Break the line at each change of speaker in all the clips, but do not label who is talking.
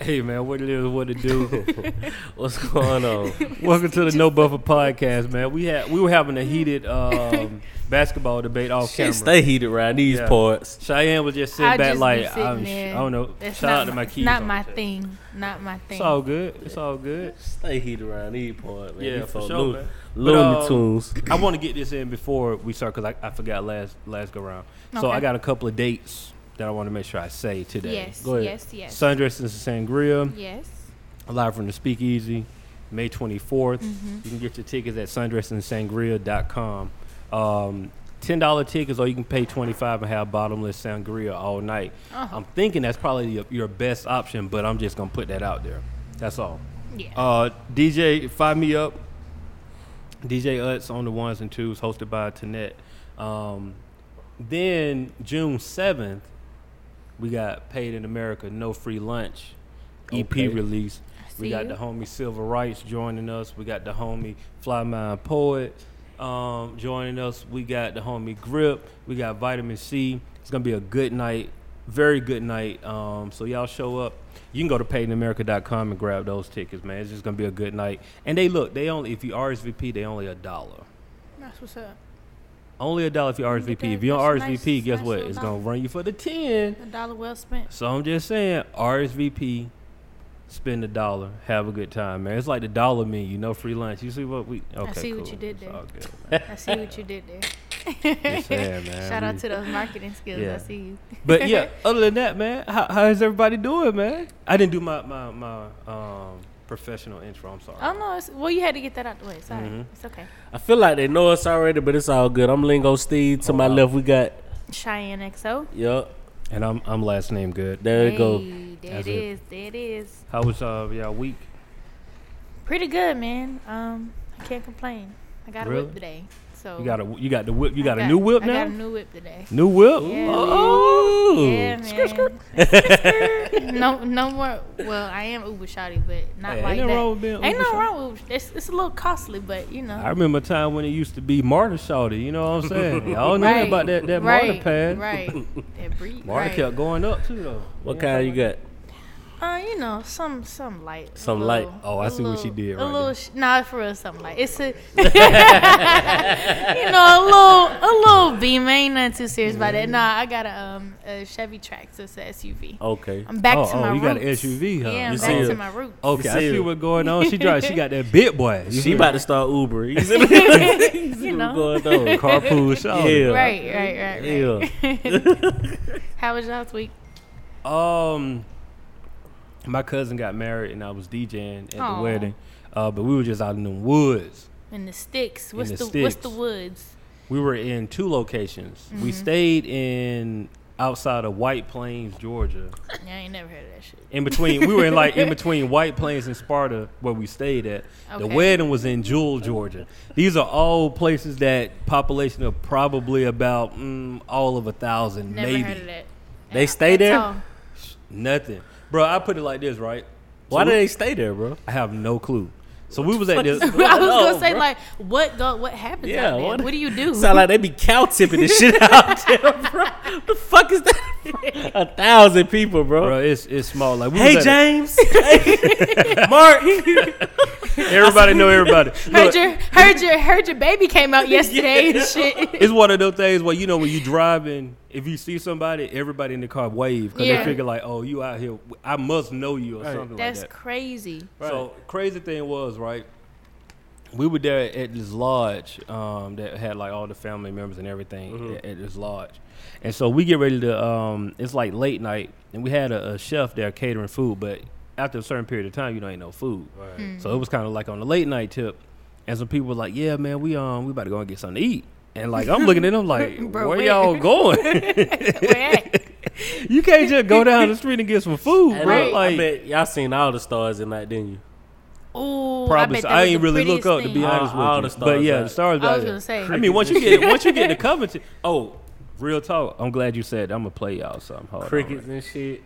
Hey man, what it is, what it do? What's going on? Welcome to the No Buffer Podcast, man. We had we were having a heated um, basketball debate off
Shit,
camera.
stay heated around these
Yeah.
parts.
Cheyenne was just sitting
I
back
just be
like
sitting
I'm, sh- I
there.
don't know.
That's
Shout
not
out to
my-
my kids.
Not
on
my
that.
thing. Not my thing.
It's all good. It's all good.
Stay heated around these parts, man.
Yeah,
These
for
folks
sure,
lo-
man.
Looney
But, um,
Tunes.
I want to get this in before we start because I, I forgot last last go round. So
Okay.
I got a couple of dates that I want to make sure I say today.
Yes.
go ahead.
Yes. Yes.
Sundress and Sangria,
yes.
live from the Speakeasy, May 24th.
Mhm.
You can get your tickets at sundressandsangria.com. Um, $10 tickets, or you can pay 25 and have bottomless sangria all night.
Uh-huh.
I'm thinking that's probably your, your best option, but I'm just going to put that out there. That's all.
yeah.
Uh, DJ, find me up. DJ Utz on the ones and twos, hosted by Tanette. Um, then June seventh, we got Paid in America, no free lunch, EP
Okay.
release. We
see
got
you.
the homie Silver Rights joining us. We got the homie Fly Mind Poet um, joining us. We got the homie Grip. We got Vitamin C. It's gonna be a good night, very good night. Um, so y'all show up. You can go to paidinamerica.com and grab those tickets, man. It's just gonna be a good night. And they look, they only if you RSVP, they only a dollar.
That's what's up.
Only a dollar if you RSVP. If you don't
That's a nice-
RSVP, guess
nice
what?
little
It's
dollar.
gonna run you for the ten.
A dollar well spent.
So I'm just saying, RSVP, spend a dollar, have a good time, man. It's like the dollar menu, no free lunch. You see what we? Okay,
see what
cool.
you did
It's
there.
all good, man.
I see what you did there.
Just saying, man.
Shout out
We-
to those marketing skills.
Yeah.
I see you.
But yeah, other than that, man, how, how is everybody doing, man? I didn't do my my my um, professional intro. I'm sorry.
Oh no. It's, well, you had to get that out the way. Sorry.
Mhm.
It's okay.
I feel like they know us already, but it's all good. I'm Lingo Steve. To my
wow.
left, we got
Cheyenne XO.
yup.
and I'm I'm last name good.
There you go.
Hey, There
That's
it
it.
is. There it is.
How was uh y'all week?
Pretty good, man. Um, I can't complain. I got a
Really?
whip today. So
You got a you got the whip. You got
I
a new whip
I
now.
got a new whip today.
new whip.
Yeah.
Oh.
Yeah, man. no, no more. Well, I am uber shotty, but not
Hey, ain't
like
nothing
that.
wrong with being
ain't
uber
nothing
shotty.
wrong with it's, it's a little costly, but you know.
I remember a time when it used to be Marta Shawty, you know what I'm saying? Y'all knew
Right,
about that, that Marta
right,
pad.
Right. That breed.
Marta
right.
kept going up too though.
What kind you got?
Uh, you know, some some light. a
Some light.
little-
Oh, I
a
see what she
little-
did
A
right there.
little, sh- nah, for real, something light. It's a, you know, a little, a little beam. Ain't nothing too serious about
Mm-hmm.
that. Nah, I got a um a Chevy Trax. It's a SUV.
Okay.
I'm back
Oh,
to
oh,
my
you got an
roots.
SUV, huh?
Yeah, I'm
You see
back to
it.
my roots.
Okay, I
You
see
see
what's going on. She drives she got that bit boy. You
She
see?
about to start Uber. You see what
You know.
going on?
carpool Shawty.
Yeah.
Right, right, right, right.
Yeah.
How was y'all's week?
Um, my cousin got married and I was DJing at the
Aw.
wedding, uh, but we were just out in the woods.
In the sticks. What's
the
the, what's the
sticks.
woods?
We were in two locations.
Mm-hmm.
We stayed in outside of White Plains, Georgia.
Yeah, I ain't never heard of that shit.
In between, we were in like in between White Plains and Sparta, where we stayed at. The
Okay.
wedding was in Jewel, Georgia. These are all places that population of probably about mm, all of a thousand,
Never
maybe
heard of that.
They stay
That's
there?
all.
nothing, bro. I put it like this, right?
Why
So
do
we-
they stay there, bro?
I have no clue. So we was at this.
I was gonna
No,
say
bro.
like, what go? What happens?
Yeah,
out there?
what-
What, do you do?
Sound like they be cow tipping this shit out there, bro. The fuck is that? A thousand people, bro.
Bro, it's it's small. Like we
Hey
was at
James, Hey, Mark.
a- everybody know everybody.
heard
Look,
your heard your heard your baby came out yesterday and shit.
it's one of those things where you know when you driving, if you see somebody, everybody in the car wave because they
Yeah.
figure like, oh, you out here, I must know you or something
That's
like that.
crazy.
So crazy thing was right. We were there at this lodge um, that had like all the family members and everything at, at this lodge, and so we get ready to. Um, it's like late night, and we had a, a chef there catering food, but after a certain period of time, you know, ain't no food. So it was kind of like on the late night tip, and some people were like, "Yeah, man, we um we about to go and get something to eat," and like I'm looking at them like,
Bro,
"Where
where?"
y'all going?
Where at?
you can't just go down the street and get some food,
And
bro."
I- I
Like,
bet y'all seen all the stars in that, didn't you?
Ooh, I,
Probably.
bet
so.
that
I
was
ain't
the
really look
prettiest
up to
thing.
be
All-
honest with
all
you.
the
but
stars
yeah,
out.
the stars.
I was
out
gonna
there.
say.
I mean, once you get once you get to Covington. Oh, real talk. I'm glad you said. I'm gonna play y'all something. Hold on.
Crickets and shit.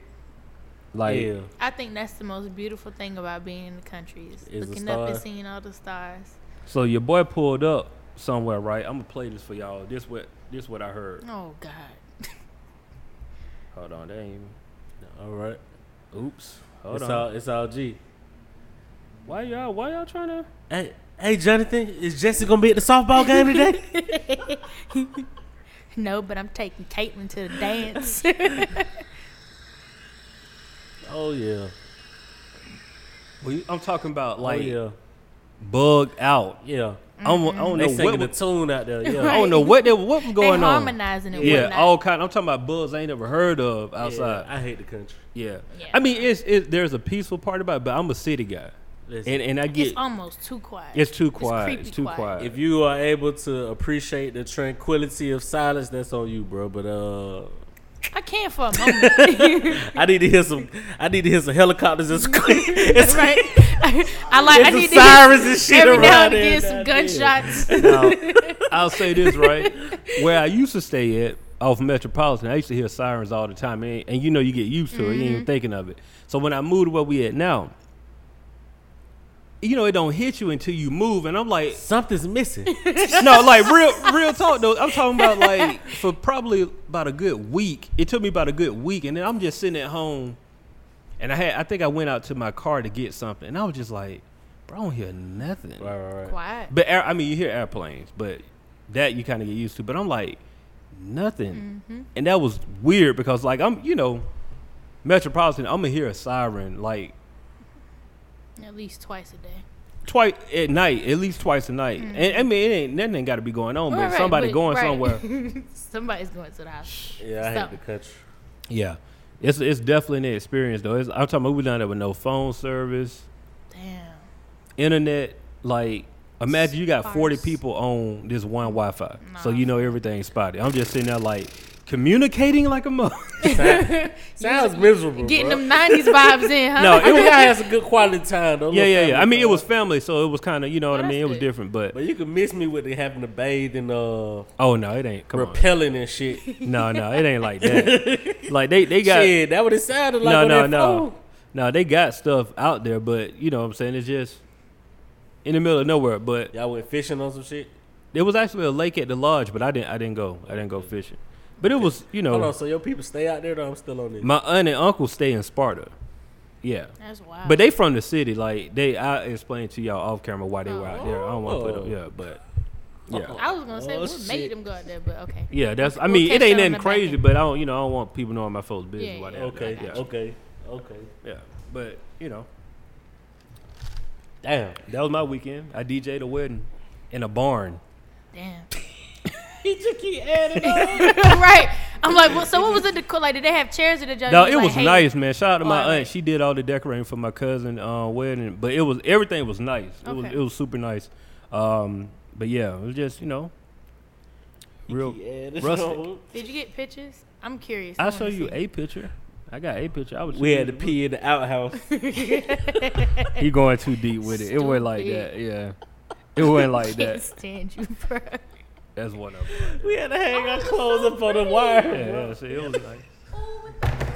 Like
yeah,
I think that's the most beautiful thing about being in the country
Is
is
the
looking up and
stars.
seeing all the stars.
so, your boy pulled up somewhere, right? I'm gonna play this for y'all. This what this what I heard.
Oh God.
Hold on, that ain't. even-
all right.
Oops. Hold
It's
on.
all it's all G.
Why y'all? Why y'all trying to?
Hey, hey, Jonathan, is Jesse gonna be at the softball game today?
No, but I'm taking Caitlin to the dance.
oh yeah,
Well, you- I'm talking about like
oh,
bugged out.
yeah, yeah.
I don't, I don't
They
know
singing
what.
a
Was,
tune out there. Yeah,
I don't know what they, what was
they
going on.
harmonizing and
Yeah,
whatnot.
all kind. I'm talking about bugs I ain't never heard of
Yeah,
outside.
I hate the country.
Yeah,
Yeah.
I mean, it's it, there's a peaceful part about, it, but I'm a city guy,
Listen,
and and I
it's
get
almost too quiet.
it's too quiet. It's,
creepy
too quiet.
quiet.
if you are able to appreciate the tranquility of silence, that's on you, bro. But uh,
I can't for a moment.
I need to hear some. I need to hear some helicopters and it's
right? I, like. I
There's
need
some sirens and
to
shit
hear, every now
around
and
there
again
that I
some
did.
gunshots.
Now, I'll say this right, where I used to stay at off Metropolitan, I used to hear sirens all the time, and, and you know you get used to it, you ain't
Mm-hmm.
even thinking of it. So when I moved to where we at now, you know it don't hit you until you move, and I'm like,
Something's missing.
no, like real real talk though. I'm talking about like for probably about a good week. It took me about a good week, and then I'm just sitting at home, and I had I think I went out to my car to get something, and I was just like, bro, I don't hear nothing.
right, right, right.
Quiet.
But air, I mean, you hear airplanes, but that you kind of get used to. But I'm like, nothing,
Mm-hmm.
and that was weird because like I'm, you know, metropolitan. I'm gonna hear a siren like
At least twice a day.
twice at night, at least twice a night. And I mean, it ain't nothing ain't got to be going on, but
Mm. Right, right,
somebody
but-
going
right.
somewhere.
Somebody's going to the house.
Yeah, I
Stop.
hate the country.
Yeah, it's it's definitely an experience though. It's, I'm talking about we down there with no phone service,
Damn.
internet. Like, imagine you got 40
Sparse.
people on this one Wi-Fi, so
Nah.
you know everything's spotty. I'm just sitting there like communicating like a mother.
Sounds miserable.
Getting
bro.
them '90s vibes in, huh?
No,
I mean, I had some good quality time though.
yeah,
Little
yeah, yeah. I
family
mean, it
time.
was family, so it was kind of you know what I
that's
mean. It was
good.
different, but
But you can miss me with it having to bathe and uh,
oh no, it ain't. Come on,
repelling and shit.
no, no, it ain't like that. like they they got
Shit, that what it sounded like.
no,
on
no,
that
no,
phone.
no. They got stuff out there, but you know what I'm saying. It's just in the middle of nowhere, but.
Y'all went fishing on some shit.
There was actually a lake at the lodge, but I didn't. I didn't go. I didn't go fishing. But it was, you
Hold on,
know,
so your people stay out there? though? I'm still on this.
my aunt and uncle stay in Sparta. Yeah,
That's wild.
but they from the city. Like they, I explained to y'all off camera why they were out there. I don't want to put
Oh.
them. Yeah, but yeah,
I was gonna say
Oh,
what
shit.
made them go out there, but okay.
yeah. That's. I
We'll
mean,
catch
it ain't
that on
nothing
the back
crazy,
end.
but I don't. You know, I don't want people knowing my folks' business.
Yeah,
why they
yeah,
out there.
okay,
Yeah.
okay, okay.
Yeah, but you know,
Damn,
that was my weekend. I DJ'd a wedding in a barn.
Damn.
he just keep adding. up.
right. I'm like, well, so what was the decor? Like, did they have chairs or did y'all?
No,
just,
it
like,
was
hey-
nice, man. Shout out to my
Alright.
aunt. She did all the decorating for my cousin uh, wedding, but it was everything was nice. It was
Okay.
it was super nice. Um, but yeah, it was just you know, real.
He adding
rustic.
up.
Did you get pictures? I'm curious.
I
wanna
show you
see.
a picture. I got a picture. I was.
We had to pee in the outhouse.
He going too deep with it. It went like that. Yeah, it went like
Can't
that.
stand you, bro.
That's one of them.
we had to hang our clothes up on the wire.
Yeah, yeah. See, it was nice.
Oh, with the curtains.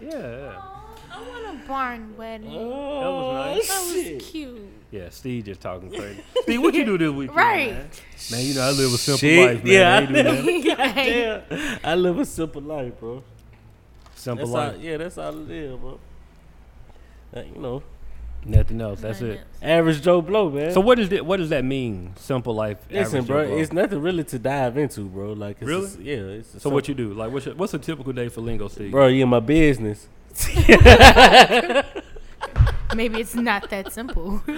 Yeah, yeah.
I want a barn wedding.
Oh,
nice.
That
shit.
was cute.
yeah. Steve just talking crazy. Steve, what you do this weekend?
Right.
Man, Man, you know I live a simple
Shit,
life, man.
yeah,
I
I
ain't do nothing.
live,
Right.
goddamn, I live a simple life, bro.
Simple
That's
life.
how, yeah, that's how I live, bro. Like, you know,
Nothing else. That's
Nothing
it.
else.
average Joe Blow, man.
So what is that? What does that mean? Simple life.
Listen,
average
bro,
Joe
it's nothing really to dive into, bro. Like, it's
Really?
just- yeah. It's
so what you do? Like what's your, what's a typical day for Lingo Steve?
bro? You in my business?
Maybe it's not that simple.
You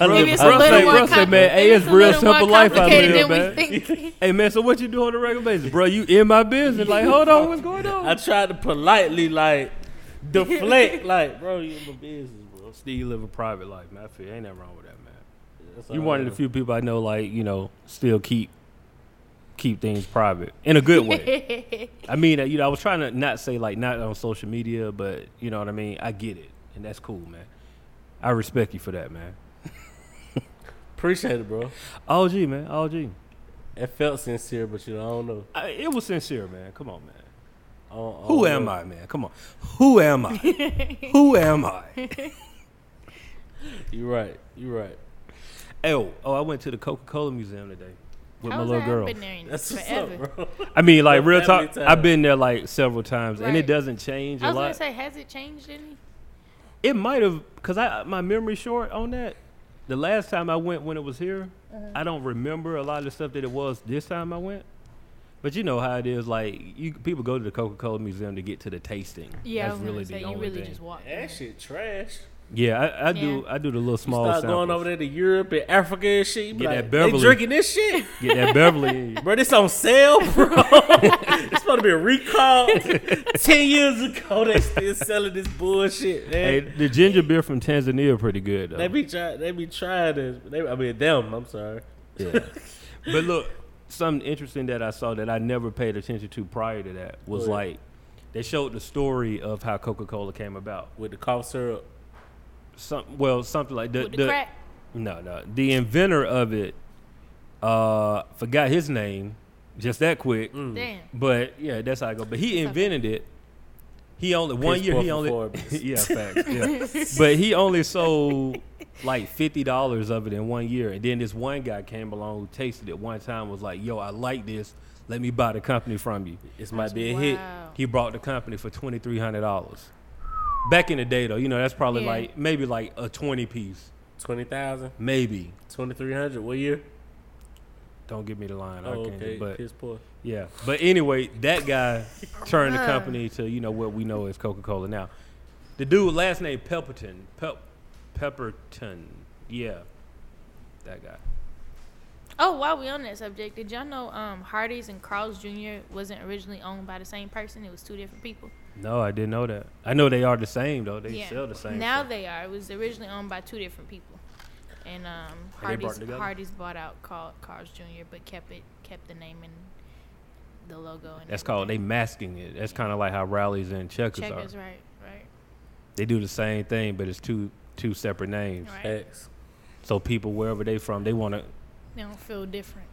Maybe it's a
bro,
little
say-
more
bro, say,
compli-
man, hey,
maybe
it's
a
real
little more
simple life I
complicated
live,
than
man.
we think.
Hey man, so what you do on a regular basis, bro? You in my business? Like hold on, what's going on?
I tried to politely like deflect, like, bro, you in my business, bro.
Steve live a private life, man. I feel ain't nothing wrong with that, man. Uh,
That's
You
all
one
I
of the
am.
few people I know, like you know, still keep keep things private in a good way. I mean, uh, you know, I was trying to not say like not on social media, but you know what I mean. I get it, and that's cool, man. I respect you for that, man.
Appreciate it, bro.
All G, man. All G.
It felt sincere, but you know, I don't know.
I, it was sincere, man. Come on, man.
I don't- I
Who
don't
am
know.
I, man? Come on. Who am I? Who am I?
You right. You right.
Oh, oh, I went to the Coca Cola Museum today. with
I
my
was
little
like,
girl.
I've been there in
That's what's
forever.
up, bro.
I mean, like real
Family
talk.
time.
I've been there like several times, and it
Right.
doesn't change
I
a
was gonna
lot.
say, has it changed any?
It might have because I my memory short on that. The last time I went when it was here,
Uh-huh.
I don't remember a lot of the stuff that it was this time I went. But you know how it is. Like you, people go to the Coca Cola Museum to get to the tasting.
Yeah, I
that's
was
really
gonna
the
say you
only
really
thing.
just walked. in.
That shit trash.
yeah, I, I do. I do the little
You
small.
start going
samples.
over there to Europe and Africa and shit. You be
Get
like,
that Beverly.
They drinking this shit,
Get that Beverly. in you.
bro. This on sale, bro. it's supposed to be recalled. Ten years ago, they still selling this bullshit, man.
Hey, the ginger beer from Tanzania pretty good. Though.
They be try, they be trying to. They, I mean, them. I'm sorry.
Yeah. but look, something interesting that I saw that I never paid attention to prior to that was
What?
like they showed the story of how Coca Cola came about.
With the cough syrup,
Some well, something like the,
With the crack.
no no the inventor of it uh forgot his name just that quick.
Damn.
But yeah, that's how I go. But he
okay.
invented it. He only one
Piss
year
poor
he only
performance.
yeah facts yeah. but he only sold like fifty dollars of it in one year, and then this one guy came along who tasted it one time was like, "Yo, I like this. Let me buy the company from you."
this might be a hit.
Wow.
He brought the company for twenty three hundred dollars. Back in the day, though, you know that's probably
Yeah.
like maybe like a twenty piece,
20,000,
maybe.
2,300. What year?
Don't give me the line.
Oh,
I can't.
okay.
But
Piss poor.
Yeah, but anyway, that guy turned the
Uh.
company to you know what we know as Coca Cola now. The dude last name Pepperton, Pep, Pepperton, yeah, that guy.
Oh, while we on that subject, did y'all know um, Hardee's and Carl's Jr. wasn't originally owned by the same person? It was two different people.
No, I didn't know that. I know they are the same though. They
Yeah.
sell the same.
now
stuff.
they are. It was originally owned by two different people, and um,
And they brought
Hardee's,
it together?
Hardee's bought out Carl, Carl's Jr. but kept it kept the name and the logo. And
That's called they
everything.
masking it. That's kind of like how rallies and checkers,
Checkers,
are.
right? Right.
They do the same thing, but it's two two separate names.
Right.
X.
So people wherever they from, they want to
They don't feel different.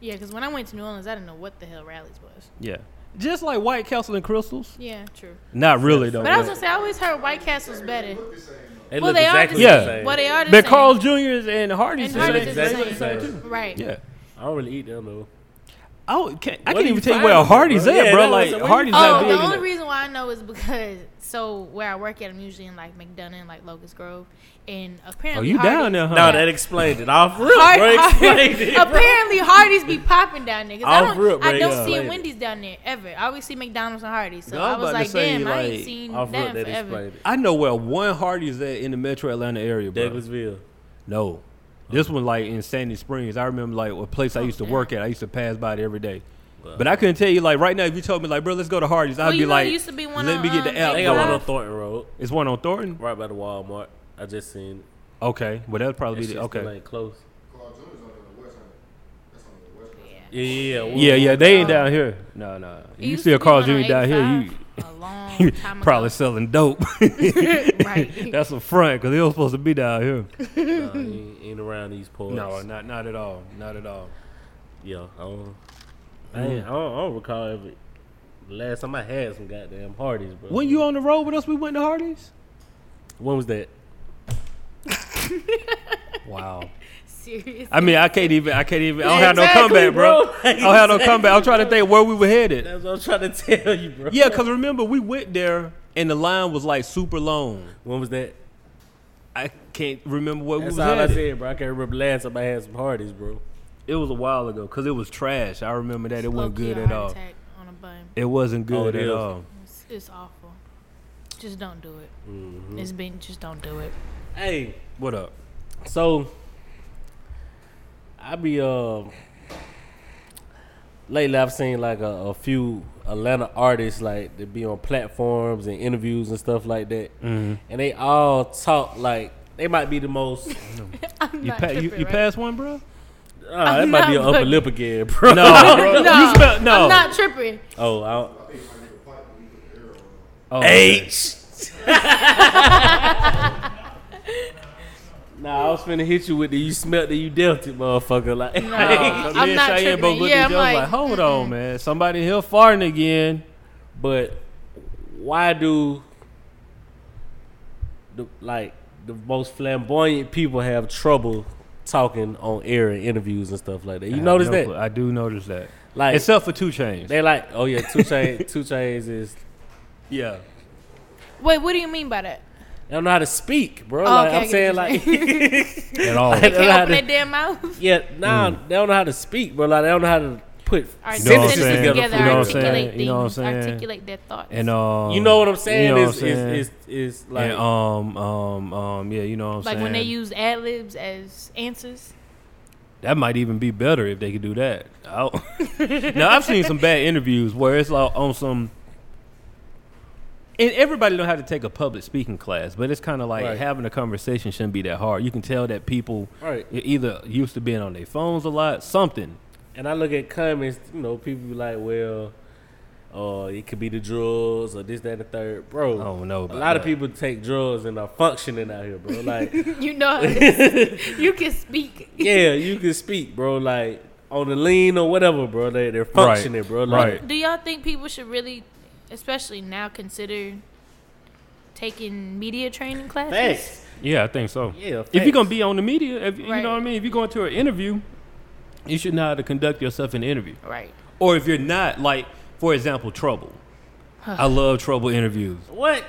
Yeah, because when I went to New Orleans, I didn't know what the hell rallies was.
yeah. Just like White Castle and Crystals.
Yeah, true.
Not really though.
But I was gonna say, I always heard White Castle's better.
They
Well,
look
they
exactly
are the
the
same.
same.
Well, they are the
but
same.
Carl Jr.'s and Hardy's
and
the
Hardee's
same.
is
Exactly
the
the
same.
same, too.
Right.
Yeah.
I don't really eat them, though.
I don't- can't, Oh, I
Where
can't
do
even
you
tell you
find
where a
them, bro?
Hardy's
Yeah,
at, bro.
that's what I'm
Like
saying. Where
Hardy's
you
not
Oh,
find
big.
the
them?
enough.
only reason why I know is because so where I work at, I'm usually in like McDonough and like Locust Grove, and apparently
Oh, you
Hardee's,
down there, huh?
No, that explained it. Off real,
Har-
bro.
Har-
Explained it. bro.
apparently Hardee's be popping down there. 'cause I
Off
don't,
rip,
I
bro,
don't
yeah.
see
Explain it.
Wendy's down there ever. I always see McDonald's and Hardee's, so
No, I'm
I
about
was
to
like,
say,
damn, I
like,
ain't seen
Off real,
that
that
forever.
explained it.
I know where one Hardy's at in the Metro Atlanta area, bro.
Douglasville.
no, this one like in Sandy Springs. I remember like a place I
Oh,
used to work at. I used to pass by it every day. But I couldn't tell you like right now if you told me like bro let's go to Hardy's I'd
Well,
be
you know,
like
there used to be one
let
on,
me get the
um,
app.
They got one
bro."
on Thornton Road,
it's one on Thornton.
right by the Walmart. I just seen.
Okay, well that'd
That
probably be
shit
the,
still
okay.
ain't close.
Carl Jr.'s on the west side. That's on the west side.
Yeah.
Yeah, yeah, yeah.
yeah, yeah, they ain't
Oh.
down here. No, no,
It
you
used
still
to be
Carl
one on
Jr. down here.
85 a long
You
time ago.
probably selling dope.
right.
That's a front because they was supposed to be down here.
Nah, ain't, ain't around these ports.
No, not not at all. Not at all.
Yeah, I don't, I, ain't, I, don't, I don't recall ever. the Last time I had some goddamn Hardee's, bro.
When you on the road with us, we went to Hardy's.
When was that?
Wow.
Serious.
I mean, I can't even. I can't even. I don't have
Exactly,
no comeback, bro.
bro.
I don't have no comeback. I'm trying to think where we were headed.
That's what I'm trying to tell you, bro.
Yeah, because remember we went there and the line was like super long.
When was that?
I can't remember where
That's
we was
all I
headed.
said, bro. I can't remember last time I had some Hardee's, bro.
It was a while ago because it was trash. I remember that it wasn't
Low-key
good
a
at
heart
all.
attack on a bun.
It wasn't
Oh,
good
it
at
is.
all.
It's, it's awful. Just don't do it. It's been just don't do it.
Hey,
What up?
so I be um lately I've seen like a, a few Atlanta artists like to be on platforms and interviews and stuff like that, and they all talk like they might be the most. uh,
I'm
You
not
pa- you,
tripping,
you
right?
passed one, bro?
Ah, that
I'm
might be an
not
upper
looking.
lip again, bro.
No, bro.
No,
You smell- no.
I'm not tripping.
Oh, I don't,
Oh,
H. nah, I was finna hit you with the you smelt it, you dealt it, motherfucker. Like,
No. I'm
Me and
not
Cheyenne
tripping.
both looked
Yeah,
at
I'm
each other
like, hmm.
like, hold on, man. Somebody here farting again.
but why do the like the most flamboyant people have trouble talking on air and interviews and stuff like that. You
I have
notice
no
that?
clue. I do notice that.
Like
Except for two chains.
they like, oh yeah, two chains. two chains is.
Yeah.
Wait, what do you mean by that?
They don't know how to speak, bro.
Oh,
like
okay,
I'm saying,
I
like
get what you're
At all.
They
They
don't know how
can't open
to-
their damn mouth.
yeah, nah,
Hmm.
they don't know how to speak, bro. Like they don't know how to put
Our
You know what I'm
sentences
sentences
saying?
together.
together,
You know what I'm
articulate
saying?
things,
You know what I'm saying?
articulate their thoughts.
And um,
you know what I'm saying?
You know what
is,
I'm saying?
is is is like
and, um um um yeah, you know what I'm
like
saying.
when they use ad libs as answers.
that might even be better if they could do that. I don't- now I've seen some bad interviews where it's like on some. And everybody don't have to take a public speaking class, but it's kind of like
Right.
having a conversation shouldn't be that hard. You can tell that people
right.
are either used to being on their phones a lot, something.
And I look at comments, you know, people be like, well, uh, it could be the drugs or this, that, and the third, bro.
I don't know
A
about
lot of
that.
people take drugs and are functioning out here, bro. Like,
You know, how this- you can speak.
yeah, you can speak, bro. Like on the lean or whatever, bro. They they're functioning, bro. Like,
Right.
Do y'all think people should really, especially now, consider taking media training classes?
Facts.
Yeah, I think so.
Yeah.
If you're gonna
facts.
be on the media, if, you
Right.
know what I mean. If you're going to an interview, you should know how to conduct yourself in an interview.
Right.
Or if you're not, like for example, Trouble. I love Trouble interviews,
what?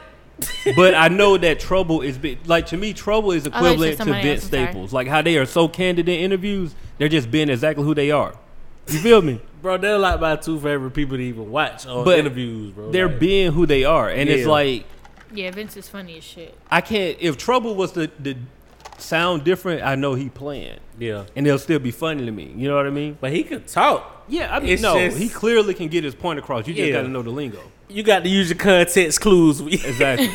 but I know that Trouble is bi- like to me, Trouble is
you said
equivalent to
somebody
Vince
else, I'm sorry.
Staples. Like how they are so candid in interviews, they're just being exactly who they are. You feel me?
Bro, they're like my two favorite people to even watch on
But
interviews, bro.
They're
like,
being who they are, and it's
Yeah.
like
Yeah, Vince is funny as shit.
I can't. If Trouble was to, to sound different, I know he playing,
Yeah.
and it'll still be funny to me. You know what I mean?
But he could talk.
Yeah, I mean,
It's
no,
just-
he clearly can get his point across. You just
Yeah.
got to know the lingo.
You got to use your context clues.
Exactly.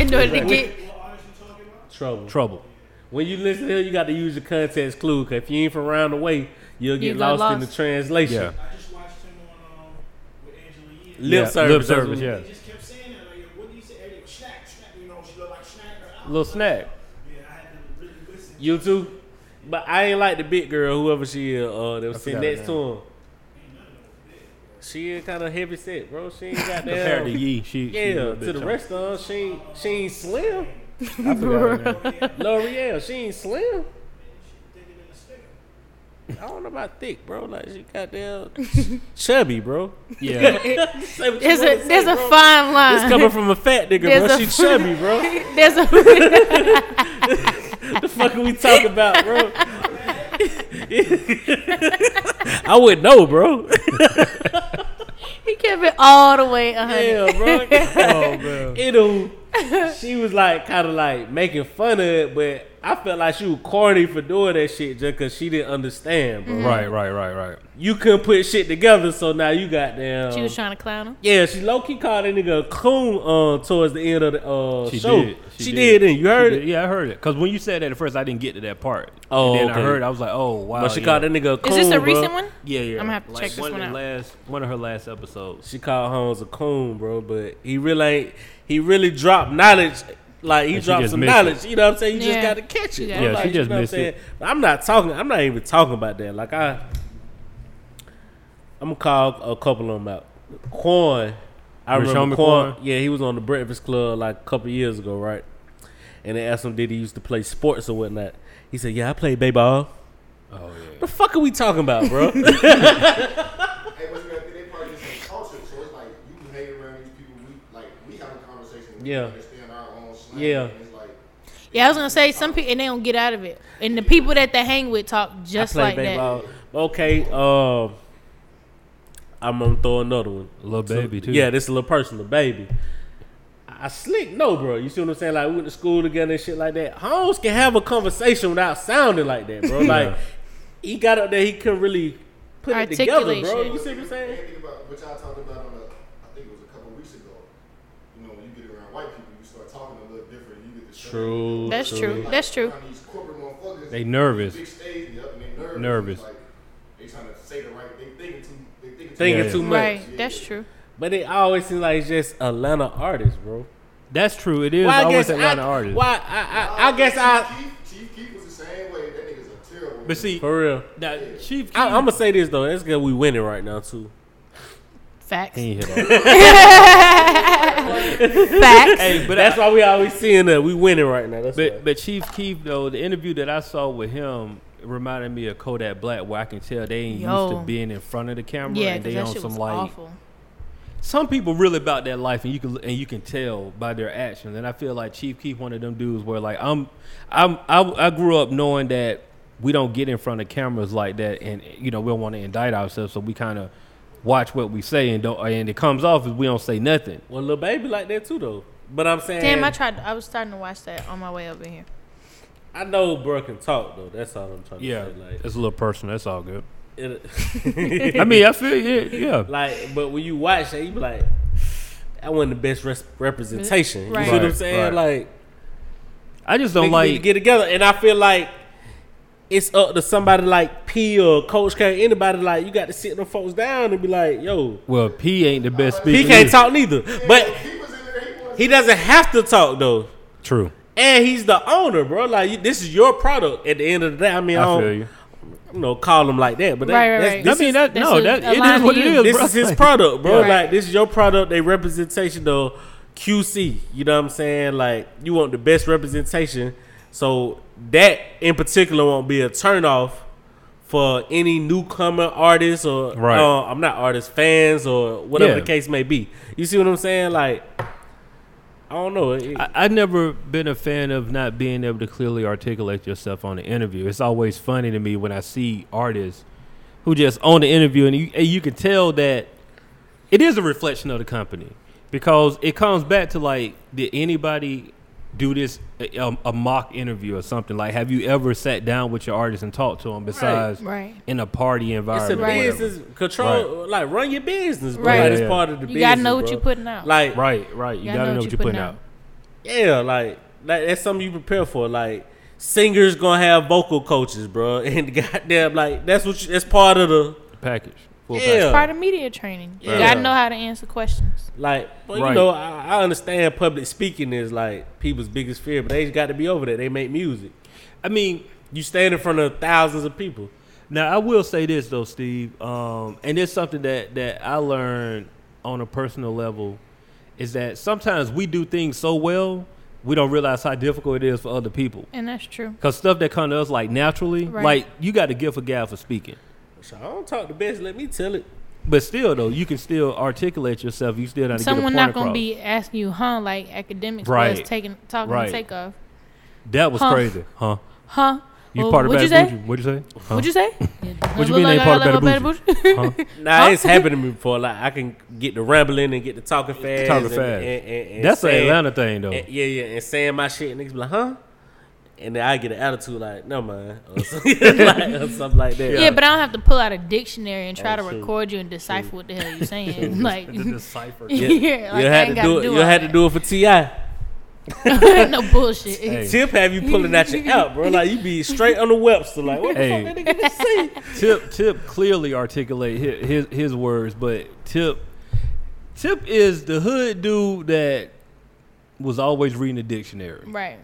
In order to get
Trouble.
Trouble.
When you listen to him, you got to use your context clue. Cause if you ain't from around the way, you'll get
You got
lost, in the
lost.
translation.
Yeah.
I just watched him on um, with Angela Yee.
Lip
Yeah,
service.
Lip service,
that's what-
yeah.
They just kept saying that, like, what do you say? Everything was snack, snack. You know, she looked like snack. Or, I don't
Little snack.
know. yeah, I had to really listen.
You too. But I ain't like the big girl, whoever she is, uh, that was sitting
forgot her
next to him. She is kind of heavy set, bro. She ain't got
Compared
that. uh,
to Yee, she she a
yeah,
little
to
bit
the
chunky.
rest of them, she ain't, she ain't slim.
I forgot her name.
L'Oreal, she ain't slim. I don't know about thick, bro. Like she got that chubby, bro.
Yeah,
Say what you
there's
wanna
a
say,
there's a
bro.
fine line.
It's coming from a fat nigga,
There's
bro.
a-
She chubby, bro.
there's a
the fuck are we talking about, bro? I wouldn't know, bro.
he kept it all the way a hundred.
Yeah, bro.
oh man.
you know, she was like kind of like making fun of it, but I felt like she was corny for doing that shit just because she didn't understand, bro.
Right, right, right, right.
You couldn't put shit together, so now you got down.
Mm-hmm. She was trying to clown him.
yeah, she low key called that nigga a coon uh, towards the end of the uh,
She
show.
did.
She, did, and you heard
She
it.
did. Yeah, I heard it. Cause when you said that at first, I didn't get to that part.
Oh,
and then
okay.
I heard, it, I was like, oh wow.
But she
yeah.
called that nigga a coon.
Is this a
bro.
recent one?
Yeah, yeah.
I'ma have to check this
one,
one
of the
out.
Last, one of her last episodes.
She called Holmes a coon, bro, but he really ain't. He really dropped knowledge. Like he
And she
dropped
just
some
missed
knowledge. You know what I'm saying? You
Yeah.
just got to catch it.
Yeah.
bro.
Yeah, she
Like, you
just
know what I'm
missed it.
saying? But I'm not talking. I'm not even talking about that. Like I, I'm gonna call a couple of them out. Quan, I
Rashawn
remember
McQuarrie?
Quan. Yeah, he was on the Breakfast Club like a couple years ago, right? And they asked him did he used to play sports or whatnot. He said, "Yeah, I played baseball."
Oh yeah.
The fuck are we talking about, bro?
Hey, but you gotta think, they probably just some culture, so it's like you can hang around these people. We like we have a conversation. We
Yeah.
understand our own slang.
Yeah.
and it's like
Yeah, I was gonna say some people and they don't get out of it. And the people that they hang with talk just
I
like
play
that.
baseball. Okay, um, I'm gonna throw another one.
Lil Baby, too.
Yeah, this is a little personal, baby. I I slick no, bro. You see what I'm saying? Like we went to school together and shit like that. Holmes can have a conversation without sounding like that, bro. Like he got up there, he couldn't really put it together,
Articulation.
bro. You see what I'm saying?
And think about what y'all talked about on a, I think it was a couple weeks ago. You know, when you get around white people, you start talking a little different. You get the
That's true. That's true.
These corporate motherfuckers.
They nervous.
Big stage, yep, and they nervous.
Nervous.
It's Like, they trying to say the right. They thinking too. They thinking too.
Thinking
Yeah.
too much.
Right. That's true.
But it always seems like it's just Atlanta artists, bro.
That's true. It is
Well, I
always
guess I,
Atlanta artists.
why I, I, I guess I
Chief, Chief Keef was the same way. That nigga's a terrible.
But see,
for real.
now Chief.
I, I'm gonna say this though. That's good. We winning right now too.
Facts.
He ain't hit all-
Facts.
Hey, but
That's why we always seeing that we winning right now. That's
But but Chief Keef though, the interview that I saw with him reminded me of Kodak Black, where I can tell they ain't used
Yo.
to being in front of the camera
Yeah,
and
'cause
they
that
on
shit
some
was
like
awful.
some people really about that life, and you can and you can tell by their actions. And I feel like Chief Keef, one of them dudes, where like I'm, I'm I, I grew up knowing that we don't get in front of cameras like that, and you know we don't want to indict ourselves, so we kind of watch what we say, and don't and it comes off as we don't say nothing.
Well, little baby like that too though. But I'm saying,
Damn, I tried. I was starting to watch that on my way over here.
I know bro can talk though. That's all I'm trying to
Yeah,
say. Like,
it's a little personal. That's all good.
it,
I mean, I feel yeah, yeah.
like, but when you watch that, you be like, that wasn't the best res- representation. You
Right.
see what I'm
Right,
saying?
right.
Like,
I just don't
niggas need to
like.
get together. And I feel like it's up to somebody like P or Coach K, anybody like you got to sit them folks down and be like, yo,
Well, P ain't the best speaker.
he can't
either.
talk neither, but
he was in there. He was.
he doesn't have to talk though.
True.
And he's the owner, bro. Like you, this is your product. At the end of the day, I mean, I,
I
don't,
feel you.
you know, call him like that, but that,
Right, right,
that's,
right.
this
I mean,
is-
that
this
no,
is
that it
aligned
is
to
what it
you.
is.
this
bro.
is his product, bro.
Right.
Like this is your product. They representation though. QC, you know what I'm saying? Like you want the best representation, so that in particular won't be a turnoff for any newcomer artists or
Right.
uh, I'm not artists fans or whatever
Yeah.
the case may be. You see what I'm saying? Like I don't know. It-
I, I've never been a fan of not being able to clearly articulate yourself on the interview. It's always funny to me when I see artists who just on the interview, and you, and you can tell that it is a reflection of the company because it comes back to like, did anybody do this a, a- a mock interview or something? Like, have you ever sat down with your artist and talked to them besides
Right.
in a party
it's a
environment? or
Right.
whatever?
business control, like run your business, bro.
Right.
Like,
Yeah,
it's
yeah.
part of the
You
business.
gotta know what
bro.
you're putting out.
Like
Right, right. You
Y'all
gotta know what you're putting out.
Yeah, like like that's something you prepare for. Like singers gonna have vocal coaches, bro, and goddamn, like that's what you, that's part of the
Package. Full
yeah.
Part of media training. You
Yeah.
gotta know how to answer questions.
Like, but
Right.
you know, I, I understand public speaking is like people's biggest fear, but they got to be over that. They make music.
I mean,
You stand in front of thousands of people.
Now I will say this though, Steve, um, and it's something that that I learned on a personal level is that sometimes we do things so well we don't realize how difficult it is for other people.
And that's true.
Cause stuff that comes to us like naturally,
Right.
like you got to give a gal for speaking,
So I don't talk the best. Let me tell it.
but still though you can still articulate yourself. You still got to get a
Someone
point
not gonna
across.
be asking you, huh? Like academics
Right.
was taking talking
Right.
to take off,
that was
Huh.
crazy, huh?
huh?
You
Well,
part of
what'd
Bad
you say?
Bougie. What'd you say? Huh?
What'd you say?
What you mean they ain't part of Bad
Bougie?
Huh?
Nah,
Huh?
it's happened to me before. Like I can get the rambling and get the talking fast.
Talking
and-
fast.
and- and- and
That's an
saying-
Atlanta thing though.
And- yeah, yeah, and saying my shit, and niggas be like, huh? And then I get an attitude like, no man, or something like, or something like that.
Yeah. but I don't have to pull out a dictionary and try
Oh,
to
true.
record you and decipher what the hell you're saying. like,
The decipher.
yeah, like
you
I
had
ain't
to
gotta
do it. you
all
had to
that.
do it for Ti.
no bullshit.
Hey.
Tip have you pulling out your app, bro? Like you be straight on the Webster. Like what the
Hey.
fuck that nigga just say?
Tip Tip clearly articulate his, his his words, but Tip Tip is the hood dude that was always reading the dictionary.
Right.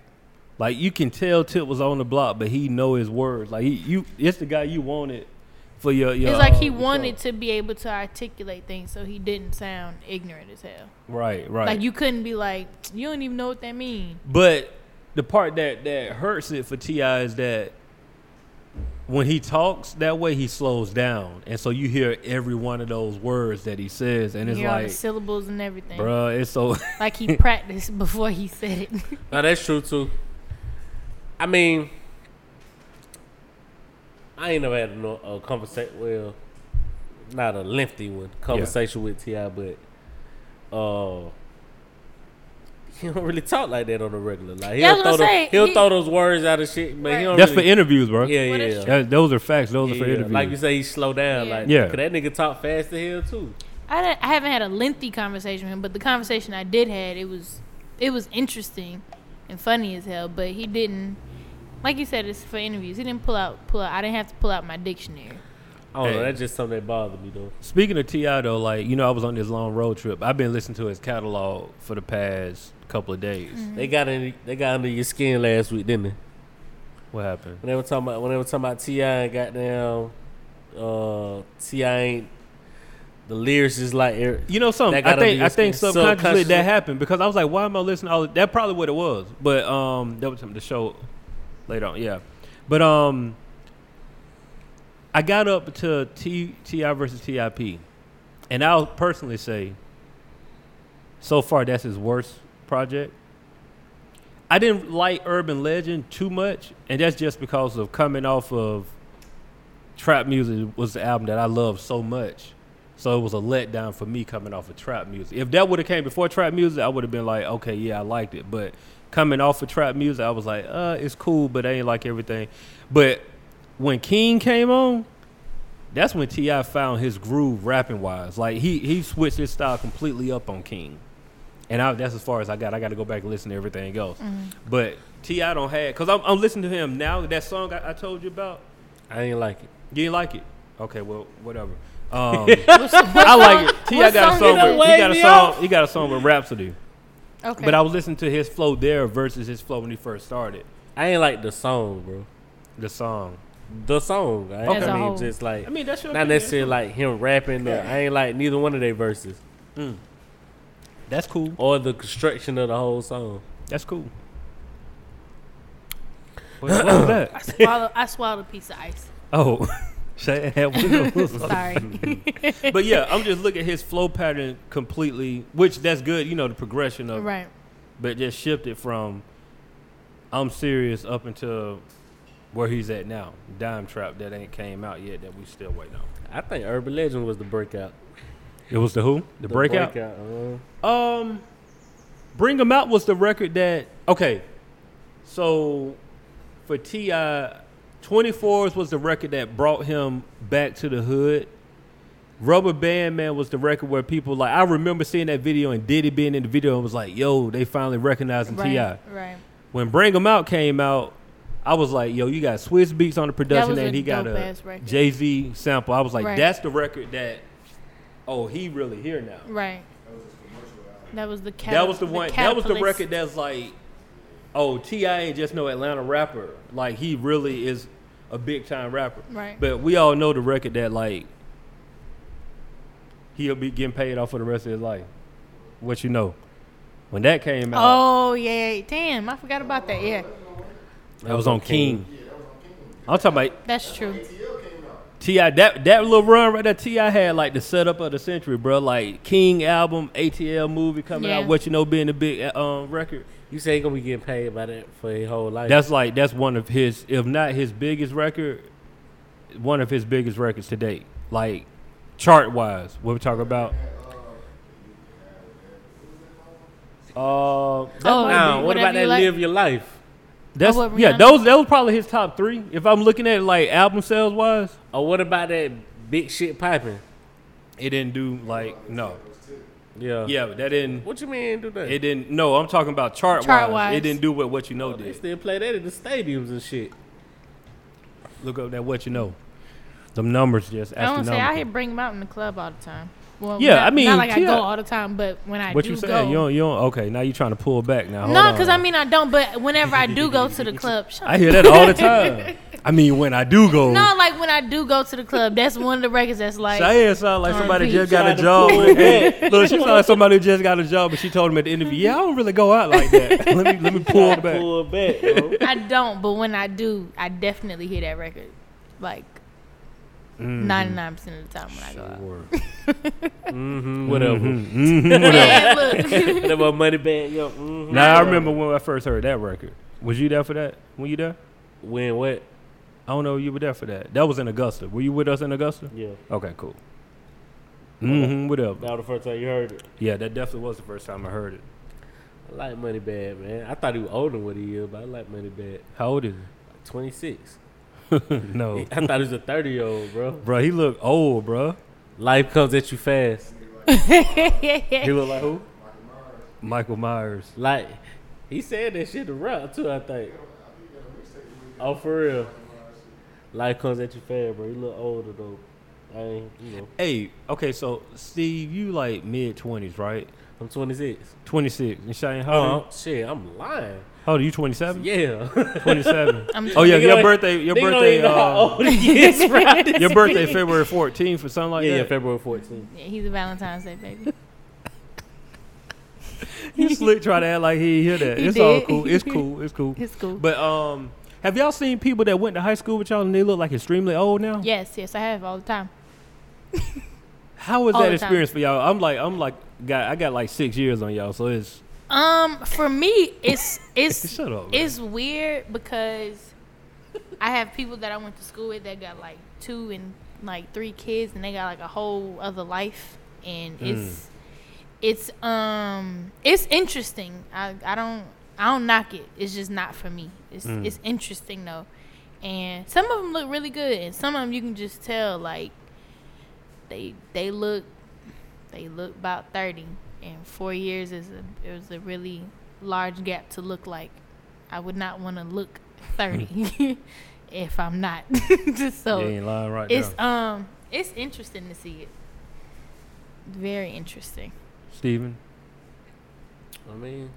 Like you can tell Tip was on the block, but he know his words. Like he, you, it's the guy you wanted for your. your
it's like
uh,
he
your show.
wanted to be able to articulate things so he didn't sound ignorant as hell.
Right, right.
Like you couldn't be like, you don't even know what that means.
But the part that that hurts it for Ti is that when he talks that way, he slows down, and so you hear every one of those words that he says, and it's
You're on
like,
the syllables and everything.
bruh, it's so.
Like he practiced before he said it.
No, that's true too. I mean, I ain't never had no a conversation. Well, not a lengthy one conversation with Ti, but uh, he don't really talk like that on the regular. Like he'll
Yeah, I was
throw
gonna
the,
say,
he'll
he-
throw those words out of shit, but he
Right.
don't.
That's for
really,
interviews, bro.
Yeah,
Well,
yeah,
that's
yeah.
true.
That, those are facts. Those are
Yeah,
for
yeah.
interviews.
Like you say, he slow down.
Yeah.
Like
Yeah.
could that nigga talk fast as hell too.
I, don't- I haven't had a lengthy conversation with him, but the conversation I did had it was it was interesting and funny as hell. But he didn't, like you said, it's for interviews. He didn't pull out pull out. I didn't have to pull out my dictionary.
I don't know.
Hey.
That's just something that bothered me though.
Speaking of Ti though, like you know, I was on this long road trip. I've been listening to his catalog for the past couple of days.
They
Mm.
got in, they got under your skin last week, didn't they?
What happened?
When they were talking about when they were talking about Ti and goddamn uh, Ti ain't the lyrics is like er-
You know something?
That
I
gotta
think
be
I
his
think
skin.
subconsciously
Subconsciously.
that happened because I was like, why am I listening? to All this? that probably what it was. But um, that was something to show later on. Yeah, but um, I got up to T, TI versus TIP, and I'll personally say, so far that's his worst project. I didn't like Urban Legend too much, and that's just because of coming off of Trap Music was the album that I loved so much. So it was a letdown for me coming off of Trap Music. If that would have came before Trap Music, I would have been like, okay, yeah, I liked it. But coming off of Trap Music, I was like, uh, it's cool, but I ain't like everything. But when King came on, that's when T.I. found his groove rapping wise. Like he he switched his style completely up on King, and I, that's as far as I got. I got to go back and listen to everything else. But T.I. don't have because I'm, I'm listening to him now. That song I, I told you about,
I ain't like it.
you didn't like it. Okay, well whatever. Um, I like it. T.I.
what
got a
song
song.
did it
With, he got a
wave me
song. He got a song with Rhapsody.
Okay.
But I was listening to his flow there versus his flow when he first started
I ain't like the song, bro.
the song.
The song. I,
As
I
a
mean,
whole.
just like
I mean, that's your
not
opinion.
necessarily like him rapping. Or, I ain't like neither one of their verses
That's cool.
or the construction of the whole song.
That's cool. What, what was that?
I swallowed, I swallowed a piece of ice.
Oh, Shay had wheels.
Sorry.
but yeah, I'm just looking at his flow pattern completely, which that's good. You know the progression of,
right.
but just shifted from I'm serious up until where he's at now. Dime Trap that ain't came out yet that we still waiting on.
I think Urban Legend was the breakout.
It was the who? The, breakout.
uh-huh.
Um, Bring 'Em Out was the record that okay. So for Ti, 24s was the record that brought him back to the hood. Rubber Band Man was the record where people like I remember seeing that video and Diddy being in the video and was like, "Yo, they finally recognizing
Right.
Ti."
Right.
When Bring 'Em Out came out, I was like, "Yo, you got Swiss Beats on the production
was a
and he got
dope
a
ass record.
Jay Z sample." I was like,
Right.
"That's the record that oh he really here now."
Right. That was the cat.
that was the one. that was the record that's like, oh, Ti ain't just no Atlanta rapper. Like he really is a big time rapper.
Right.
But we all know the record that like he'll be getting paid off for the rest of his life. What you know? When that came out,
Oh yeah, damn! I forgot about that. Yeah, Oh.
that was on King. I'm talking about
that's true.
Ti. That that little run right there, Ti had like the setup of the century, bro. Like King album, ATL movie coming
Yeah.
out. What you know being a big uh, um, record.
You say he gonna be getting paid by that for his whole life?
That's like that's one of his, if not his biggest record, one of his biggest records to date. Like chart wise, what we talking about. Uh,
Oh,
Now, what
whatever
about
you
that?
like.
Live your life.
that's
Oh, what,
yeah.
Rihanna?
Those that was probably his top three. If I'm looking at it, like album sales wise,
Or what about that big shit piping?
it didn't do like no.
Yeah.
Yeah, but that didn't.
What you mean do that?
It didn't. No, I'm talking about chart wise.
Chart-wise.
It didn't do what what you know
they
did.
still play that in the stadiums and shit.
Look up that what you know. The numbers just
I don't
astronomical.
say I hear bring him out in the club all the time. Well,
Yeah,
not-
I mean,
not like I
T.I.
go all the time, but when I
what
do
you saying?
go,
You don't. You don't. Okay, now you trying to pull back now. Hold
no,
on.
because I mean I don't. But whenever I do go to the club, shut
I hear that all the time. I mean, when I do go,
No, like when I do go to the club, that's one of the records that's like,
Cheyenne sound like somebody
R.I.P.
just got
Try
a
to
job.
pull
Look, she sound like somebody just got a job, but she told him at the interview, "Yeah, I don't really go out like that. let me let me pull back."
Pull back, bro.
I don't. But when I do, I definitely hear that record, like
Mm-hmm.
ninety nine percent of the time when I go out.
mm-hmm, whatever.
Man, look,
that my money bag, yo. Mm-hmm.
Now I remember when I first heard that record. Was you there for that? Were you there?
When what?
I don't know. if You were there for that. That was in Augusta. Were you with us in Augusta?
Yeah.
Okay, cool. Mm-hmm. Whatever.
That was the first time you heard it.
Yeah, that definitely was the first time I heard it.
I like money bag, man. I thought he was older than what he is, but I like money bag.
How old is
Twenty six.
he? no,
I thought he was a thirty year old, bro.
bro, he look old, bro.
Life comes at you fast.
He look like who? Michael Myers.
Like he said that shit to rap too. I think. Oh, for real. Life comes at you fast, bro. You look older though. I ain't, you know,
Hey, okay, so Steve, you like mid twenties, right?
I'm 26.
Twenty six. And Shane, how old?
Oh, shit, I'm lying.
How old are Uh-huh. you? Twenty
Um,
seven.
Yeah.
Twenty seven.
I'm-
Oh yeah,
Nigga
your
don't-
birthday. Your
Nigga don't
birthday.
even know how
Uh,
old he is, right? yeah,
your birthday, February fourteenth, or something like
yeah,
that.
February 14th.
yeah, he's a Valentine's Day baby.
Yeah, you slick. Try to act like he didn't hear that.
He
it's all
did.
cool. It's cool. It's cool.
It's cool.
But um, Have y'all seen people that went to high school with y'all and they look like extremely old now?
Yes, yes, I have all the time.
How was
All
that
the time.
experience for y'all? I'm like, I'm like, got I got like six years on y'all, so it's
Um, for me, it's it's
Shut up, man.
it's weird because I have people that I went to school with that got like two and like three kids, and they got like a whole other life,
Hmm.
and it's it's um it's interesting. I I don't I don't knock it. It's just not for me. It's
Hmm.
it's interesting though, and some of them look really good, and some of them you can just tell like they they look they look about 30 and four years is a it was a really large gap to look like i would not want to look
Hmm.
30 if i'm not just so
you ain't lying right
it's
now.
um it's interesting to see it very interesting
Steven.
I mean,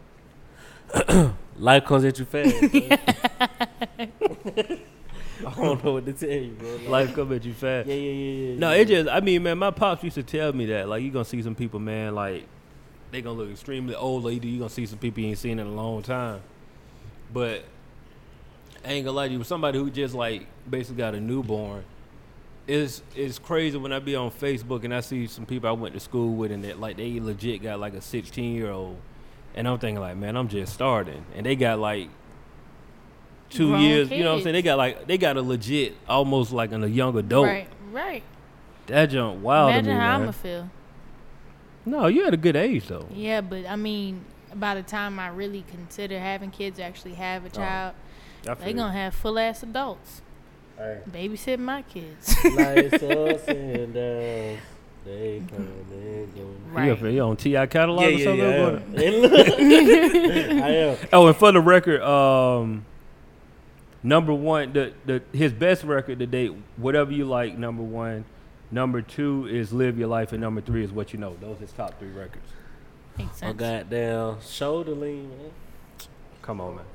life comes at you fast. man. I don't know what to tell you, bro. Like,
Life come at you fast.
yeah, yeah, yeah, yeah.
No,
yeah.
it just I mean, man, my pops used to tell me that. Like you gonna see some people, man, like they gonna look extremely old lady, you gonna see some people you ain't seen in a long time. But I ain't gonna lie to you, somebody who just like basically got a newborn, it's it's crazy when I be on Facebook and I see some people I went to school with and that like they legit got like a sixteen year old and I'm thinking like, man, I'm just starting. And they got like two
Grown
years, you know what I'm
kids.
saying? They got like they got a legit almost like an, a young adult.
right right
That jump wild
imagine
to me,
how
man.
i'ma feel
no, you had a good age though.
yeah but i mean by the time i really consider having kids actually
Oh,
have a child they gonna have full ass adults
Hey.
babysit my kids
Lights, ups, and downs. They come and go.
You, up
right
here, you on Ti catalog or something? Going-
I am. I am.
Oh, and for the record, um, number one, the the his best record to date, whatever you like. Number one, number two is live your life, and number three is what you know. Those his top three records.
makes
My
sense
Oh, goddamn shoulder lean, man.
Come on, man.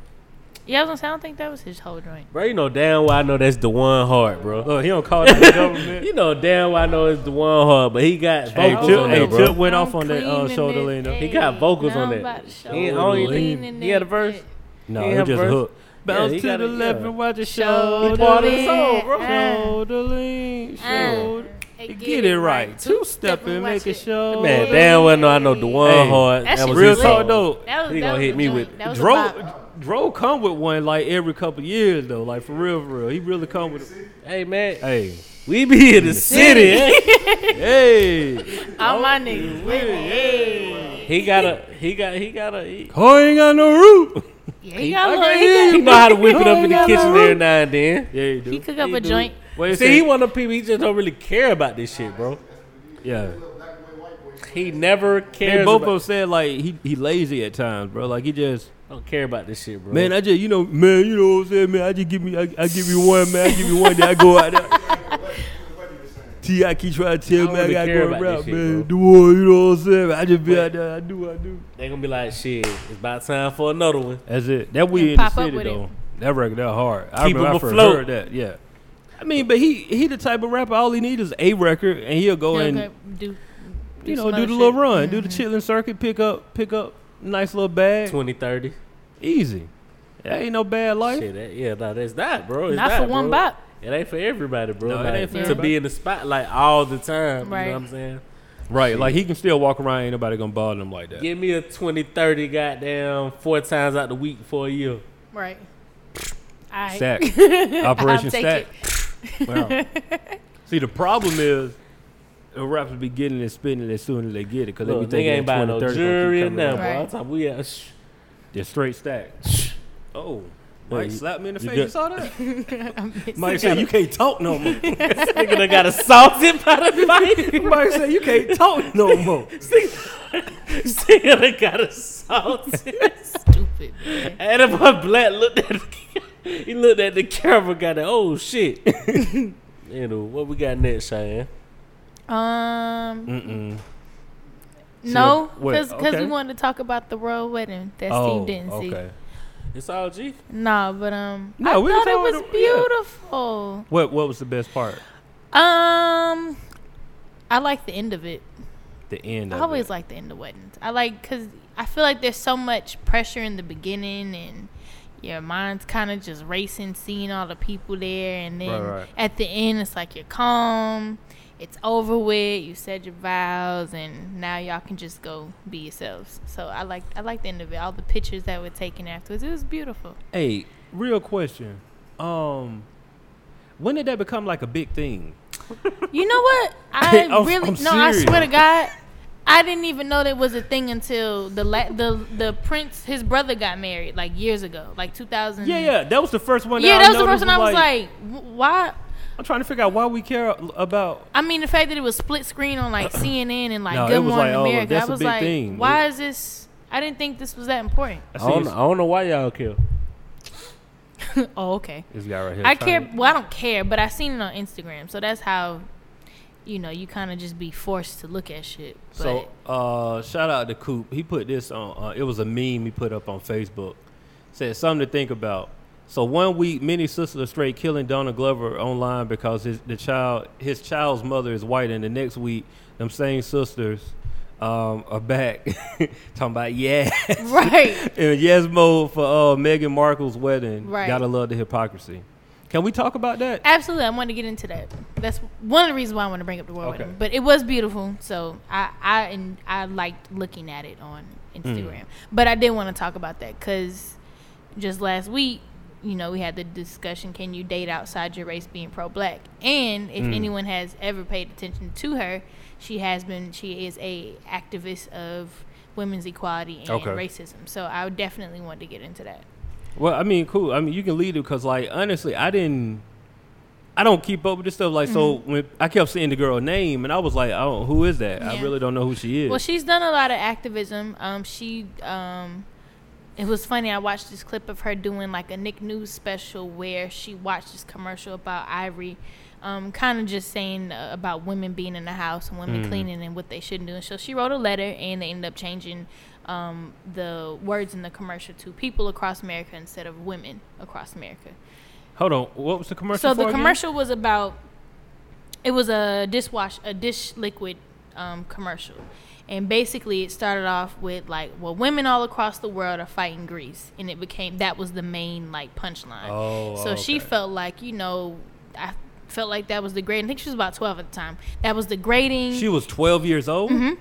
Yeah, I was gonna say I don't think that was his whole joint.
Bro, you know damn well I know that's the one heart, bro.
Look, he don't call that the government.
You know damn well I know it's the one heart, but he got
Hey,
vocals
Tip-
on
hey,
that, bro.
Tip went off on that, uh, shoulder lean, though.
He got vocals on that. He- I don't even
think-
he had a verse?
No,
He
he
have
just
verse.
hooked. Bounce
he
to
got
the
it,
left
yeah.
and watch your
Shoulder
shoulder.
part of the
lean.
song, bro.
Uh,
Shoulder lean, shoulder.
Get,
Get it right. Two step and make a
it.
show.
Man, damn well know I know the one
Hey,
heart.
That shit
was
real
his
talk
song.
though.
That was,
He
that
gonna
was
hit
a
me
joint.
with
that was a bop.
Dro, Dro come with one like every couple years though, like for real, for real. He really come with. A,
Hey man,
hey,
we be in the city. eh?
hey,
All my niggas.
yeah, hey.
he got a, he got, he got a. He,
Car ain't got no roof.
Yeah, he got
I
a little.
can
He,
hear
he
you.
know how to whip it up
Car
in the
ain't got
kitchen
no
every
roof.
now and then.
Yeah, he
could-
do.
he cook up
He
a
do.
joint.
Wait a
See, he
second.
one of the people. He just don't really care about this shit, bro.
yeah.
He never cares.
They both of
about,
them said like he he lazy at times, bro. Like he just.
don't care about this shit, bro.
Man, I just you know, man, you know what I'm saying, man. I just give me, I, I give you one, man. I give you one. Then I go out there. T, I keep trying to tell me
I
I
wouldn't
gotta
care
go
about
around,
this shit,
man.
bro.
Do what you know what I'm saying. I just be out there. I do, what I do.
they gonna be like, shit. It's about time for another one.
That's it. That we in the
pop up
city
with it.
though. That record that hard. I
Keep
remember
him
I first
afloat.
heard that. Yeah. I mean, but he he the type of rapper. All he needs is a record, and he'll go and
do,
you know
some
do
other
the little
shit. Mm-hmm.
run, do the chitlin circuit, pick up pick up nice little bag,
Twenty thirty.
easy. That ain't no bad life.
Shit, that, yeah, no, that's that, bro. It's
Mm-hmm. Not
that,
for one
bro.
bop.
It ain't for everybody, bro.
No, it
like,
ain't for
to
everybody.
be in the spotlight all the time.
Right.
You know what I'm saying?
Right, like he can still walk around. Ain't nobody gonna bother him like that.
Give me a 20, 30 goddamn four times out the week for a year.
Right. All right.
Stack
I'll
operation
take
stack.
it.
Wow. See, the problem is. The rappers be getting it, spending it as soon as they get it because they be
Look, nigga
thinking
ain't buying no
20, 30 gonna keep
jewelry and
coming up.
nothing,
Right.
bro. I'm talking, we at, shh,
They're straight stack. Oh,
Mike you-
slapped me in the
you face. You got-
saw that?
I'm
Mike said, "You can't talk no more."
nigga done got assaulted by the bike.
Mike said, "You can't talk no more."
nigga done got assaulted.
stupid. man.
and if my black looked at the, he looked at the camera, got that, oh shit. you know, what we got next, Cheyenne?
Um,
Mm-mm.
no,
what-
because
okay.
we wanted to talk about the royal wedding that
Oh,
Steve didn't see.
okay.
It's all G.
Nah, but um,
No,
I
we can
thought
tell
it
her
was
the- yeah.
beautiful.
What What was the best part?
Um, I like the end of it.
The end.
I
of
always
it.
like the end of weddings. I like because I feel like there's so much pressure in the beginning, and your mind's kind of just racing, seeing all the people there, and then
Right, right.
at the end, it's like you're calm, it's over with, you said your vows, and now y'all can just go be yourselves. So I like I like the end of it. All the pictures that were taken afterwards, it was beautiful.
Hey, real question. Um, when did that become like a big thing?
You know what? I
I'm-
really
I'm
no. I
serious.
swear to God, I didn't even know that was a thing until the la- the the prince his brother got married like years ago, like 2000.
Yeah, yeah, that was the first one.
Mm-hmm. Yeah,
that,
that
I
was the
noticed
first one. I was like, "Wh- why?
I'm trying to figure out why we care about.
I mean, the fact that it was split screen on like CNN and like
No, it
Good
was
Morning
like, oh,
America,
that's
I
a
was
big
like,
thing.
why is this? I didn't think this was that important.
I
I,
see
don't,
it's-
I don't know why y'all care.
oh, okay.
This guy right here.
I
trying
care.
to-
Well, I don't care, but I seen it on Instagram, so that's how, you know, you kind of just be forced to look at shit. But
So, uh, shout out to Coop. He put this on. Uh, it was a meme he put up on Facebook. Said something to think about. So one week, many sisters are straight killing Donna Glover online because his the child his child's mother is white, and the next week, them same sisters um, are back talking about yeah
right,
and yes mode for uh, Meghan Markle's wedding.
Right.
Gotta love the hypocrisy. Can we talk about that?
absolutely. I wanted to get into that. That's one of the reasons why I want to bring up the world.
Okay.
wedding. But it was beautiful, so I I and I liked looking at it on Instagram.
Hmm.
But I did want to talk about that because just last week, you know, we had the discussion: Can you date outside your race, being pro-black? And
Hmm.
if anyone has ever paid attention to her, she has been. She is a activist of women's equality and
Okay.
racism. So I would definitely want to get into that.
Well, I mean, cool. I mean, you can lead it because, like, honestly, I didn't. I don't keep up with this stuff. Like, so
Mm-hmm.
when I kept seeing the girl name, and I was like, I don't, who is that? I
Yeah.
really don't know who she is.
Well, she's done a lot of activism. Um, she um, it was funny. I watched this clip of her doing like a Nick News special where she watched this commercial about Ivory, um, kind of just saying uh, about women being in the house and women cleaning and what they shouldn't do. And so she wrote a letter, and they ended up changing um, the words in the commercial to people across America instead of women across America.
Hold on, what was the commercial?
So
for
the
again?
commercial was about it was a dishwash a dish liquid um, commercial, and basically it started off with like, well, women all across the world are fighting Greece, and it became that was the main like punchline.
Oh,
so she
okay.
felt like you know I felt like that was the grading. I think she was about twelve at the time. That was degrading.
She was 12 years old. Mm-hmm.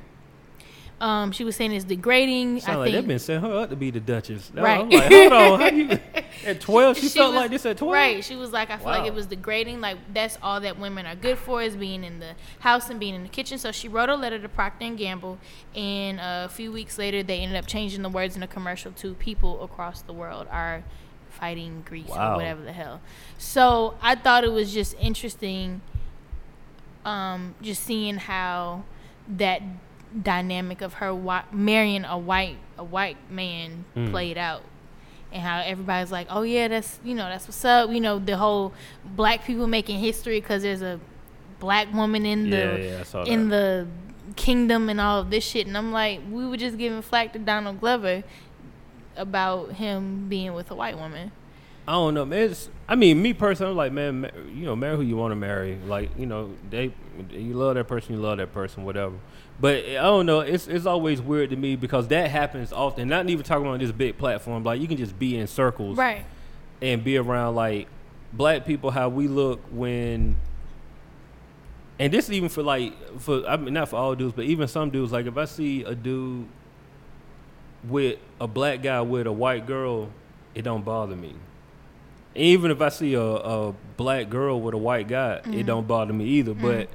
um, she was saying it's degrading.
Sound
I
like
think
they've been setting her up to be the Duchess. Now,
Right.
I'm like, hold on, how you at 12? She, felt
was-
like this at 12.
Right. She was like, I feel like
Wow.
it was degrading. Like that's all that women are good for is being in the house and being in the kitchen. So she wrote a letter to Procter and Gamble, and a few weeks later, they ended up changing the words in the commercial to "People across the world are fighting Greece
Wow.
or whatever the hell." So I thought it was just interesting, um, just seeing how that dynamic of her wa- marrying a white a white man
Hmm.
played out and how everybody's like, "Oh yeah, that's you know that's what's up." You know the whole black people making history because there's a black woman in the
Yeah, yeah, I saw
in the kingdom and all of this shit, and I'm like, we were just giving flack to Donald Glover about him being with a white woman.
I don't know, man. It's, I mean, me personally, I'm like, man, ma- you know, marry who you want to marry. Like, you know, they, you love that person, you love that person, whatever. But eh, I don't know. It's it's always weird to me because that happens often. Not even talking about this big platform. Like, you can just be in circles,
Right.
and be around like black people how we look when and this even for like for I mean not for all dudes but even some dudes like if I see a dude with a black guy with a white girl it don't bother me even if I see a, a black girl with a white guy it don't bother me either but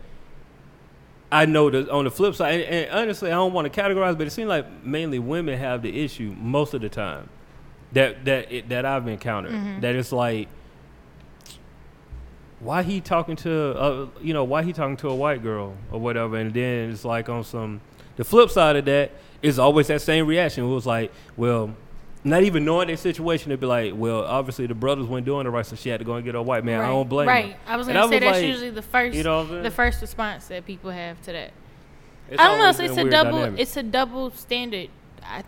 I know that on the flip side and, and honestly I don't want to categorize but it seems like mainly women have the issue most of the time that that it, that I've encountered.
Mm-hmm.
That it's like, why he talking to uh, you know why he talking to a white girl or whatever, and then it's like on some. The flip side of that is always that same reaction. It was like, well, not even knowing their situation, they'd be like, well, obviously the brothers weren't doing it right, so she had to go and get a white man.
right.
I don't blame. her.
Right. I was
And
gonna say that's
like,
usually the first
you know what I'm saying?
the first response that people have to that.
it's
I don't know.
always
It's, it's
been
a
weird
double.
dynamic.
It's a double standard. I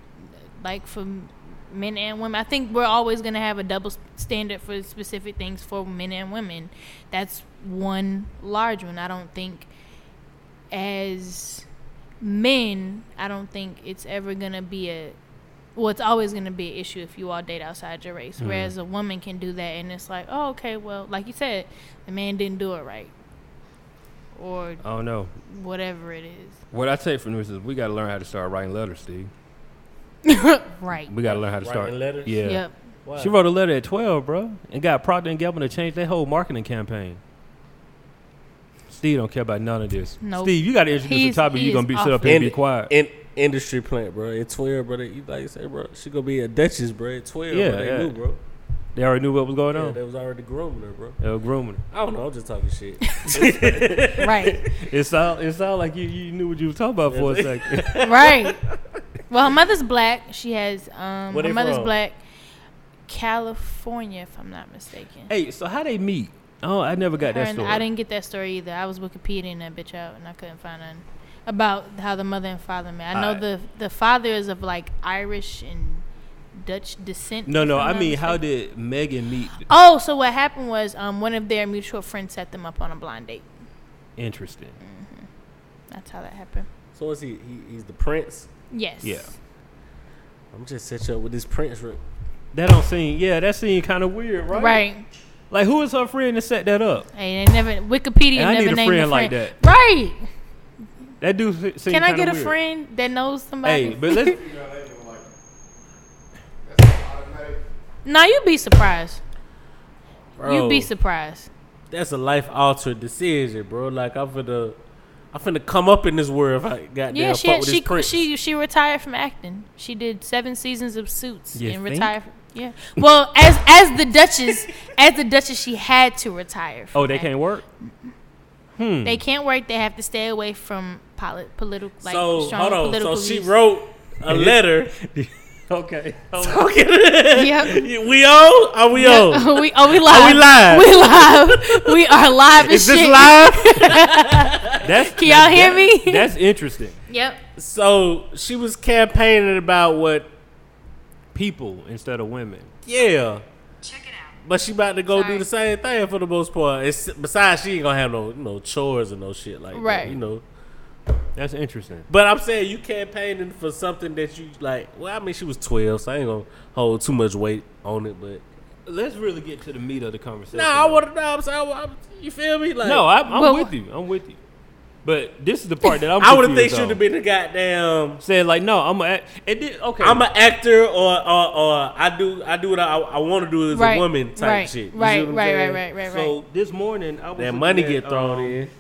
like for m- men and women. I think we're always gonna have a double s- standard for specific things for men and women. That's one large one. I don't think as men, I don't think it's ever gonna be a well, it's always going to be an issue if you all date outside your
Hmm.
race. Whereas a woman can do that, and it's like, oh, okay, well, like you said, the man didn't do it right, or
I don't know.
whatever it is.
What I take from this is we got to learn how to start writing letters, Steve.
Right.
We got to learn how to
Writing
start.
letters?
Yeah.
Yep.
Why?
She wrote a letter at 12, bro, and got Procter and Gamble to change their whole marketing campaign. Steve don't care about none of this.
Nope.
Steve, you got to introduce
He's-
a topic. You
he's
gonna be sit up
awful.
here and be quiet.
In, industry plant, bro. At twelve, bro. You like you say, bro. She gonna be a duchess, bro. At twelve,
Yeah,
bro. They
yeah. um,
knew, bro.
they already knew what was going
Yeah,
on.
they was already grooming her, bro.
They were grooming. her.
I don't know. I'm just talking shit.
Right.
It sound it sound like you, you knew what you was talking about for a second.
right. Well, her mother's black. She has um.
Where
her
they
mother's
from?
black. California, if I'm not mistaken.
hey, so how they meet? Oh, I never got
Her
that
and-
story.
I didn't get that story either. I was Wikipediaing that bitch out, and I couldn't find nothing about how the mother and father met. I know
Alright.
the the father is of like Irish and Dutch descent.
no,
if
no.
I'm
I
not
mean, how
mistaken.
did Megan meet?
Oh, so what happened was um, one of their mutual friends set them up on a blind date.
Interesting.
That's how that happened.
so is he, he? He's the prince.
Yes.
Yeah.
I'm just set you up with this prince, bro.
That don't seem. Yeah, that seemed kind of weird, right?
Right.
Like, who is her friend that set that up?
Hey, they never Wikipedia
And I
never
need a
named
friend like
that. Right.
That dude se- seemed.
Can I
kinda
get a
weird.
friend that knows somebody?
Hey, but let's.
You know, they don't like. That's an automatic.
now you'd be surprised.
Bro,
You'd be surprised.
That's a life altering decision, bro. Like I'm finna, I'm finna come up in this world if I goddamn
Yeah,
fuck
she
with
she,
this prince.
she she retired from acting. She did seven seasons of Suits
You
and
think?
retired. From, yeah. Well, as as the Duchess, as the Duchess, she had to retire. From
Oh, they
acting.
can't work.
They can't work. They have to stay away from poli- political. Like,
so
strong
hold on. So
Political
she
views.
wrote a letter.
okay.
Yep.
we on? Are we on?
Yep. we, are we live?
we live?
We live. We are live. as
Is this
shit.
live?
That's
Can y'all hear me?
that's interesting.
Yep.
so she was campaigning about what?
People instead of women.
Yeah.
Check it out.
But she about to go do
Sorry.
the same thing for the most part. It's, besides, she ain't gonna have no no chores and no shit like
Right.
that. You know.
That's interesting.
But I'm saying you campaigning for something that you like. Well, I mean, she was 12, so I ain't gonna hold too much weight on it. But
Let's really get to the meat of the conversation.
no, I want to know. I'm saying, I- I'm- you feel me? Like,
No, I'm, I'm
Well-
with you. I'm with you. But this is the part that I'm.
I would have think
confused
she would
on.
have been the goddamn.
said like, no, I'm. A, it did okay.
I'm an actor, or or, or I do I do what I, I want to do as
Right,
a woman type
right,
shit. You see
right,
what I'm
right,
saying?
right, right, right.
so this morning, I was
That
looking
money
at,
get thrown
um,
in.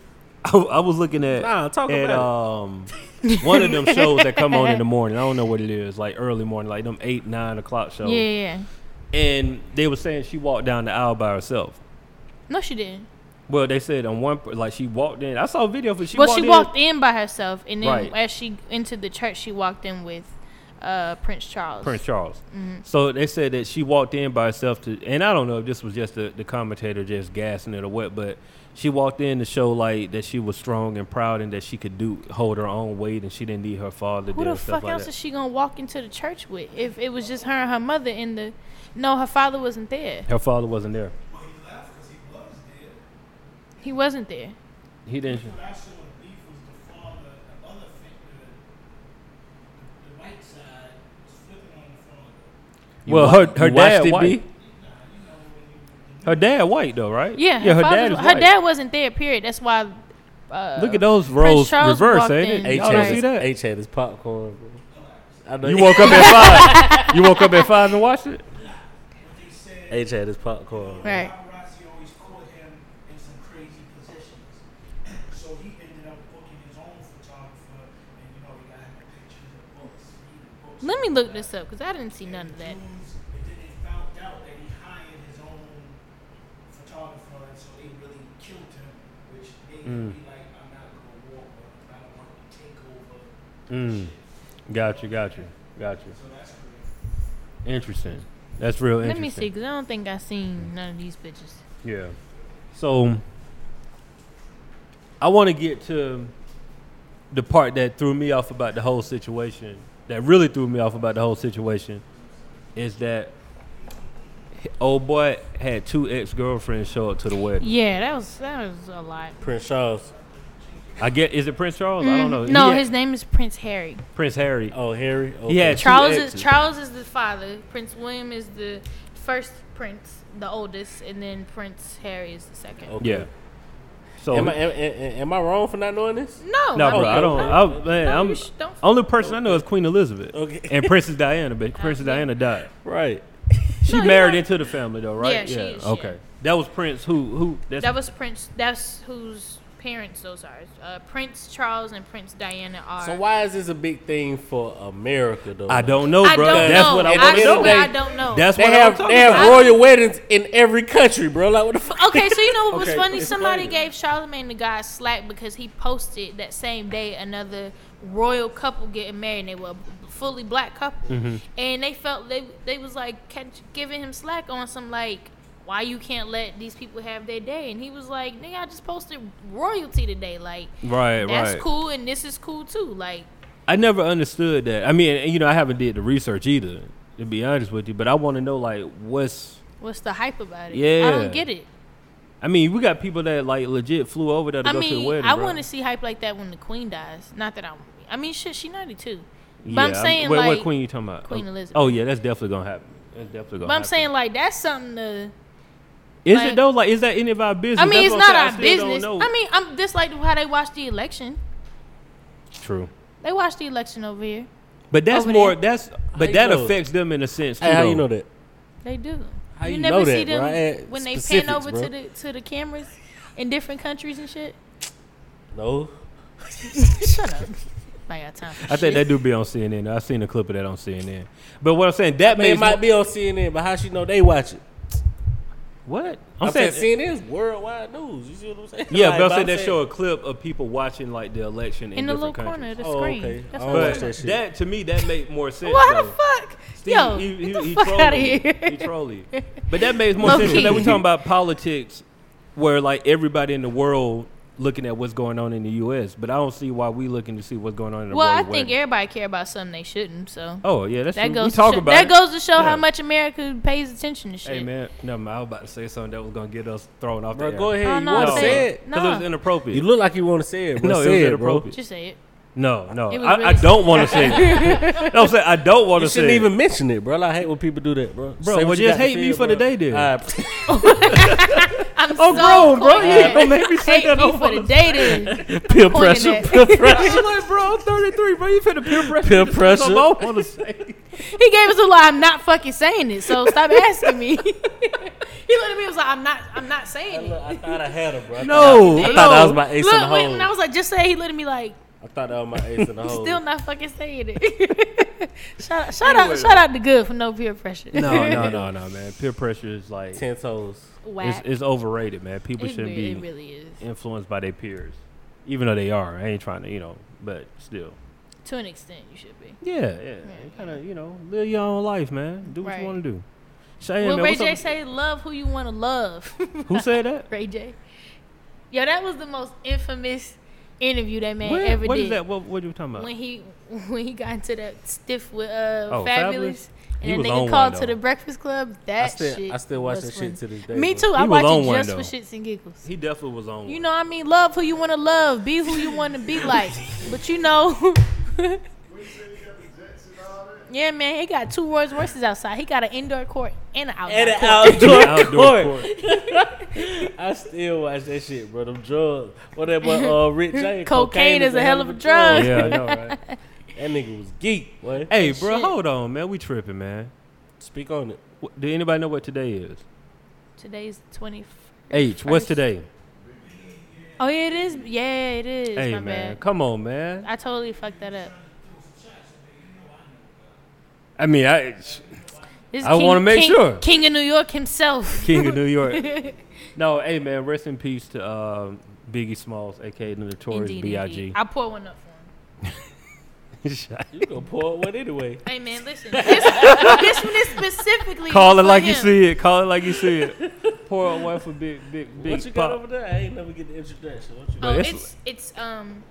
I, w- I was looking at
Nah, talk
at,
about
um one of them shows that come on in the morning. I don't know what it is, like early morning, like them eight nine o'clock
Yeah,
shows.
yeah. yeah.
And they were saying she walked down the aisle by herself.
No, she didn't.
Well, they said on one like she walked in. I saw a video for she.
well,
walked
she
in.
walked in by herself, and then
Right.
as she entered the church, she walked in with uh, Prince Charles.
Prince Charles.
Mm-hmm.
So they said that she walked in by herself to, and I don't know if this was just the, the commentator just gassing it or what, but she walked in to show like that she was strong and proud and that she could do hold her own weight and she didn't need her father.
Who
to
the
do stuff
fuck
like
else is
that.
she gonna walk into the church with if it was just her and her mother in the? No, her father wasn't there.
Her father wasn't there.
Well, he left because he was dead.
He wasn't there.
He didn't.
What I saw with beef was the father, the other figure, the, the white side was flipping on the father.
well, her her
you watched
dad
it,
white.
B?
Her dad white though, right?
Yeah,
Yeah, her
father-
dad is
her
white.
dad wasn't there. Period. That's why. Uh,
Look at those roles
Charles
reverse,
walked
ain't
in.
it?
H
Y'all
Right.
don't
had,
see
his,
that?
H had his popcorn. Bro. I know
You
he-
woke up at five. You woke up at five and watched it.
H had his popcorn. bro.
Right.
Paparazzi always caught him in some crazy positions. so he ended up booking his own photographer, and you know, he got him a picture of the books. He the books
Let me look this up because I didn't see none of that.
Dunes, and then they found out that he hired his own photographer, and so they really killed him, which made him be like, I'm not going to walk with him. I don't want
Mm.
to take over.
Got you. Got you. Got you.
So that's great.
Interesting. That's real
Let
interesting.
me see because I don't think I seen none of these bitches.
Yeah. So I want to get to the part that threw me off about the whole situation. That really threw me off about the whole situation is that old boy had two ex girlfriends show up to the wedding.
Yeah, that was that was a lot.
Prince Charles.
I get is it Prince Charles? I don't know.
Mm. No,
He had-
his name is Prince Harry.
Prince Harry.
Oh, Harry. Okay.
Yeah, Two
Charles is
X's.
Charles is the father. Prince William is the first prince, the oldest, and then Prince Harry is the second.
Okay.
Yeah. So
Am I, am, am, am I wrong for not knowing this?
No,
no, bro,
Okay.
I don't. I, man,
No,
I'm
you sh- don't-
only person I know is Queen Elizabeth
Okay.
and Princess Diana, but Princess Diana died.
Right.
She
No, he
married
not-
into the family though, right?
Yeah, she is, yeah.
okay. That was Prince. Who? Who? That's,
that was Prince. That's whose parents those are. Uh, prince Charles and Prince Diana are.
So why is this a big thing for America though?
I don't know,
I
bro.
don't
That's
know.
what I
I,
want to
wanna
know.
swear
know.
I don't know.
That's
They
what I'm
have they
talking
have
about.
royal weddings in every country, bro. Like what the fuck?
okay, so you know what was
Okay,
funny? Somebody
explain
gave Charlemagne the God slack because he posted that same day another royal couple getting married. And they were a fully black couple,
Mm-hmm.
and they felt they they was like catch, giving him slack on some like why you can't let these people have their day, and he was like, "Nigga, I just posted royalty today. Like
Right,
that's
right.
cool, and this is cool too. Like
I never understood that. I mean, and, you know, I haven't did the research either, to be honest with you. But I want to know, like, what's
what's the hype about it? I
Yeah.
don't get it.
I mean, we got people that like legit flew over there to
I
go to the
mean,
wedding.
I
bro.
want to see hype like that when the queen dies. Not that I'm. I mean, shit, she ninety two. But
Yeah,
I'm saying
wait,
like,
what queen you talking about?
Queen
Oh,
Elizabeth.
Oh yeah, that's definitely gonna happen. That's definitely gonna.
But I'm
happen.
saying like that's something to.
is
like-
it though? Like, is that any of our business?
I mean,
That's
it's
what
not
I'm
our
saying. I still don't
business.
know.
I mean, I'm just like how they watched the election.
true.
They watched the election over here.
But that's
Over
more.
there.
That's
How
but
you
that
know?
affects them in a sense. Too,
Hey, how you
though.
know that?
They do.
How you
never
know
see
that,
them
bro? I had
when they pan
specifics,
over
bro.
to the to the cameras in different countries and shit.
No.
Shut up. I got time. For
I think
shit.
that do be on CNN. I've seen a clip of that on CNN. But what I'm saying that
I mean,
makes
it might
mo-
be on CNN, but how she know they watch it?
what
I'm, saying, CNN's worldwide news. You see what I'm saying?
Yeah, but
Like, but
I'm saying
I'm
that
saying-
show a clip of people watching like the election in,
in the little
different
corner
countries.
of the
Oh,
screen.
okay.
That's
I
what
don't
I'm
But
watch
talking
that
about.
that
shit.
to me that made more sense.
Why the
though.
fuck?
Steve,
Yo,
he, he,
get the
he
fuck
trolling.
out of here.
He trolling. But that makes more
Low
sense. 'cause That
key.
we talking about politics, where like everybody in the world looking at what's going on in the U.S. But I don't see why we looking to see what's going on in the
Well, I
world.
think
where-
everybody care about something they shouldn't. So
Oh yeah, that's
that
true.
goes.
we
to
talk
show,
about
that
it.
goes to show
Yeah.
how much America pays attention to shit.
Hey man, no, man, I was about to say something that was gonna get us thrown off.
Bro,
the
go
air.
ahead.
Oh,
you
no,
want to
I'm
say
saying-
it?
because it was
Nah.
inappropriate.
You look like you want to say it, bro.
no, it was
say it, bro.
inappropriate.
Just say it.
No, no,
It was
I, I
really-
don't want to say. it. no, I'm saying I don't want
You
to say.
shouldn't
it.
even mention it, bro. I hate when people do that, bro.
Bro,
Say
well,
what you
just
got to
hate me
feel,
for the
bro.
day then.
All right.
I'm
I'm
so
Oh, grown, bro.
corny.
Yeah, don't make me say
Hate
that
me
on
for the day then.
Peer
Pointing
pressure.
at-
Peer pressure.
I'm like, bro, I'm 33, bro. You finna peer pressure.
Peer
me to say something I
pressure.
want to say.
He gave us a lie. I'm not fucking saying it. So stop asking me. he looked at me. and Was like, I'm not. I'm not saying it.
I thought I had her, bro.
No,
I thought that was
no.
my ace in the
Look, wait,
hole.
when I was like, just say. it, He looked at me like,
I thought that was my ace in the
Oh.
hole.
still not fucking saying it. shout, shout
Anyway.
out, shout out to good for no peer pressure.
No, no, no, no, man. Peer pressure is like
ten toes.
it's,
Whack.
it's overrated, man. People
it,
shouldn't
re-
be
it really is
influenced by their peers, even though they are. I ain't trying to, you know, but still.
to an extent. You should be.
Yeah, yeah. Kind of, you know, live your own life, man. Do what
Right.
you want to do. Shane,
Well,
man,
Ray
what's
J
up-
say, love who you want to love.
who said that?
Ray J. Yo, that was the most infamous interview that man
Where-
ever
what
did.
is that? What, what you talking about?
When he when he got into that stiff with uh
Oh,
fabulous,
Fabulous? He
and
was
that
on
nigga
one,
called to
though.
the Breakfast Club.
I
That shit.
still, I still watch
was
that
funny.
shit to this day.
Me
bro.
too. I
He was
watch
on
it
one,
just
though.
for shits and giggles.
he definitely was on.
You
one.
know what I mean? Love who you want to love. Be who you want to be like. But you know.
When you say you got the Jets and all that,
Yeah, man, he got two Rolls Royces outside. He got an indoor court and an outdoor
At an
court.
outdoor,
Outdoor
court. I still watch that shit, bro. Them drugs. What that boy, uh, Rich Jane.
Cocaine is a hell of a drug.
Yeah, I know, right?
That nigga was geek, boy.
Hey, bro,
Shit.
hold on, man. We tripping, man.
Speak on it.
What, do anybody know what today is?
Today's twenty.
H, what's
First.
today?
Oh yeah, it is. Yeah, it is.
Hey,
My
man,
bad.
come on, man.
I totally fucked that up.
I mean, I
This is
I wanna make
King-
sure.
King of New York himself.
King of New York. no, hey, man, rest in peace to um, Biggie Smalls, aka the Notorious
Indeed,
B.I.G.
indeed. I pour one up for
You gonna pour one anyway.
him. Hey man, listen. This, this one is specifically.
Call it
for
like you
him.
see it. Call it like you see it. Pour out one for Big Big Big
What you got
Pop.
over there? I ain't never get the introduction. What you
Oh,
But it's-
it's it's um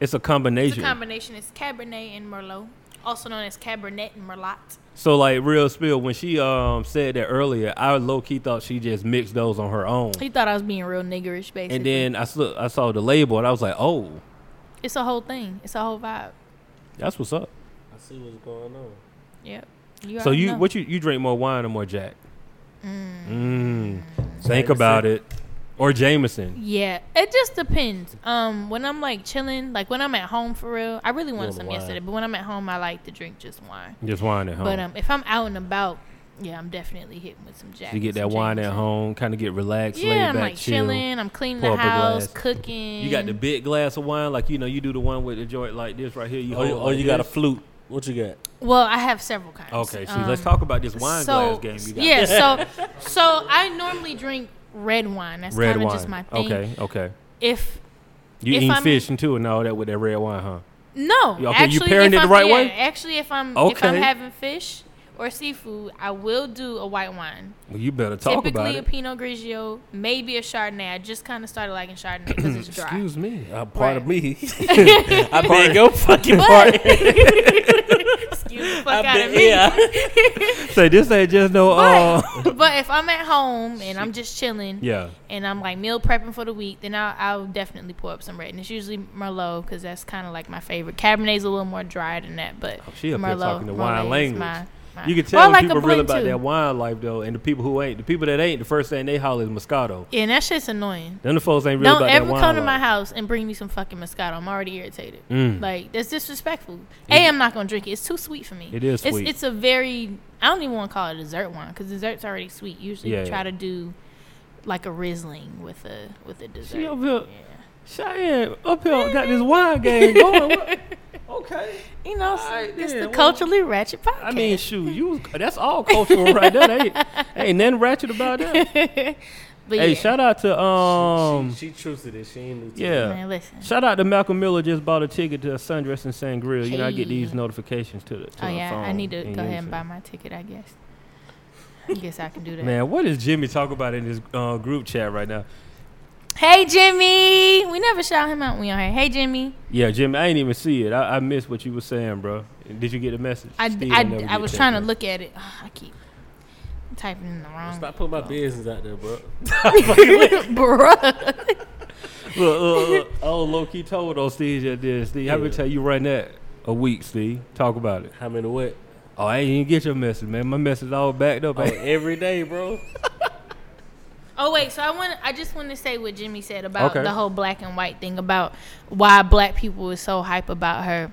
It's a
it's a
combination.
combination. It's Cabernet and Merlot. also known as Cabernet and Merlot.
So like real spill when she um said that earlier, I low key thought she just mixed those on her own.
He thought I was being real niggerish, basically.
And then I saw I saw the label and I was like, oh,
it's a whole thing. It's a whole vibe.
that's what's up.
I see what's going on.
Yep. You
so
already
you
know.
what you you drink more wine or more Jack? Mm. Think
Jameson.
about it. Or Jameson.
Yeah, it just depends. Um, when I'm like chilling, like when I'm at home for real, I really wanted
want
some
wine.
yesterday, but when I'm at home, I like to drink just wine.
Just wine at home.
But um, if I'm out and about, yeah, I'm definitely hitting with some Jack.
you get
and some
that wine at
Jameson.
home, kind of get relaxed, laid
Yeah, I'm
back,
like
chill.
chilling. I'm cleaning
Pour
the
up a
house,
glass.
cooking.
You got the big glass of wine, like you know, you do the one with the joint like this right here. You
Oh,
hold
you,
it
oh,
like
you got a
this.
flute. What you got?
well, I have several kinds.
Okay, see,
Um,
let's talk about this wine
so,
glass game. You got.
yeah, so so I normally drink red wine. That's
red
kind
wine.
of just my thing.
Okay, okay.
If
You
If
eating
I'm-
fish and too and all that with that red wine, huh?
No,
You- okay, you
actually,
pairing
if
it the
I'm,
right
yeah,
way?
Actually, if I'm if I'm
Okay.
having fish or seafood, I will do a white wine.
Well, you better talk about
Typically, a
it.
Pinot Grigio, maybe a Chardonnay. I just kind of started liking Chardonnay because it's dry.
Excuse me.
Uh, part of
Right.
me. I beg your fucking part.
But excuse the fuck out of me.
yeah.
Say this ain't just no. Uh,
But, but if I'm at home and I'm just chilling
yeah.
and I'm like meal prepping for the week, then I'll, I'll definitely pour up some red. And it's usually Merlot because that's kind of like my favorite. Cabernet's a little more dry than that, but
Oh, she up here
Merlot,
talking the
Merlot
wine
is
language.
my- my-
You can
Well, I
tell
like a
people really
blend,
about
too.
that wine life though, and the people who ain't, the people that ain't, the first thing they holler is Moscato.
Yeah, and that shit's annoying.
Then the folks ain't real
Don't
about
ever
that wine
come to my
life.
house and bring me some fucking Moscato. I'm already irritated.
Mm.
Like that's disrespectful. A, I'm not gonna drink it. It's too sweet for me.
It is
It's,
sweet.
it's a very. I don't even want to call it a dessert wine because dessert's already sweet. Usually,
Yeah,
you try
yeah.
to do like a Riesling with a with a dessert.
She up here,
Yeah.
Cheyenne up here got this wine game going. What- okay.
You know, it's,
Alright,
it's
then,
the
well,
culturally ratchet podcast.
I mean, shoot, you that's all cultural right there. Ain't, ain't nothing ratchet about that.
but
Hey,
yeah,
shout out to um,
she, she, she truthed it. She ain't new to
yeah.
man, listen.
Shout out to Malcolm Miller just bought a ticket to a Sundress and Sangria. You know, I get these
Hey.
notifications to the to
oh
my
yeah, I
phone
need to go
use
ahead and
it.
buy my ticket. I guess. I guess I can do that.
Man, what is Jimmy talking about in his uh, group chat right now?
Hey Jimmy, we never shout him out when we on here. Hey Jimmy.
Yeah, Jimmy, I ain't even see it. I, I missed what you were saying, bro. Did you get the message?
I,
Still
I,
never
I
get
was
that,
trying
bro.
to look at it. I keep typing in the wrong.
Stop putting my business out there, bro.
Bruh.
Look, look, look. Oh, low key told on Steve that did. Steve, I've been
Yeah.
telling you right now. A week, Steve. Talk about it.
How many what?
Oh, I ain't even get your message, man. My message all backed up.
Oh, every day, bro.
Oh wait, so I want I just want to say what Jimmy said about
Okay.
the whole black and white thing about why black people were so hype about her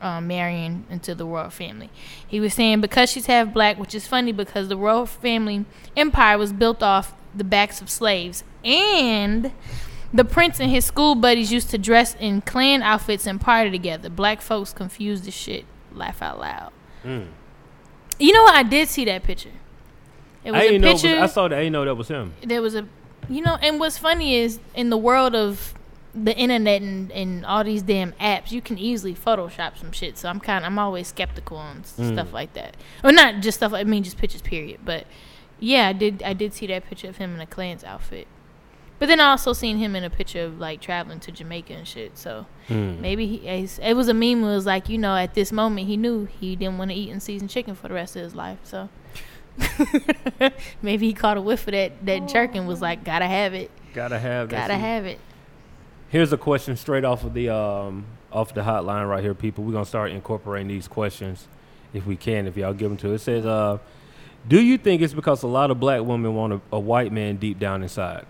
um, marrying into the royal family. He was saying because she's half black, which is funny because the royal family empire was built off the backs of slaves and the prince and his school buddies used to dress in clan outfits and party together. Black folks confused the shit. Laugh out loud.
Hmm.
You know what? I did see that picture. It was
I
a
ain't know. it was-
picture
I saw that. I ain't know that was him.
there was a you know and what's funny is in the world of the internet and, and all these damn apps you can easily photoshop some shit so i'm kind of i'm always skeptical on s stuff like that or not just stuff i mean just pictures period but yeah i did i did see that picture of him in a Klans outfit but then i also seen him in a picture of like traveling to jamaica and shit so maybe he it's- it was a meme it was like you know at this moment he knew he didn't want to eat unseasoned chicken for the rest of his life so Maybe he caught a whiff of that that jerk and was like, "Gotta have it,
Gotta have. that
gotta
seat.
have it."
Here's a question straight off of the um off the hotline right here, people. We're gonna start incorporating these questions if we can, if y'all give them to. us. It says, uh, "Do you think it's because a lot of black women want a, a white man deep down inside?"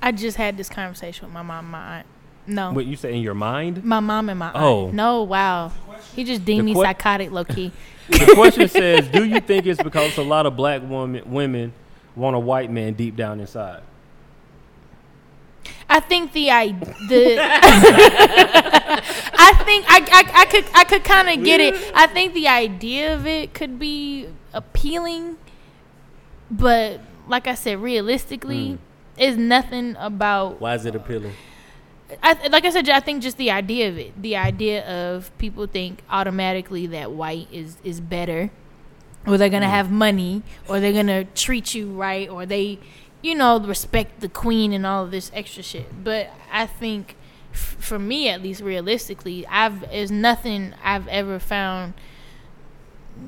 I just had this conversation with my mom, and my aunt. No,
What you say in your mind?
my mom and my aunt.
Oh.
no, wow. He just deemed
The
me
que-
psychotic, low key.
The question says, "Do you think it's because a lot of black woman women want a white man deep down inside?"
I think the I the I think I, I, I could I could kind of get it. I think the idea of it could be appealing, but like I said, realistically, it's nothing about
Why is it appealing?
I th- like I said, I think just the idea of it, the idea of people think automatically that white is is better, or they're
Mm.
gonna have money, or they're gonna treat you right, or they, you know, respect the queen and all of this extra shit. But I think f- for me at least realistically i've there's nothing i've ever found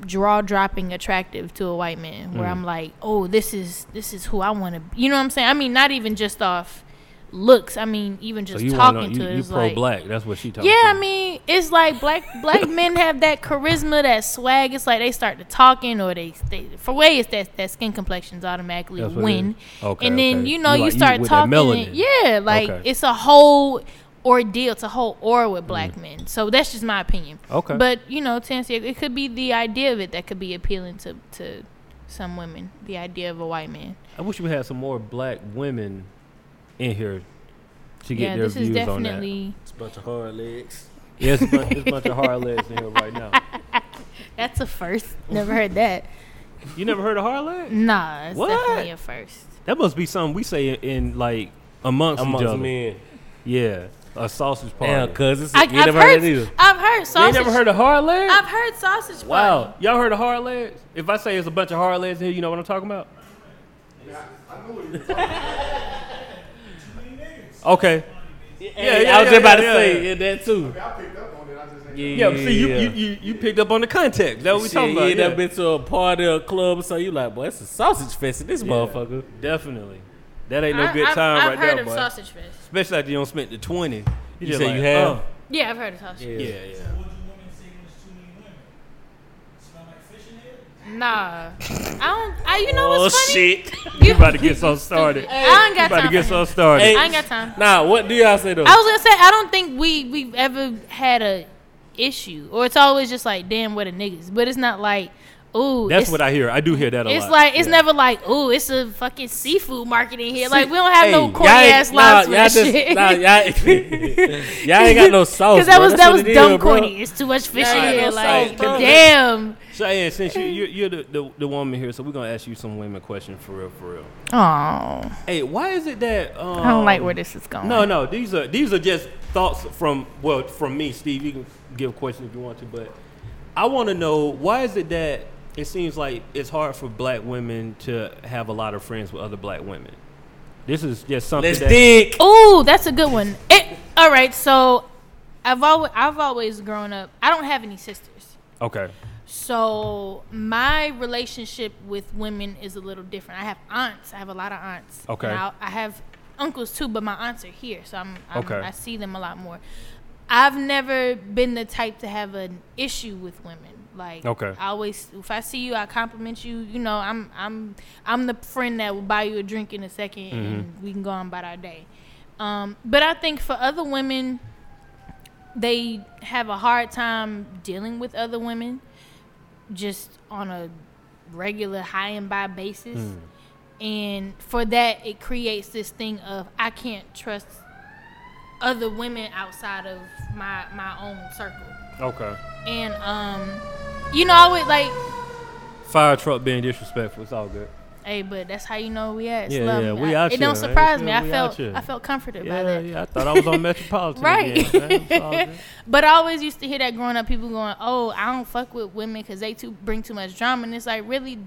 jaw dropping attractive to a white man
Mm.
where i'm like oh this is this is who i want to you know what i'm saying i mean not even just off looks i mean even
So
just
you
talking
wanna,
to
you,
it
you
is
pro
like
black? That's what she talking.
yeah, I
about.
mean, it's like black black men have that charisma, that swag. It's like they start to talking, or they, they for way it's that that skin complexion's automatically
That's what it is.
win.
Okay,
and then
okay.
you know
You
you,
like- you
start
with that
talking. and-
melanin.
yeah, like
Okay. Mm.
it's a whole ordeal. It's a whole aura with black men. So that's just my opinion.
Okay.
But you know, to answer, your- it could be the idea of it that could be appealing to to some women. The idea of a white man.
I wish we had some more black women in here to get
yeah,
their
this is
views on that.
definitely
It's a bunch of hard legs.
Yeah, it's a bunch, it's a bunch of hard legs in here right now.
that's a first. Never heard that.
You never heard of hard legs?
Nah, it's
What?
definitely a first.
That must be something we say in, in like amongst, each
Amongst
other.
men.
Yeah, a sausage party.
Damn, cuz it's
I,
you
I've
never heard
heard,
that either.
I've heard
you ain't
sausage.
never heard of hard legs?
I've heard sausage.
wow,
party.
y'all heard of hard legs? If I say it's a bunch of hard legs in here, you know what I'm talking about?
I know what you're talking about.
Okay.
Yeah,
yeah,
I was
yeah,
just about to
yeah,
say
yeah.
yeah, that too.
I picked up on it. I just ain't
Yeah, but see, you, you, you, you picked up on the context. That what we
Shit,
talking
you
about?
ain't
yeah.
never been to a party or a club or something. You like, boy, it's a sausage fest in this
Yeah,
motherfucker.
Definitely. That ain't no
I-
good
I've-
time right
I've heard
there,
of
boy.
sausage fest.
Especially after you don't spend the twenty. You, just
said
like,
you have?
oh,
Yeah, I've heard of sausage.
yeah,
Yeah.
yeah.
What do women say when it's too many women? Smell like fish in here?
Nah, I don't. I, you know
oh
what's funny?
shit!
You-
You about to get so started?
I ain't
You
got
about to
time.
get
for
so
him.
started?
Hey,
I ain't got time.
Nah, what do y'all say though?
I was gonna say I don't think we we've ever had a issue, or it's always just like damn, what the niggas. But it's not like ooh.
That's
it's,
what I hear. I do hear that a lot.
It's like it's
Yeah.
never like ooh, it's a fucking seafood market in here. Like we don't
Hey,
have no corny
y'all ain't-
ass
nah,
lines for
y'all
that
just-
shit.
Nah, y'all, y'all ain't got no sauce.
Because that
bro.
was
That's
that
what
was
it is,
dumb
bro.
corny. It's too much fish
Nah,
in
no
here. Like
sauce, bro.
damn.
Cheyenne, since you, you you're the, the the woman here, so we're gonna ask you some women question for real, for real.
Oh, I
Hey, why is it that um,
don't like where this is going.
No, no, these are these are just thoughts from well from me, Steve. You can give a question if you want to, but I want to know why is it that it seems like it's hard for black women to have a lot of friends with other black women. This is just something
Let's
that
dig.
Ooh, that's a good one. It, all right, so I've always I've always grown up. I don't have any sisters,
okay.
so my relationship with women is a little different. I have aunts. I have a lot of aunts.
Okay.
And I, I have uncles too, but my aunts are here, so I'm, I'm
Okay.
I see them a lot more. I've never been the type to have an issue with women. Like
Okay.
I always if I see you, I compliment you. You know, I'm I'm I'm the friend that will buy you a drink in a 2nd and we can go on about our day. Um, but I think for other women, they have a hard time dealing with other women just on a regular high and by basis. And for that, it creates this thing of I can't trust other women outside of my my own circle.
Okay.
And um, you know, I would like,
Fire truck being disrespectful. It's all good.
hey, but that's how you know we at.
Yeah,
Love
yeah,
me.
we
I-
out
It don't
here, right?
surprise me.
Yeah,
I
we out
felt
here.
I felt comforted by
Yeah,
that.
yeah. I thought I was on Metropolitan.
Right.
again, man. It's all good.
But I always used to hear that growing up, people going, "Oh, I don't fuck with women because they too bring too much drama." And it's like, really,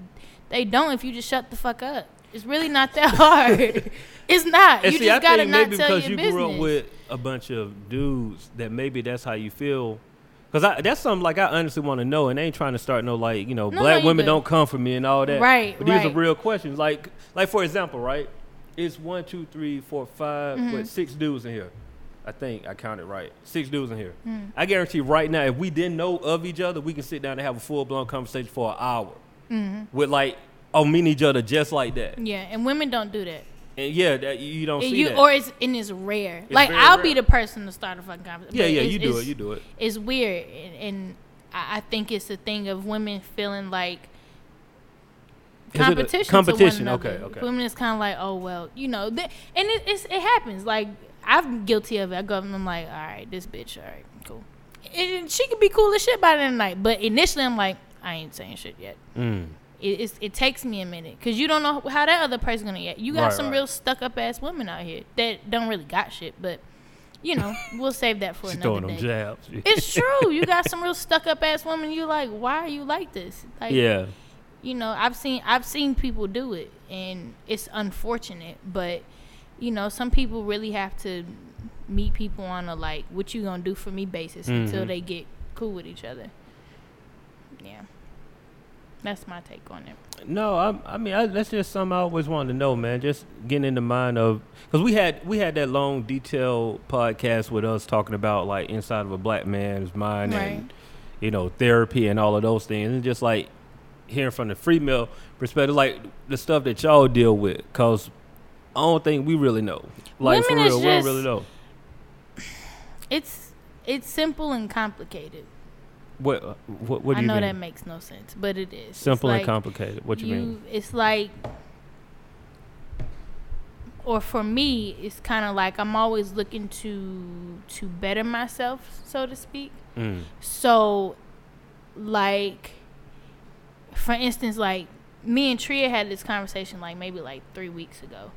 they don't. If you just shut the fuck up, it's really not that hard. it's not.
And
you
see,
just
I
gotta
think
not
maybe
tell
because
your
you
business.
grew up with a bunch of dudes that maybe that's how you feel. Cause I, that's something like I honestly want to know, and I ain't trying to start no like you know
No, no,
black
you
women
good.
don't come for me and all that.
Right,
But these
right.
are real questions. Like like for example, right? It's one, two, three, four, five,
Mm-hmm.
what, six dudes in here. I think I counted right. Six dudes in here.
Mm.
I guarantee right now, if we didn't know of each other, we can sit down and have a full blown conversation for an hour
Mm-hmm.
with like oh meeting each other just like that.
yeah, and women don't do that.
And yeah, that you you don't
And
see
you
that.
or it's and it's rare.
It's
like
very
I'll
rare.
be the person to start a fucking conversation.
yeah,
but
yeah,
it's-
you do it.
it's-
You do it.
It's weird, and, and I I think it's a thing of women feeling like
Is it a-
competition. to one
competition,
another.
okay, okay.
Women is kind of like, oh well, you know, th- and it, it's, it happens. Like I'm guilty of it. I go up and I'm like, all right, this bitch, all right, cool. And she could be cool as shit by the end of the night, but initially I'm like, I ain't saying shit yet.
Mm.
It, it's, it takes me a minute because you don't know how that other person gonna get. You got
Right,
some
right.
real stuck up ass women out here that don't really got shit, but you know, we'll save that for
She's
another
throwing them
day.
jabs.
It's true. You got some real stuck up ass women. You like, why are you like this? Like,
yeah.
you know i've seen i've seen people do it and it's unfortunate but you know some people really have to meet people on a like what you gonna do for me basis until
Mhm.
they get cool with each other. Yeah, that's my take on it.
No, I, I mean I, that's just something I always wanted to know, man. Just getting in the mind of because we had we had that long detailed podcast with us talking about like inside of a black man's mind
Right.
and you know therapy and all of those things, and just like hearing from the free male perspective, like the stuff that y'all deal with, because I don't think we really know. Like
Women
for
is
real, we don't
just-
really know.
It's it's simple and complicated.
What what, what do
I
you
know
mean?
that makes no sense, but it is It's
Simple and
like-
complicated. What you, mean?
It's like, or for me, it's kind of like I'm always looking to to better myself, so to speak.
Mm.
So, like, for instance, like me and Tria had this conversation like maybe like three weeks ago,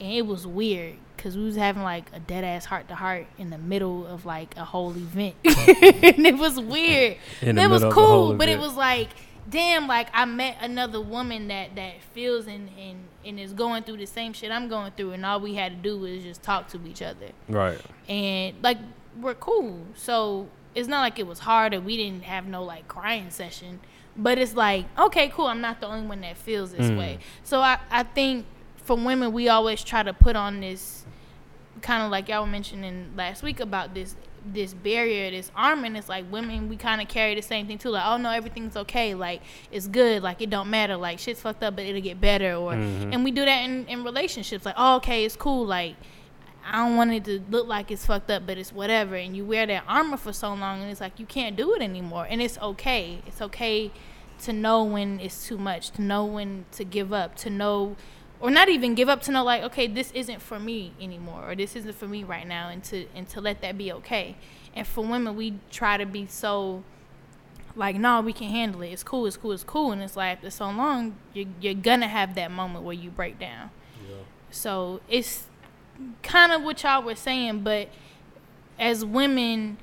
and it was weird because we was having like a dead ass heart to heart in the middle of like a whole event, and it was weird.
In the
it was
middle of a
cool,
whole
but it
event.
was like. Damn, like I met another woman that that feels and, and and is going through the same shit I'm going through, and all we had to do was just talk to each other
Right.
and like we're cool. So it's not like it was hard or we didn't have no like crying session. But it's like, okay, cool, I'm not the only one that feels this
Mm.
way. So I, I think for women we always try to put on this kind of like y'all were mentioning last week about this this barrier, this arm and it's like women we kinda carry the same thing too, like, oh no, everything's okay, like it's good, like it don't matter, like shit's fucked up but it'll get better or
Mhm.
and we do that in, in relationships, like, oh okay, it's cool, like I don't want it to look like it's fucked up, but it's whatever. And you wear that armor for so long, and it's like you can't do it anymore. And it's okay. It's okay to know when it's too much, to know when to give up, to know, or not even give up, to know like, okay, this isn't for me anymore, or this isn't for me right now, and to and to let that be okay. And for women, we try to be so like, no, we can handle it. It's cool. It's cool. It's cool. And it's like after so long, you're you're gonna have that moment where you break down. So it's kind of what y'all were saying, but as women,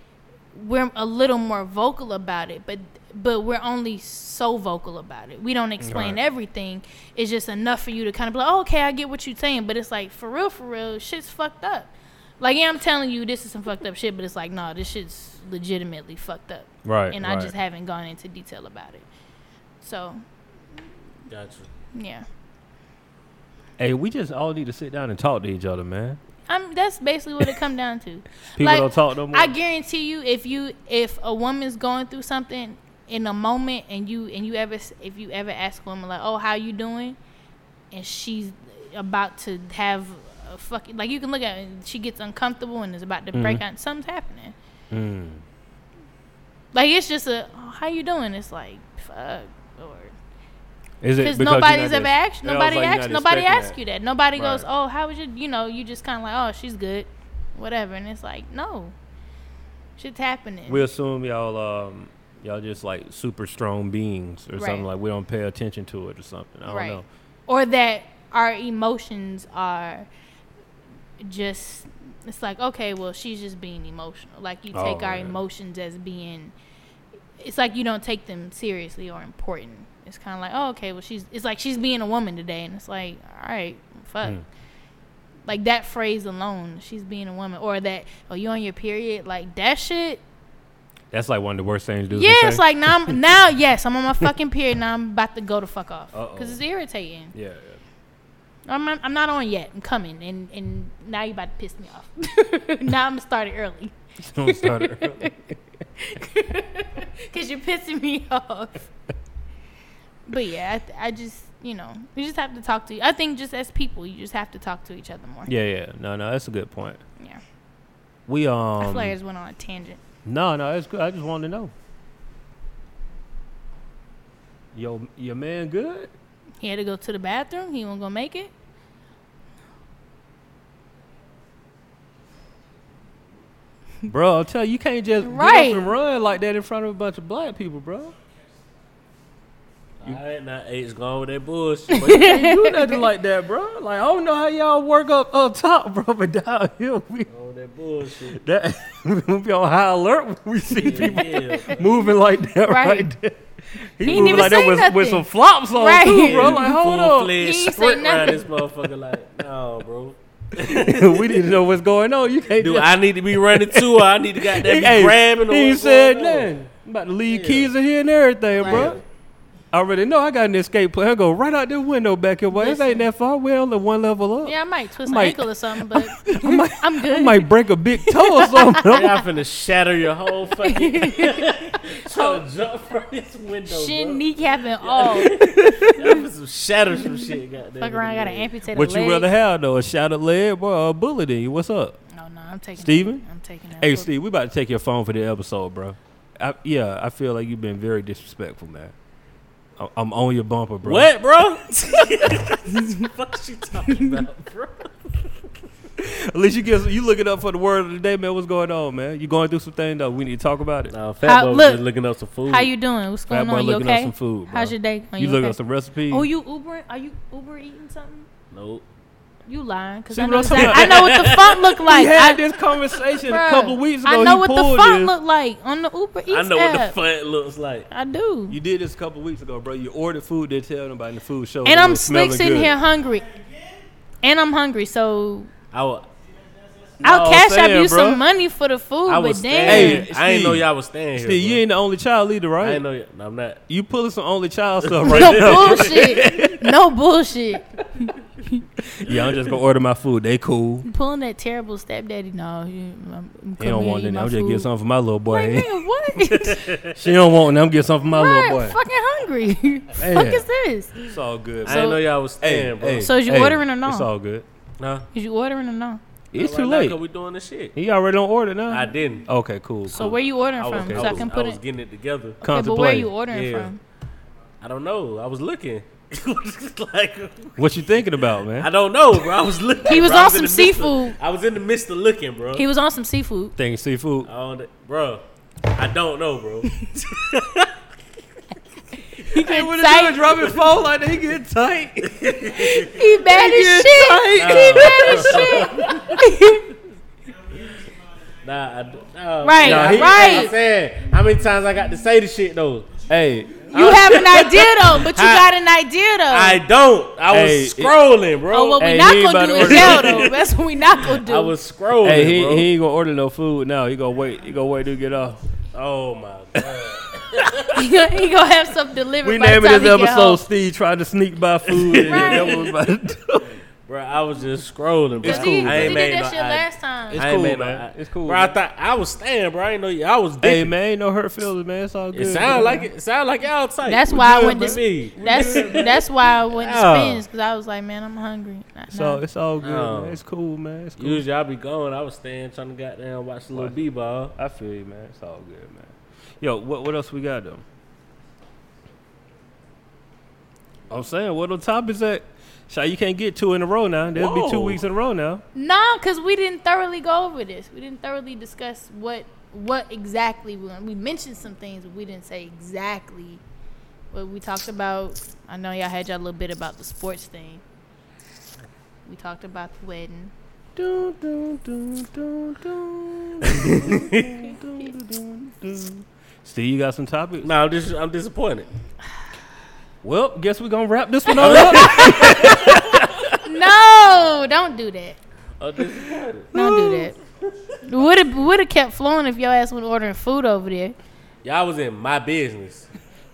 we're a little more vocal about it, but but we're only so vocal about it. We don't explain
Right.
everything. It's just enough for you to kind of be like, oh, okay, I get what you're saying, but it's like for real, for real, shit's fucked up. Like yeah, I'm telling you, this is some fucked up shit, but it's like, no, this shit's legitimately fucked up,
Right.
and
right.
I just haven't gone into detail about it. So
Gotcha.
yeah,
Hey, we just all need to sit down and talk to each other, man.
I'm. That's basically what it come down to.
People
Like,
don't talk no more.
I guarantee you, if you if a woman's going through something in a moment, and you and you ever if you ever ask a woman like, "Oh, how you doing?" and she's about to have a fucking like you can look at it, and she gets uncomfortable and is about to break
Mhm.
out. Something's happening.
Mm.
Like it's just a oh, "How you doing?" It's like fuck or
Is
because nobody's ever asked. Nobody asked. Nobody asked you that. Nobody
Right.
goes, "Oh, how was your?" You know, you just kind of like, "Oh, she's good," whatever. And it's like, no, shit's happening.
We assume y'all, um, y'all just like super strong beings or something.
Right.
Like we don't pay attention to it or something. I don't
Right.
know.
or that our emotions are just it's like okay well she's just being emotional like you
Oh,
take our
yeah.
emotions as being it's like you don't take them seriously or important it's kind of like oh okay well she's it's like she's being a woman today and it's like all right fuck
Mm.
like that phrase alone she's being a woman or that oh you on your period like that shit
That's like one of the worst things to do. is
yeah
to
it's
say.
like now I'm, now yes i'm on my fucking period now i'm about to go to fuck off
Uh-oh.
because it's irritating
yeah, yeah.
I'm, I'm not on yet. I'm coming, and and now you about to piss me off. now I'm starting early
Don't start it.
because you're pissing me off. But yeah, I, th- I just you know we just have to talk to. I think just as people, you just have to talk to each other more.
yeah, yeah. No, no, that's a good point.
Yeah.
We
I
um.
feel like I just went on a tangent.
No, no, it's good. I just wanted to know. Yo, your man good?
He had to go to the bathroom. He wasn't gonna make it.
Bro, I'll tell you, you can't just
Right.
get up and run like that in front of a bunch of black people, bro.
All right, now eight's gone with that bullshit.
But you can't do nothing like that, bro. Like, I don't know how y'all work up up top, bro, but downhill, we,
All that bullshit.
that, we be on high alert when we see people
Yeah, yeah.
moving like that right,
Right.
there. He,
He ain't
moving
even
like that
say
with, with
nothing.
some flops on,
Right.
too, bro. Like, hold
Full
on.
fledged
He ain't say
sprint around
nothing.
this motherfucker. Like, no, bro.
we need to know what's going on. You can't
Do
just-
I need to be running too? Or I need to goddamn be grabbing. or
He ain't
what's
said
going on?
nothing. I'm about to leave keys in here and everything,
Right.
bro. I already know I got an escape plan. I go right out this window back your way. This ain't
Listen.
that far. We're only one level up.
Yeah, I might twist
Might-
my ankle or something, but
I, might,
I'm
I
good.
might break a big toe or something.
Yeah, I'm finna shatter your whole fucking. trying to jump from this window,
Shin,
bro.
kneecap, and all.
I'm finna some shatter some shit, goddamn.
Fuck around, I gotta amputate
what
a leg.
you rather have though, a shot of lead or a bullet in you? What's up?
No, Oh, no, I'm taking.
Steven?
I'm taking that.
Hey,
book.
Steve, we about to take your phone for the episode, bro. I, yeah, I feel like you've been very disrespectful, man. I- I'm on your bumper, bro.
What, bro? fuck you talking about, bro?
At least you get you looking up for the word of the day, man. What's going on, man? You going through some things though. We need to talk about it.
No,
How-
Fat Boy was
look.
just looking up some food.
How you doing? What's
Fat
going
boy
on? You
looking up
okay?
some food, bro.
How's your day going?
you looking
okay?
up some recipes?
Oh, you Uber? Are you Uber eating something?
Nope.
You lying? Cause
See
I
what
know,
I'm talking
exact- I know what the font look like.
we had
I,
this conversation
bruh,
a couple weeks ago.
I know
He
what the
pulled
font
this.
look like on the Uber Eats
I know
app.
what the fun looks like.
I do.
You did this a couple weeks ago, bro. You ordered food, didn't tell nobody, and the food showed.
and
up,
I'm
it smelling
slick sitting
good.
here hungry. And I'm hungry, so
I was,
I'll
I'm
cash up
saying, bruh.
you some money for the food.
I
But
was
damn,
staying.
Hey,
I ain't know
Steve.
y'all was staying here.
Steve, you
bro.
ain't the only child either,
I
right?
ain't know. y- No, I'm not.
You pulling some only child stuff right
no
now.
bullshit, no bullshit.
Yeah, I'm just gonna order my food. They cool.
You pulling that terrible stepdaddy? No, you, I'm, I'm
He don't want
eat
nothing.
my
I'm just
food.
getting something for my little
Like,
boy.
nigga, what?
she don't want nothing. I'm getting something for my
Right,
little boy.
fucking hungry. Fuck is this?
It's all good.
I
Man.
ain't know y'all was
Hey,
staying, bro.
hey,
So is you
hey,
ordering or no?
It's all good.
Huh?
Is you ordering or no?
It's
Right
too
now,
late.
'cause we doing this shit.
He already don't order now.
I didn't.
Okay, cool.
So
cool.
where you ordering
Oh. I was,
from?
okay.
So I
I was,
can
I
put
was
it.
getting it together.
Okay, but where
Contemplate.
you ordering
Yeah.
from?
I don't know. I was looking. Just like
What you thinking about, man?
I don't know, bro. I was looking.
He was
bro. I
on
in
some
the midst of-
seafood.
I was in the midst of looking, bro.
He was on some seafood.
Thinking seafood.
I don't, bro. I don't know, bro.
He
doing dropping phone like they get tight.
He bad as shit. He bad as shit.
nah, I, d- nah,
Right,
nah, he-
right.
I'm saying, how many times I got to say the shit though?
hey,
You have an idea though, but you
I-
got an idea though.
I don't. I was
Hey, it-
scrolling, bro.
oh, what we
Hey,
not
he ain't about to
gonna do is
order.
yell though. That's what we not gonna do.
I was scrolling,
hey, he,
bro.
he ain't gonna order no food now. He gonna wait. He gonna wait to get off.
oh my god.
he gonna have something delivered.
We
by the
naming
time
this
he get
episode
home.
Steve trying to sneak by food. and that was about to do.
bro, I was just scrolling, bro.
It's
Cause he,
cool,
I
he
man.
ain't made
did
no
that shit
I-
last time.
It's
I ain't
cool,
made no
man.
I-
It's cool,
Bro, I
man.
thought I was staying, bro. I ain't know y'all was
Hey
dipping.
man, ain't no hurt feelings, man. It's all good.
It sound like it. Sound like y'all tight.
That's
We
why I
good
went
with
to-
me.
That's that's why I went to
Oh.
spins because I was like, man, I'm hungry. Nah,
It's all,
nah.
it's all good,
No.
man. It's cool, man. It's cool.
Usually I be going. I was staying trying to goddamn watch a little
Watch.
b ball.
I feel you, man. It's all good, man. Yo, what what else we got though? I'm saying, what on top is that? Shy, you can't get two in a row now. There'll be two
Whoa.
weeks in a row now.
No, because we didn't thoroughly go over this. We didn't thoroughly discuss what what exactly we we mentioned some things, but we didn't say exactly what we talked about. I know y'all had y'all little bit about the sports thing. We talked about the wedding.
Dun, dun, dun, dun, dun, dun, dun, dun, dun. Steve, you got some topics?
No, I'm just I'm disappointed.
Well, guess we're gonna wrap this one on up.
No, don't do that.
I'm disappointed.
Don't do that. Would have would have kept flowing if your ass went ordering food over there.
Y'all was in my business.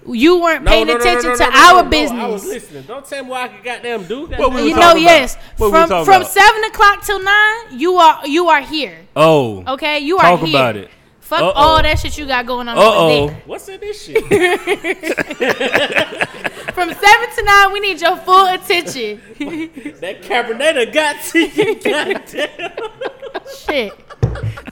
You weren't
No,
paying
no, no, no,
attention
no,
to
no, no,
our
no,
business.
I was listening. Don't tell me what I could goddamn do.
What we
goddamn.
was
you know,
talking about?
yes.
What we
From
talking
from
about?
seven o'clock till nine, you are you are here.
oh,
Okay, you are
talk
here.
about it.
Fuck
Uh-oh.
all that shit you got going on
Uh oh.
over
What's in this shit?
there. From seven to nine, we need your full attention.
that Cabernet done got to you. Goddamn.
shit.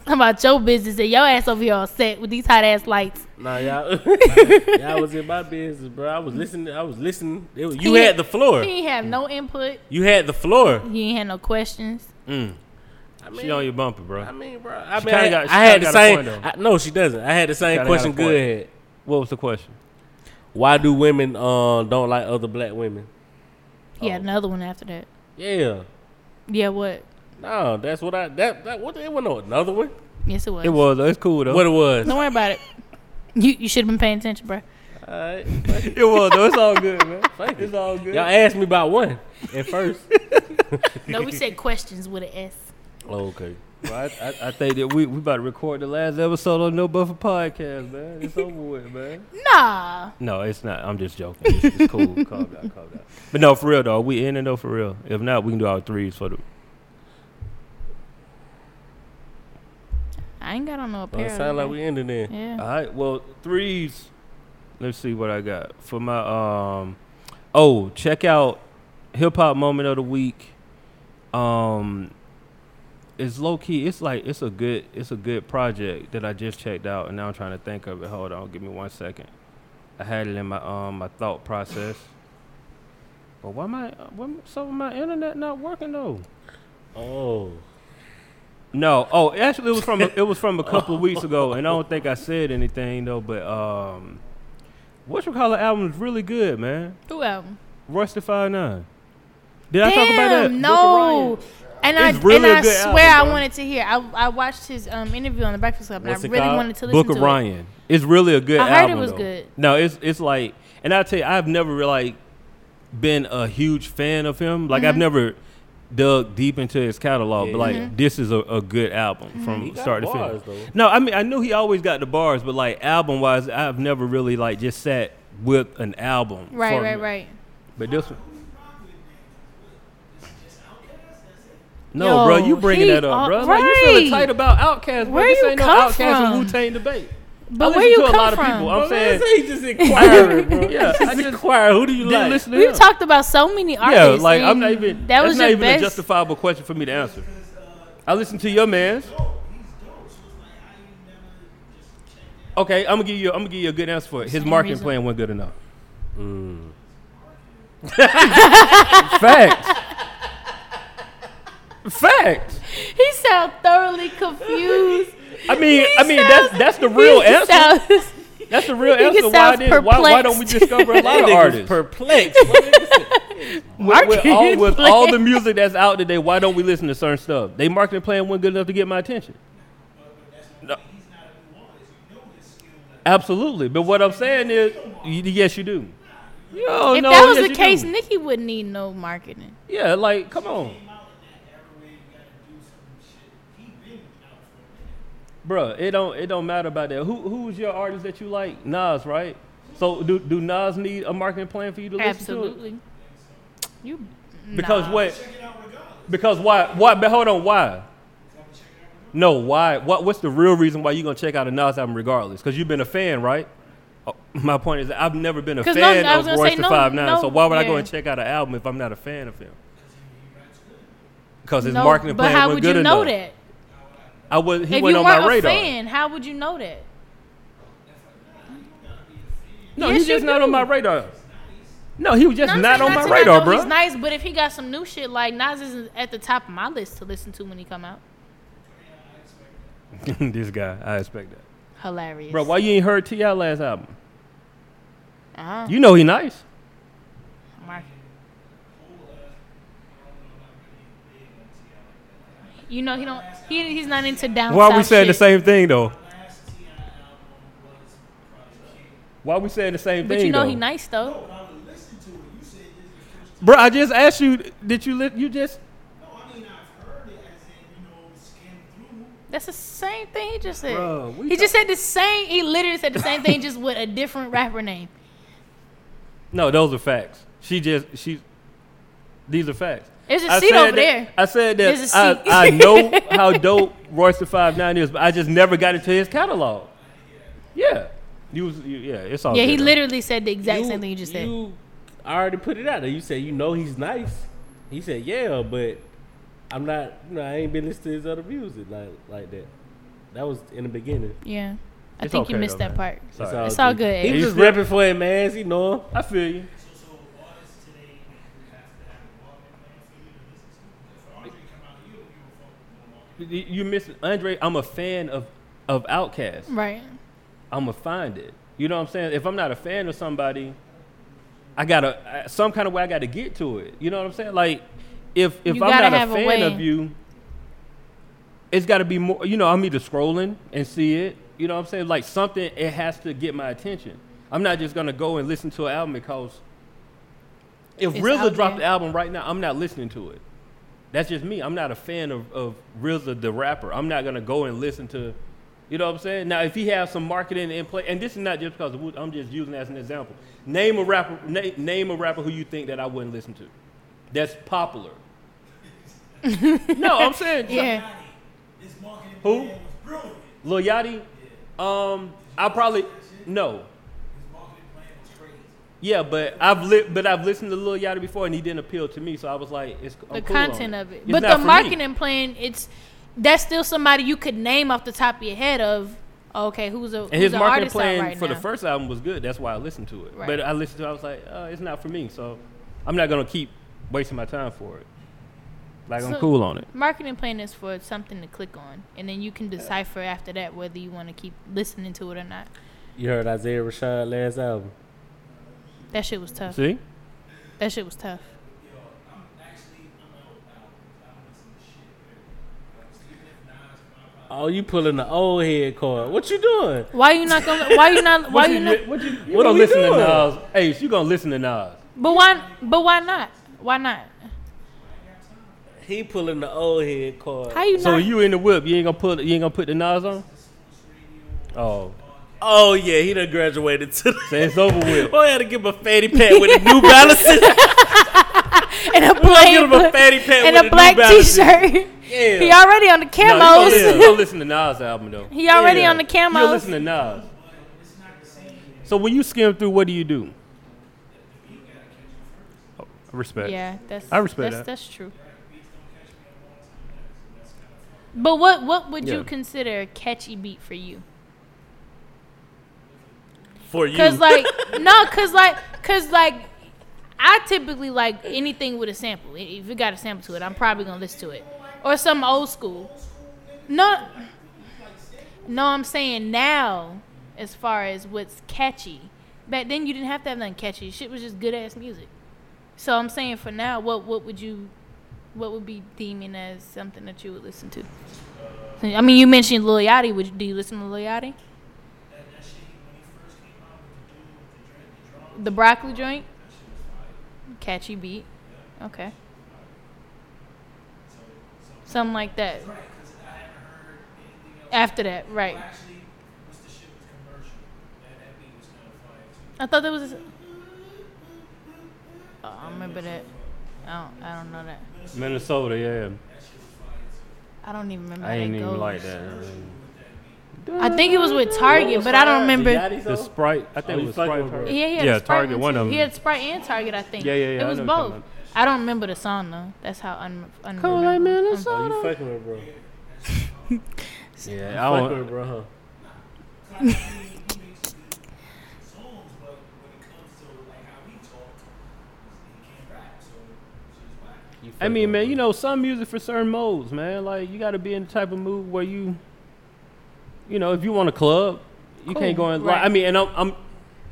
How about your business and your ass over here all set with these hot ass lights.
Nah, y'all, y'all was in my business, bro. I was listening. I was listening. It was, you
He-
had the
He
floor.
ain't have no input.
You had the floor.
He ain't had no questions.
I
She on your bumper, bro.
I mean, bro. I
She
mean, I,
kinda got- she
I had
kinda
the
got a
same.
point, though.
I, no, she doesn't. I had the
She
same
kinda got
question.
a point.
Good. Had.
What was the question?
Why do women uh, don't like other black women?
He
Oh.
had another one after that.
Yeah.
Yeah, what?
No, that's what I. That, that what it went on another one.
Yes, it was.
It was. It's cool though.
What it was.
Don't worry about it. You you should have been paying attention, bro.
All right.
It was though. It's all good, man.
Thank you.
It's all good.
Y'all asked me about one at first.
No, we said questions with an S.
oh, okay.
Well, I, I, I think that we we about to record the last episode on No Buffer Podcast, man. It's over with, man.
Nah.
No, it's not. I'm just joking. It's, it's cool. calm down, calm down. But no, for real though, we in it though for real. If not, we can do our threes for the.
I ain't got on no
Well,
apparel.
it sounds like
today.
we ended then.
yeah.
All right. Well, threes. Let's see what I got for my um. Oh, check out hip hop moment of the week. Um, it's low key. It's like it's a good it's a good project that I just checked out, and now I'm trying to think of it. Hold on, give me one second. I had it in my um my thought process. But why my why am- some of my internet not working though?
Oh.
No. Oh, actually, it was from a, it was from a couple of weeks ago, and I don't think I said anything though. But um, what you call it album is really good, man.
Who album?
Rusty Five Nine. Did I
Damn,
talk about that?
no. And I
It's really
and
a
I
good
swear
album,
I
bro.
wanted to hear. I, I watched his um, interview on the Breakfast Club, and
What's
I
it
really
called?
wanted to listen
Book
to
of
it.
Ryan. It's really a good.
I heard it
album,
was
though.
good.
No, it's it's like, and I tell you, I've never really like been a huge fan of him. Like
Mm-hmm.
I've never dug deep into his catalog,
Yeah,
but like
yeah.
this is a, a good album from
He got
start to
bars,
finish.
though.
No, I mean I knew he always got the bars, but like album wise, I've never really like just sat with an album.
Right,
for
right,
me.
right.
But this one.
Yo,
No, bro, you bringing
he-
that up,
uh,
bro. Like you feeling
right.
tight about Outkast, bro.
Where
This
you
ain't no
come
Outkast and
from?
Wu Tang debate.
But
I
where
listen
you
to a
come
lot of
from?
people. I'm
Well,
saying,
man, say he just inquiring, bro.
yeah, I
Just
just
inquire. Who do you
didn't
like?
listen to
We've
him.
talked about so many
Yeah,
artists.
like I'm
and
not even.
That
that's
was
not
your
even
best.
a justifiable question for me to answer. I listened to your man's. Okay, I'm gonna give you. I'm gonna give you a good answer for it. His
Same
marketing
reason. Mm.
plan wasn't good enough. Facts. Facts.
he sound thoroughly confused.
I mean, I mean that's
sounds-
that's the real
he
answer.
sounds-
that's the real
he
answer. Why
sounds
did why, why don't we
perplexed.
discover a lot
That
of
nigga's
artists?
perplexed. What nigga said?
with, with
Marketing
all, with
plan.
all the music that's out today, why don't we listen to certain stuff? They marketing plan wasn't good enough to get my attention. No. Absolutely, but what I'm saying is, y- yes, you do. Yo,
if
Oh, no,
that was
yes,
the
you
case,
do.
Nicki wouldn't need no marketing.
yeah, like come on, Bruh, It don't it don't matter about that. Who who's your artist that you like? Nas, right? So do do Nas need a marketing plan for you to listen to? it?
Absolutely. You
Because
nah.
what? Because why? Why? But hold on, why? No, why? What? What's the real reason why you gonna check out a Nas album regardless? Because you've been a fan, right? Oh, my point is, I've never been a
'Cause
fan
no, I was
of
gonna
Royce
say
the
no-
Five Nine.
no,
so why would I go
yeah.
and check out an album if I'm not a fan of him? Because his
No,
marketing
but
plan
how
was
would
good
you know
enough.
that?
I was. He
if
went
you
on my
weren't a
radar.
fan, how would you know that?
No,
Yes,
he's just
you
not on
do.
my radar. No, he was just
I'm
not
saying
on my
to not
radar,
know
bro.
He's nice, but if he got some new shit, like Nas isn't at the top of my list to listen to when he come out.
this guy, I expect that,
Hilarious,
bro. Why you ain't heard Ti last album?
Uh-huh.
You know he nice.
Mark. You know he don't. He, he's not into down.
Why
south
we saying the
shit.
same thing though? Why we saying the same
But
thing?
you know
though?
he nice though.
Bro, I just asked you. Did you li- you just?
That's the same thing he just said.
Bro, we
he
ta-
just said the same. He literally said the same thing, just with a different rapper name.
No, those are facts. She just she. These are facts.
There's a
I
seat
said
over
that-
there.
I said
There's
that
a seat.
I, I know how dope Royce the Five Nine is, but I just never got into his catalog. Yeah, you was you, yeah. It's all
yeah, he
good, though.
literally said the exact same thing you just said.
You already put it out there. You said you know he's nice. He said yeah, but I'm not. You know, I ain't been listening to his other music like like that. That was in the beginning.
yeah, I
It's
think you
okay,
missed
though,
that
man.
part.
Sorry.
It's all good,
He
Ace.
was just
You still-
repping for it, man. He know him.
I feel you. You- You miss Andre. I'm a fan of of Outkast.
Right.
I'm gonna find it. You know what I'm saying? If I'm not a fan of somebody, I gotta I- some kind of way I gotta get to it. You know what I'm saying? Like if if
You
I'm
gotta
not a
have a
fan
way.
of you, it's gotta be more. You know, I'm either scrolling and see it. You know what I'm saying? Like something it has to get my attention. I'm not just gonna go and listen to an album because if
It's
RZA
out
dropped the
there.
album right now, I'm not listening to it. That's just me. I'm not a fan of, of RZA the rapper. I'm not gonna go and listen to, you know what I'm saying? Now, if he has some marketing in play, and this is not just because of, Wu- I'm just using that as an example. Name a rapper. Na- name a rapper who you think that I wouldn't listen to. That's popular. no, I'm saying
Yeah.
This marketing
Who?
plan was brilliant.
Lil Yachty. Um, I probably no.
His marketing plan was crazy.
Yeah, but I've li- but I've listened to Lil Yachty before, and he didn't appeal to me, so I was like, it's I'm
the
cool on
content of it.
It's
but
not
the
for me.
marketing plan, it's that's still somebody you could name off the top of your head of. Okay, who's a who's
and his
a
marketing
artist out
plan
right
for
now?
the first album was good. That's why I listened to it.
Right.
But I listened to, it, I was like, uh, it's not for me, so I'm not gonna keep wasting my time for it. Like I'm
So-
cool on it.
marketing plan is for something to click on, and then you can decipher after that whether you want to keep listening to it or not.
You heard Isaiah Rashad last album.
That shit was tough.
See,
That shit was tough.
Yo, I'm actually I'm out out out listen to shit. man. Like, so even if Nas come out,
Oh, you pulling the old head card. What you doing?
Why you not gonna? Why you not? Why
What
you
you
not?
li- What you? You
what
don't
we
listen
doing?
to Nas? Hey, you gonna listen to Nas?
But why? But why not? Why not?
He pulling the old head card.
How you
So
not?
you in the whip? You ain't gonna put you ain't gonna put the Nas on? Oh,
Oh yeah, he done graduated to the
so it's over with.
Boy, I had to give him a fatty pad with a New Balance. in it.
and a
I
plain
give him a fatty pad
and
with
a black
New Balance.
T-shirt.
Yeah.
He already on the
No, you gonna,
camos.
you gonna listen to Nas album though?
he already
Yeah.
on the
You gonna listen
camos.
to Nas? So when you skim through, what do you do? Oh, Respect.
Yeah, that's
I respect
that's,
that.
That's true. But what what would you
Yeah.
consider a catchy beat for you?
For you.
Cause like no, cause like cause like I typically like anything with a sample. I- If you got a sample to it, I'm probably gonna listen to it or some old school. No, no, I'm saying now as far as what's catchy. Back then you didn't have to have nothing catchy. Shit was just good ass music. So I'm saying for now, what what would you what would be deeming as something that you would listen to? I mean, you mentioned Lil Yachty. Would you, do you listen to Lil Yachty? The broccoli joint. Catchy beat. Okay. Something like that. After that, right. I thought that was. Oh, I remember that. I don't. I don't know that.
Minnesota, yeah.
I don't even remember.
I
how
ain't
that
even
goes.
like that.
I think it was with Target, but I don't remember. Yeah,
The Sprite, I think
Oh, you
it was
fucking
Sprite.
with
Pro-
her.
he had
Yeah,
a Sprite
Target,
one,
one
too.
of 'em.
He had Sprite and Target, I think.
Yeah, yeah, yeah,
It
I
was
know what you're talking
both.
about.
I don't remember the song though. That's how un. un-
Oh, you fucking with bro.
Yeah, I
Fucking
don't.
with bro, huh?
songs, but when it comes to like how we talk, he can't rap. So it's just whack.
You
I
fucking
mean,
with
man,
bro.
you know, some music for certain modes, man. Like you got to be in the type of mood where you, you know, if you want a club, you can't
Cool,
go in.
right.
Like, I mean, and I'm, I'm,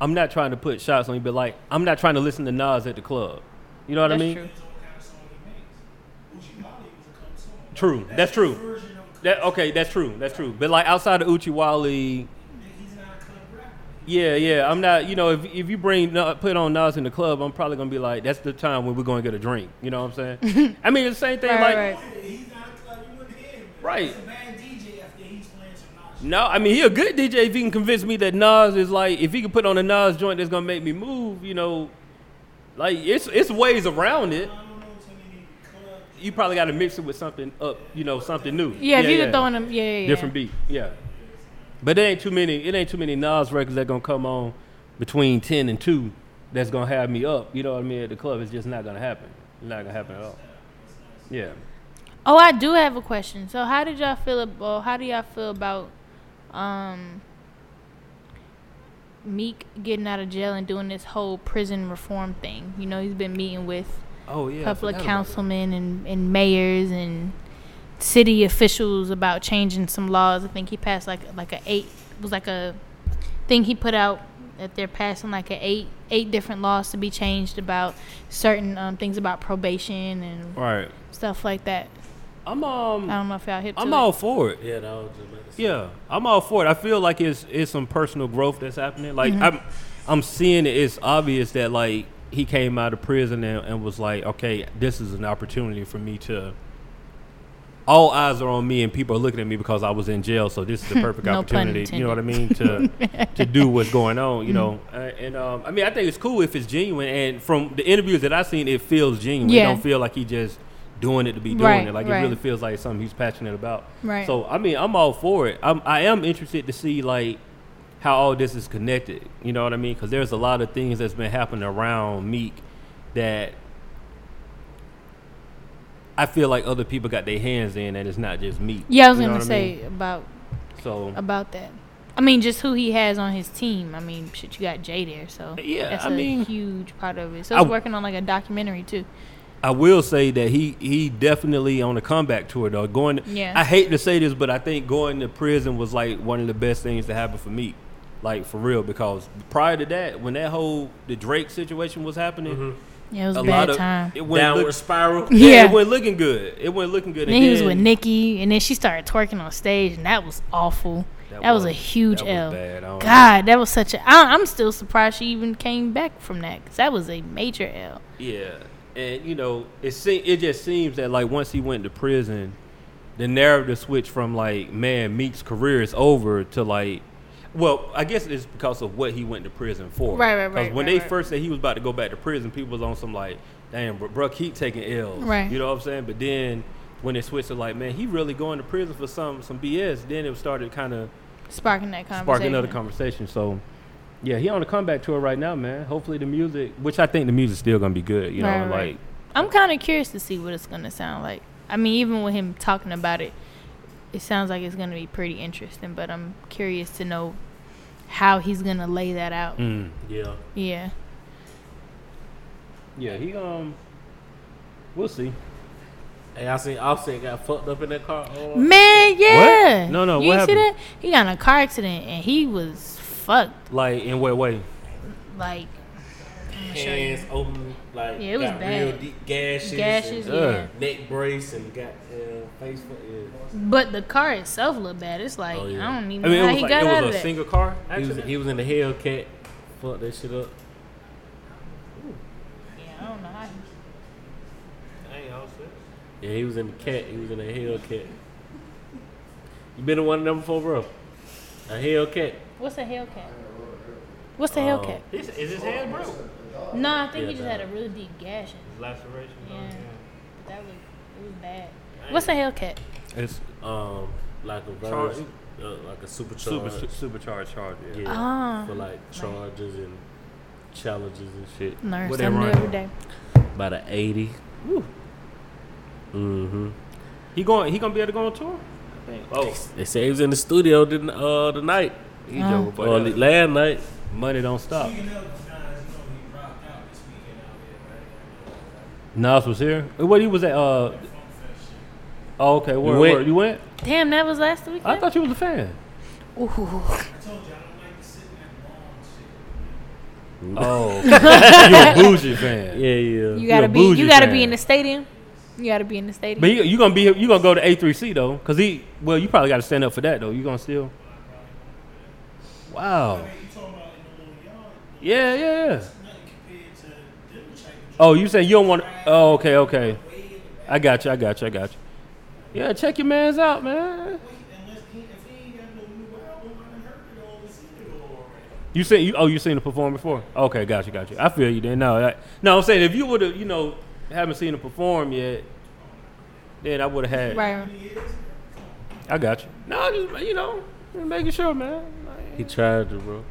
I'm not trying to put shots on you, but like, I'm not trying to listen to Nas at the club. You know what
That's
I mean?
true.
True. That's true. That okay. That's true. That's true. But like outside of Uchiwali, yeah, yeah. I'm not. You know, if if you bring Na- put on Nas in the club, I'm probably gonna be like, that's the time when we're gonna get a drink. You know what I'm saying? I mean, it's the same thing.
Right,
like,
right.
He's not a club. You wouldn't hear him.
Right.
He's a bad DJ after he's playing some Nas.
no, I mean, he a good DJ if he can convince me that Nas is like, if he can put on a Nas joint that's gonna make me move. You know, like it's it's ways around it. You probably got to mix it with something up. You know, something new.
Yeah, if you could throw in them, yeah, yeah, yeah.
different beat. Yeah, but there ain't too many. It ain't too many Nas records that gonna come on between ten and two. That's gonna have me up. You know what I mean? At the club, it's just not gonna happen. It's not gonna happen at all. Yeah.
Oh, I do have a question. So, how did y'all feel about? How do y'all feel about um, Meek getting out of jail and doing this whole prison reform thing? You know, he's been meeting with
Oh yeah.
couple of councilmen and, and mayors and city officials about changing some laws. I think he passed like like a eight it was like a thing he put out that they're passing like a eight eight different laws to be changed about certain um, things about probation and
All right.
stuff like that.
I'm
I
um.
don't know if y'all hit. To
I'm
it.
all for it.
Yeah, that was just about to say.
Mm-hmm.
Yeah, I'm all for it. I feel like it's it's some personal growth that's happening. Like I'm, I'm seeing it, it's obvious that like he came out of prison and, and was like, okay, this is an opportunity for me to. All eyes are on me, and people are looking at me because I was in jail. So this is the perfect
No pun
opportunity. You know what I mean to to do what's going on. You know,
Mm-hmm.
Uh, and um, I mean, I think it's cool if it's genuine. And from the interviews that I've seen, it feels genuine.
Yeah.
It don't feel like he just doing it to be doing
Right,
it. Like
right.
it really feels like it's something he's passionate about.
Right.
So I mean, I'm all for it. I'm, I am interested to see like how all this is connected. You know what I mean? Because there's a lot of things that's been happening around Meek that I feel like other people got their hands in, and it's not just Meek.
Yeah, I was
You know
gonna
what I
say
mean?
about
So
about that. I mean, just who he has on his team. I mean, shit, you got Jay there, so
Yeah,
that's
I
a
mean-
huge part of it. So
I
he's
w-
working on like a documentary too.
I will say that he he definitely on a comeback tour though. Going,
Yeah.
I hate to say this, but I think going to prison was like one of the best things that happened for me, like for real. Because prior to that, when that whole the Drake situation was happening,
Yeah, it was a,
a
bad
lot of
time.
it went
Mm-hmm. Downward
look,
spiral.
yeah,
Yeah.
it went looking good. It went looking good.
And then he was with Nikki, and then she started twerking on stage, and that was awful. That, was, a huge
that was
L.
bad. I don't-
God, that was such a. I, I'm still surprised she even came back from that because that was a major L.
Yeah, and you know, it se- it just seems that like once he went to prison, the narrative switched from like, man, Meek's career is over to like, well, I guess it's because of what he went to prison for.
Right, right, right,
when
right,
they
right.
first said he was about to go back to prison, people was on some like, damn, bro, bro keep taking L's.
Right.
You know what I'm saying? But then when it switched to like, man, he really going to prison for some some BS. Then it started kind of
Sparking that conversation.
spark another conversation. So, yeah, he on a comeback tour right now, man. Hopefully the music, which I think the music's still gonna be good. You know,
Right, right.
like
I'm kind of curious to see what it's gonna sound like. I mean, even with him talking about it, it sounds like it's gonna be pretty interesting. But I'm curious to know how he's gonna lay that out.
mm.
Yeah.
Yeah,
yeah, he um, we'll see.
Hey, I seen Offset got fucked up in that car. Oh,
Mm-hmm. man. Yeah.
No, no,
You
what
ain't see that?
happened?
He got in a car accident and he was fucked.
Like in what way?
Like I'ma show you.
hands open, like
Yeah, it was
got
bad.
real deep gashes, and
gashes. Yeah.
Ugh.
neck brace, and got uh, face. Fuck, yeah.
But the car itself looked bad. It's like
Oh, yeah.
I don't even
I mean,
know
it
how
was
he
like
got
it
out
was
of
a
that.
single car.
He was
accident?
he was in the Hellcat. Fucked that shit up.
yeah, I don't know. How he-
Yeah, he was in the cat. He was in a Hellcat. You been in one of them before, bro? A Hellcat.
What's a Hellcat? What's a
Oh.
Hellcat?
Is, is his hand broke?
No, I think
Yeah,
he just
that-
had a really deep gash. in it.
Laceration.
Yeah, but that was it was bad. What's a Hellcat?
It's
Um, like a
Charge.
verse, uh, like a
super
supercharged.
supercharged charger.
yeah,
Ah.
for like charges and challenges and shit.
Learn
What they
something new
run?
every day.
About an eighty. Mm-hmm.
He going he gonna be able to go on tour? Oh,
They say he was in the studio the, uh, the night,
he joking, but
or
that-
last night.
money don't stop.
Speaking of Nas, you know, he rocked out this weekend out there, right?
Nas was here. What he was at? Uh, oh, okay. Where,
went?
where you went?
Damn, that was last weekend.
I thought you was a fan.
Ooh.
I told you, I don't like to sit in that long shit.
Oh, okay. you a bougie fan.
Yeah, yeah.
a
You gotta be. You
bougie
gotta
fan.
be in the stadium. You gotta be in the stadium.
But you, you gonna be you gonna go to A three C though, cause he well you probably got to stand up for that though. You gonna still? Wow.
You talking about in the little yard,
Yeah, yeah. yeah.
nothing compared to them type of
Oh, you saying you don't want? to Oh, okay, okay. I got you. I got you. I got you. Yeah, check your man's out, man.
Unless he, if he ain't got no new album, I done heard it all and seen it all already.
You seen you? Oh, you seen him perform before? Okay, got you, got you. I feel you. Then no, I, no. I'm saying if you would have, you know, haven't seen him perform yet, then I would have had.
right.
I got you. No, just you know, just making sure, man. Like,
He tried to, bro.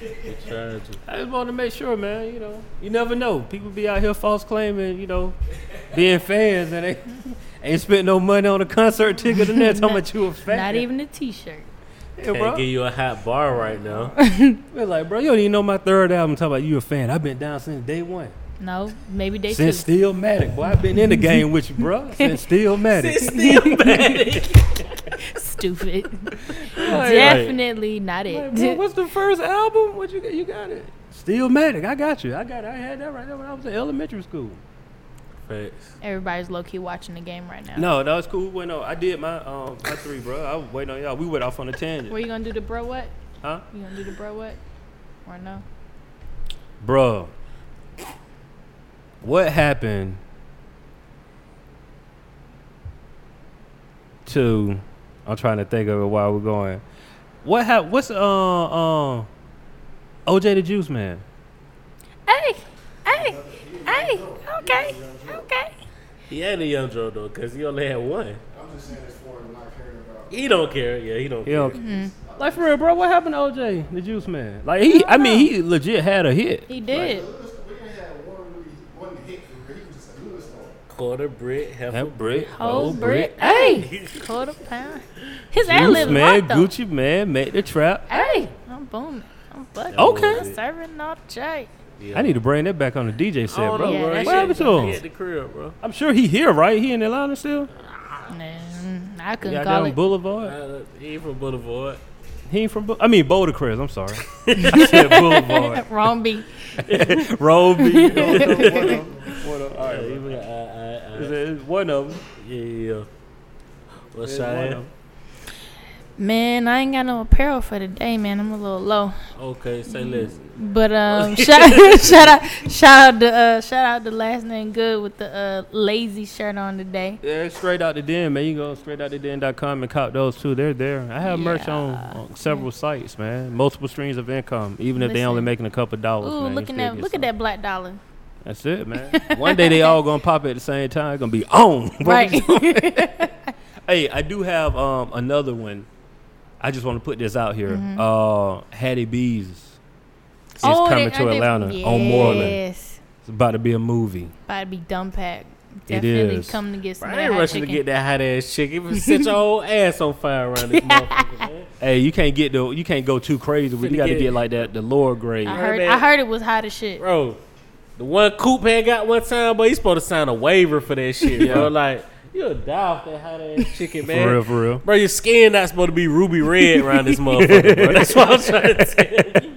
He tried to.
I just want to make sure, man. You know, you never know. People be out here false claiming, you know, being fans, and they ain't spent no money on a concert ticket. And that's how much you a fan.
Not even a T-shirt.
Yeah,
Can't
bro.
give you a hot bar right now.
They're like, bro, you don't even know my third album. Talk about you a fan. I've been down since day one.
No, maybe day
since
two.
Steel Matic, boy, I've been in the game with you, bro. Since Steel Matic.
Stupid.
Like,
Definitely not it.
like, bro, what's the first album? What you got? You got it. Steel Matic. I got you. I got. It. I had that right there when I was in elementary school.
Facts.
Everybody's low key watching the game right now.
No, no, it's cool. Well, no, I did my um my three, bro. I was waiting on y'all. We went off on a tangent.
Were you gonna do the bro what?
Huh?
You gonna do the bro what? or no?
Bruh. What happened to I'm trying to think of it while we're going. What hap- what's uh uh OJ the Juice Man?
Hey, hey, hey. Okay, okay.
He ain't a young Joe though, cause he only had one.
I'm just saying it's for him not caring about.
He don't care. Yeah, he don't.
You
care.
know, Mm-hmm. like for real, bro, what happened to OJ the Juice Man? Like he I mean he legit had a hit.
He did.
Lewis, we didn't have one really one hit for he was just a Lewis on.
Quarter brick, half a
That
brick.
brick,
Whole
whole brick.
brick. Hey, quarter pound. His ad
Juice
lib
Man,
locked though.
Gucci Man, make the trap.
Hey, I'm booming. I'm bucking.
Okay.
I'm serving all J.
Yeah.
I need to bring that back on the DJ
I don't
set,
know,
bro.
Yeah,
bro.
that
He
shit-
at-
What happened to
He
him?
at the crib, bro.
I'm sure he here, right? He in Atlanta still?
Nah, I couldn't
Yeah,
call
down
it.
Boulevard.
Uh, he from Boulevard.
He ain't from. Bou- I mean Boulder Crest. I'm sorry. I said Boulevard.
Wrong beat.
Road B.
Yeah, he from- I- I- I-
One of them.
uh, yeah, yeah, yeah. What's
One of
that?
'em.
Man, I ain't got no apparel for today, man. I'm a little low.
Okay, say less.
But um, shout, shout out, shout out to uh, shout out to last name good with the uh, lazy shirt on today.
Yeah, it's straight out the den, man. You go straight out the den.com and cop those too. They're there. I have merch on,
Yeah.
on several sites, man. Multiple streams of income, even if they only
Listen.
making a couple
Ooh,
dollars. man, you
looking
still
at
get
look
some.
at that black dollar.
That's it, man. One day they all gonna pop at the same time. Gonna be on. What we
Right.
Hey, I do have um another one. I just want to put this out here. Uh, Hattie B's is
Mm-hmm. Oh,
coming
they-
to
are they-
Atlanta on Moreland.
Yes,
It's about to be a movie.
about to be dumb pack.
It
Definitely
is.
come to get some.
Bro,
of
I
that
ain't
hot
rushing to
chicken.
get that hot ass chick. Even set your whole ass on fire around this motherfucker, man.
Hey, you can't get the you can't go too crazy. with- You
Finna
got to
get-
get like that the lower grade.
I
Right
heard.
back.
I heard it was hot as shit.
Bro, the one Coop had got one time, but he's supposed to sign a waiver for that shit,
Yeah.
bro. Like, you'll die off that hot ass chicken, man.
for real, for real.
Bro, your skin not supposed to be ruby red around this motherfucker, bro. That's what I'm trying to tell you. bro.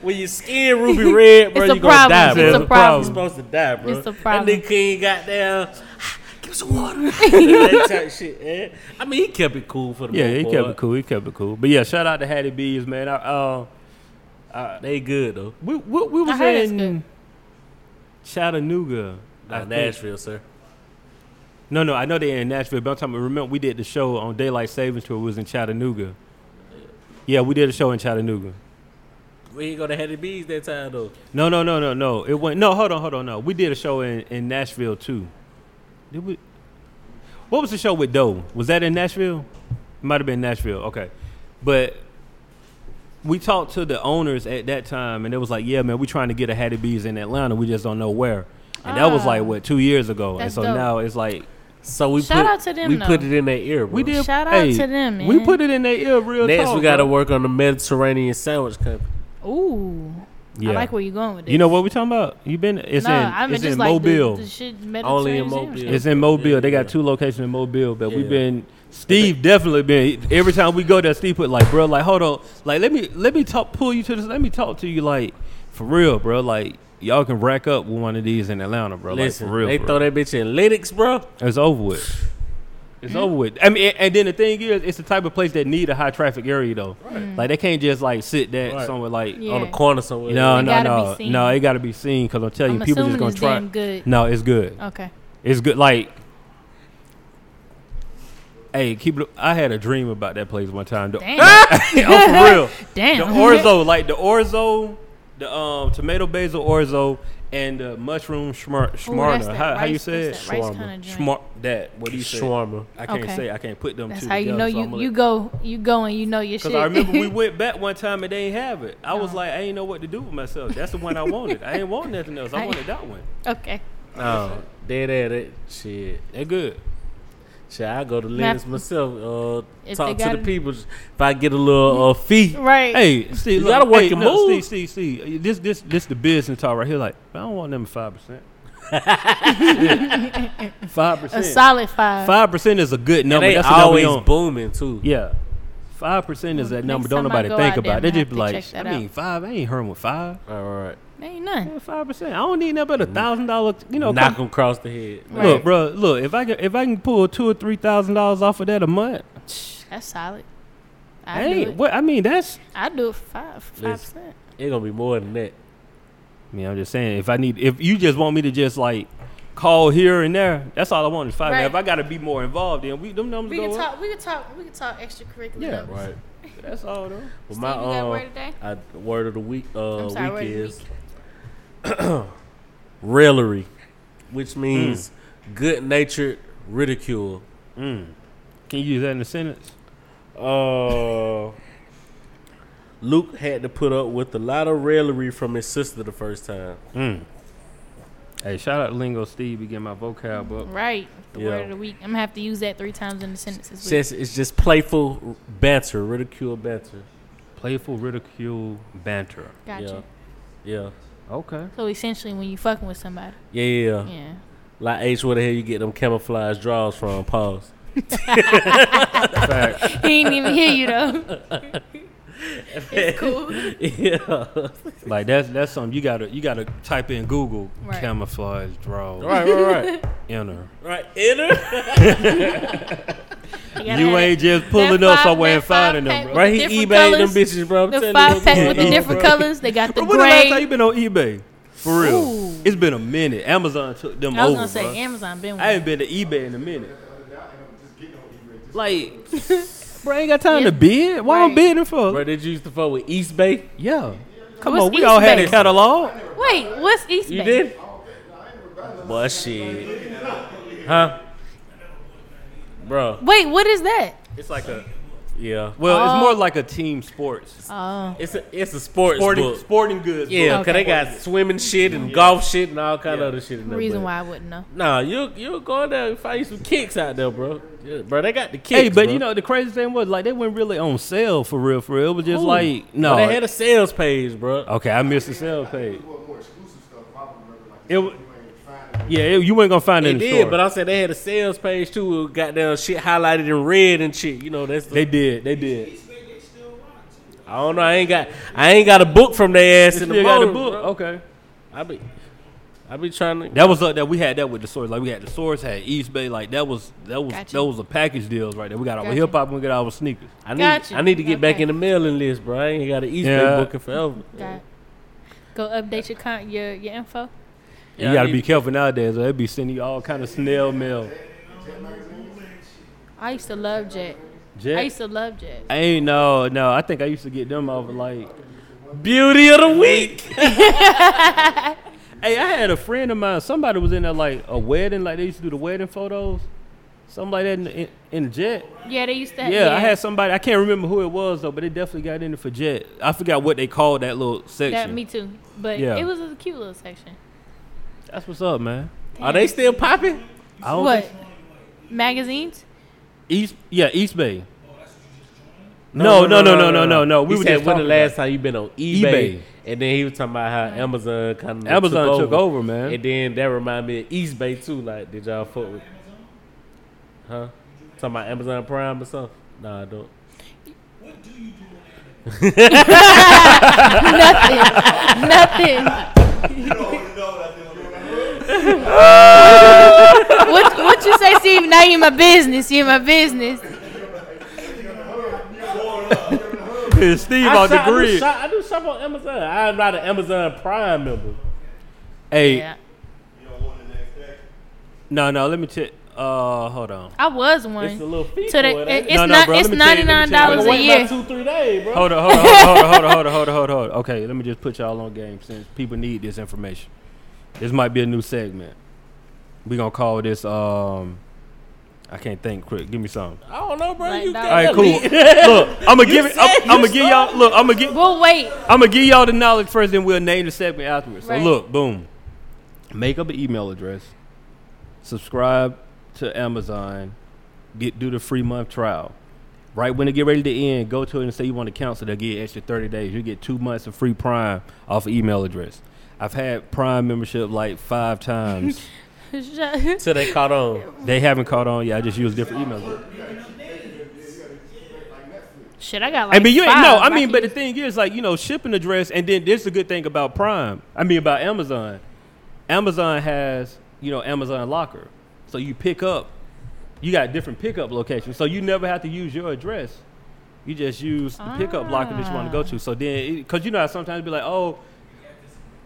When your skin ruby red, bro,
It's a
you gonna die,
problem.
bro.
It's a problem.
you supposed to die, bro.
It's a problem.
That nigga ain't got down. Give us some water. that type shit, man. I mean, he kept it cool for the
Yeah,
most
he
part.
kept it cool. He kept it cool. But yeah, shout out to Hattie B's, man. I, uh,
They good though.
we we, we was
heard it's
in
good.
Chattanooga. I
Not
think.
Nashville, sir.
No, no, I know they're in Nashville, but I'm talking. Remember, we did the show on Daylight Savings Tour. Was in Chattanooga. Yeah, we did a show in Chattanooga.
We ain't gonna have the bees that time though.
No, no, no, no, no. It went. No, hold on, hold on. No, we did a show in, in Nashville too. Did we? What was the show with Doe? Was that in Nashville? It might have been Nashville. Okay, but we talked to the owners at that time, and it was like, "Yeah, man, we're trying to get a Hattie B's in Atlanta. We just don't know where." And that was
Ah.
like what two years ago, and
That's
so
dope.
now it's like
So we
Shout
put,
out to them,
We put
though.
it in their ear. Bro.
we did.
Shout out
hey,
to them,
We
man.
put it in their ear, real
Next,
talk.
we gotta
bro.
work on the Mediterranean sandwich company.
Ooh,
Yeah.
I like where you're going with this.
You know what we talking about? You been? It's
no,
in.
I mean
it's
just
in
like
Mobile.
The, the shit
Only in
Mediterranean sandwich.
Mobile.
It's in Mobile.
Yeah,
they got
yeah.
two locations in Mobile, but
Yeah,
we've
yeah.
been Steve definitely been every time we go there. Steve put like, bro, like hold on, like let me let me talk, pull you to this, let me talk to you, like for real, bro, like y'all can rack up with one of these in Atlanta, bro,
Listen,
like for real,
they
for
throw
real.
that bitch in Linux, bro.
it's over with. It's over with. I mean, and, and then the thing is, it's the type of place that need a high traffic area though. Like they can't just like sit there
Right.
somewhere like
Yeah.
On the corner somewhere.
no,
uh, It
no,
gotta be
no,
seen.
no. It got to be seen because I'm telling
I'm
you, people just
assuming
gonna
it's
try.
damn good. Oh.
No, it's good.
Okay.
It's good. Like, hey, keep. it- I had a dream about that place one time. The,
Damn.
oh, for real.
Damn.
The orzo, like the orzo, the um tomato basil orzo, and the mushroom shmar-
that's
shmarna.
that
how, how you
rice-
say it?
that's that rice kinda drink.
Shmar- that. What do you say?
shawarma.
I can't
Okay.
say. I can't put them
That's
two
how you
together,
know
so I'm
you,
gonna
you go you go and you know your shit.
Cause I remember we went back one time and they ain't have it. I was
No.
like, I ain't know what to do with myself. That's the one I wanted. I ain't want nothing else. I
I-
wanted that one.
okay.
No, Oh, dead at it. Shit.
They're good.
Shit, I go to
Math-
Linux myself. Uh,
If
talk
they
to
got
the
it-
people. If I get a little uh, fee,
Right.
Hey, Steve,
You
look,
gotta work
hey,
your
look,
moves.
Steve, Steve, Steve, this this this the business talk right here. Like, I don't want them five percent. Five
a
percent.
solid five.
Five percent is a good
and
number.
they
That's always
always
number you
booming too.
don't- yeah. Five percent is that
next
number. Don't
time I
nobody
go
think
out there,
about. it. They
I'm
just be
gonna have to
like,
check
I
that
mean,
out."
five. I ain't heard with five.
All right,
Ain't none.
Five percent. I don't need nothing but a thousand dollar. You know,
knock
come-
them across the head.
Right.
look, bro. Look, if I can if I can pull two or three thousand dollars off of that a month,
That's solid. I do
hey,
it.
what I mean that's
I do it for five five
Listen.
percent.
It's gonna be more than that.
I mean, I'm just saying, if I need, if you just want me to just like call here and there, that's all I want is five. Now,
Right.
if I got to be more involved, then we them numbers
We
go
can
up.
talk. We can talk. We can talk extracurricular.
Yeah,
numbers.
Right.
That's all though.
But
Steve,
my
you got a
um,
word today?
I, word of the week uh,
I'm sorry.
week
word of the
is
week.
raillery, which means good natured ridicule.
Can you use that in a sentence?
Uh, Luke had to put up with a lot of raillery from his sister the first time.
Hey, shout out to Lingo Steve. You get my vocab up.
Right. The
Yeah.
word of the week. I'm gonna have to use that three times in the sentence this week.
Says it's just playful banter, ridicule banter.
Playful ridicule banter.
Gotcha.
Yeah.
Okay.
So essentially, when you fucking with somebody,
Yeah, yeah, yeah.
yeah.
Like H, where the hell you get them camouflage draws from? Pause.
Fact.
he didn't even hear you though. it's cool.
yeah.
like that's that's something you gotta you gotta type in Google
Right.
camouflage draw
Right, right, right.
enter.
right. Enter.
You, gotta
You
have
ain't just pulling
that
up
five-
somewhere
that
and finding them,
five pack-
bro.
Right, he eBay
Different
them
colors.
bitches, bro. I'm
The
telling you
five
what's
pack
going
with the
on,
different
bro.
colors. They got the
Bro, when the last time
gray.
you been on eBay? For real,
Ooh.
it's been a minute. Amazon took them
I was
over.
gonna say
bruh.
Amazon been.
I
with
ain't been to eBay in a minute. Like,
Bro, ain't got time.
time
Yeah.
to bid. Why I'm
Right.
bidding for?
Bro, did you used to fuck with East Bay?
Yeah. Come
What's
on, we
East
all had
Bay?
a catalog.
it. Wait, what's East
You
Bay?
did? But shit. Huh? Bro,
Wait, what is that?
It's like a
yeah.
well,
Oh.
it's more like a team sports,
Oh,
It's a it's a sports
sporting
book.
sporting goods.
Yeah,
book.
cause they got swimming shit and golf shit and all kind
Yeah.
of other shit in there.
reason
but-
why I wouldn't know.
Nah, you you go there and find you some kicks out there, bro. Yeah, bro, they got the kicks.
Hey, but
bro.
you know the crazy thing was like they weren't really on sale for real. For real, it was just
Ooh.
like
Bro,
no.
they had a sales page, bro.
okay, I missed the sale page.
More exclusive stuff, probably. Remember, like,
It w-
you ain't finding
Yeah, it- you weren't gonna find it.
They
in the
did,
store.
but I said they had a sales page too. With goddamn shit highlighted in red and shit. You know that's the,
they did. They did.
I don't know. I ain't got I ain't got a book from their ass in the
Still got the
motor,
book.
bro.
Okay,
I be I be trying to.
that was uh, that we had that with the source. Like we had the source had East Bay. Like that was that was
Gotcha.
that was a package deals right there. We got our
Gotcha.
hip hop. and We got our sneakers.
I need
Gotcha.
I need to get back
Okay.
in the mailing list, bro. I ain't got an East
Yeah.
Bay booking forever.
Got go update your con- your your info.
Yeah, I
you gotta
need-
be careful nowadays. Or they be sending you all kind of snail mail.
I used to love Jet.
Jet?
I used to love Jet.
I ain't no, no. I think I used to get them off of, like.
Beauty of the week.
Hey, I had a friend of mine. Somebody was in there like a wedding, like they used to do the wedding photos, something like that in in, in jet.
Yeah, they used to.
Yeah, I had somebody. I can't remember who it was though, but they definitely got in it for jet. I forgot what they called that little section.
that. Me too, but
Yeah.
it was a cute little section.
That's what's up, man.
Are they still popping?
I don't
What
think-
magazines?
East? Yeah, East Bay. No, no, no, no, no, no, no. We
He
were
said,
just
when the
talking
last time you been on eBay?
eBay.
And then he was talking about how Amazon kind of
Amazon took over, man.
And then that reminded me of East Bay too. Like, did y'all fuck with? Huh? Talking about Amazon Prime or something? Nah, I don't.
Nothing. Nothing. what what you say, Steve? Now you my business. You my business.
Steve
I,
on the
shop- I do
grid.
shop- I do shop on Amazon. I'm not an Amazon Prime member.
Hey,
Yeah,
no, no. Let me check. Uh, hold on.
I was
It's a
one.
little fee
So
for
they,
it.
it,
ain't
it's
No, no,
not.
bro,
it's
let me tell you-
ninety
let me
nine
tell you-
it?
dollars a
Wait
year.
about two, three days, bro.
Hold on, hold on, hold on, hold on, hold on, hold on, hold on, hold on. Okay, let me just put y'all on game since people need this information. This might be a new segment. We gonna call this. um I can't think. Quick, give me some.
I don't know, bro.
Like
you
that.
All right,
got
cool. look, I'm gonna give it.
said
I'm,
you
gonna give y'all. Look, I'm gonna give.
Well, wait.
I'm gonna give y'all the knowledge first, then we'll name the segment afterwards.
Right.
So look, boom. Make up an email address. Subscribe to Amazon. Get do the free month trial. Right when they get ready to end, go to it and say you want to cancel. They'll get extra thirty days. You get two months of free Prime off email address. I've had Prime membership like five times.
Shut-
Till they caught on.
they haven't caught on yet. I just use different email. address.
Shit, I got like.
I mean, you ain't
five.
no. I mean,
can
but the
use-
thing is, like you know, shipping address, and then this is a good thing about Prime. I mean, about Amazon. Amazon has you know Amazon Locker, so you pick up. You got different pickup locations, so you never have to use your address You just use the pickup blocker that you want to go to. So then, because you know, how sometimes be like, oh,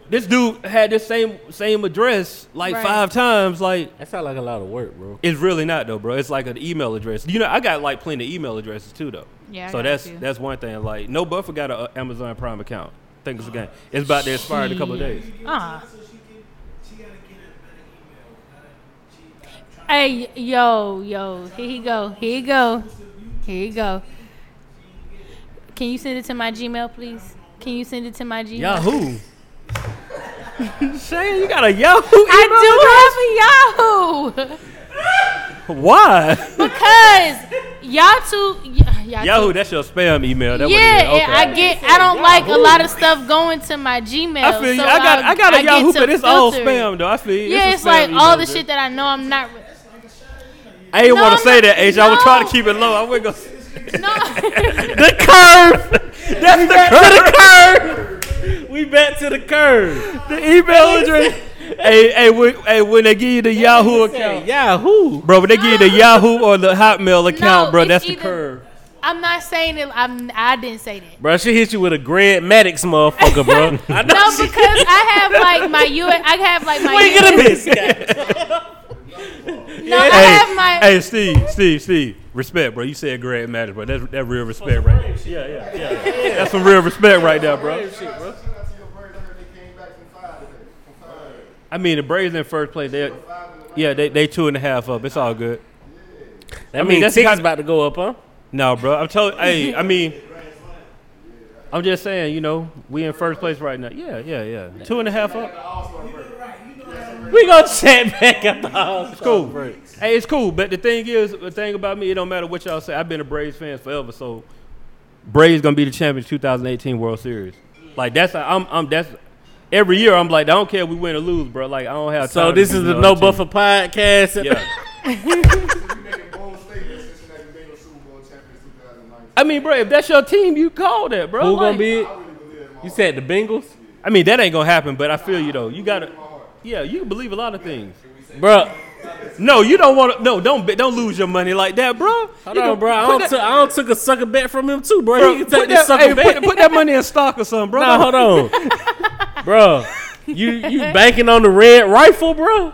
this dude had this same same address like
Right.
five times. Like,
That sounds like a lot of work, bro.
it's really not though, bro. It's like an email address. You know, I got like plenty of email addresses too, though.
Yeah, I
So
got a
that's
few.
that's one thing. Like, no buffer got an Amazon Prime account. Think it's a game. It's about to expire in a couple of days.
Ah.
So she can, she gotta get a better email. Gotta, she, I'm trying
Hey, yo, yo, here he go, here he go, here he go. Can you send it to my Gmail, please? Can you send it to my Gmail?
Yahoo. Shane, you got a Yahoo email?
I do have a Yahoo
do. Why?
because Yahoo, y- Yahoo.
Yahoo, that's your spam email. That's
yeah,
what it is.
and
Okay.
I get. I don't like a lot of stuff going to my Gmail.
I feel you.
so
I got I got a
I get
Yahoo,
to
but it's all
filter it.
spam though. I feel you.
Yeah,
a
it's,
spam
like
email
all the
address.
shit that I know I'm not. re-
I didn't
No,
want
I'm
to say
not-
that, H. I was trying to
no.
keep it low. I wouldn't go. Say
No,
the curve. That's the curve.
We back to the curve.
The email address. hey, hey, when, hey, when they give you the Yahoo account,
Yahoo.
bro, when they give you the Yahoo or the Hotmail account,
No,
bro,
it's
that's the
either-
curve.
I'm not saying it. I'm. I didn't say that.
Bro, she hit you with a Grand Maddox motherfucker, bro. I know.
No, because I have like my U. I have like my.
Wait, get a
US
miss.
No, I
hey,
have my.
hey, Steve, Steve, Steve, respect, bro. You said grand matters, bro. That's that real respect, right? there. Yeah, yeah, yeah, yeah. That's some real respect right there, bro.
Shout out to your bird. I heard they came back from five. today. From five.
I mean, the Braves in first place. They, yeah, they they two and a half up. It's all good.
That I
mean,
mean,
that's
that's tickets
kinda-
about to go up, huh?
No, bro. I'm telling. hey, I mean, I'm just saying. You know, we in first place right now. Yeah, yeah, yeah. Two and a half up.
We gonna chat back at the house.
It's cool. Hey, it's cool. But the thing is, the thing about me, it don't matter what y'all say. I've been a Braves fan forever, so Braves gonna be the champions 2018 World Series. Like that's I'm I'm that's every year I'm like I don't care if we win or lose, bro. Like I don't have.
So
time
this
to
is
be
the
on
No
team.
Buffer podcast.
Yeah.
So you making bold statements. Cincinnati Bengals Super Bowl champions 2019.
I mean, bro, if that's your team, you call that, bro.
Who
Like,
gonna be? it?
I really believe in my
You
heart.
said the Bengals,
I mean, that ain't gonna happen. But I feel you though. You gotta. Yeah, you can believe a lot of things.
bro.
No, you don't want to. No, don't be- don't lose your money like that, bro.
Hold
You
on,
can
bro. I
put
don't,
that-
took- I don't took a sucker bet from him too, bro.
bro,
he can
put
take
that-
this sucker
hey,
bet.
put, put that money in stock or something, bro.
nah, hold on, bro. You you banking on the red rifle, bro?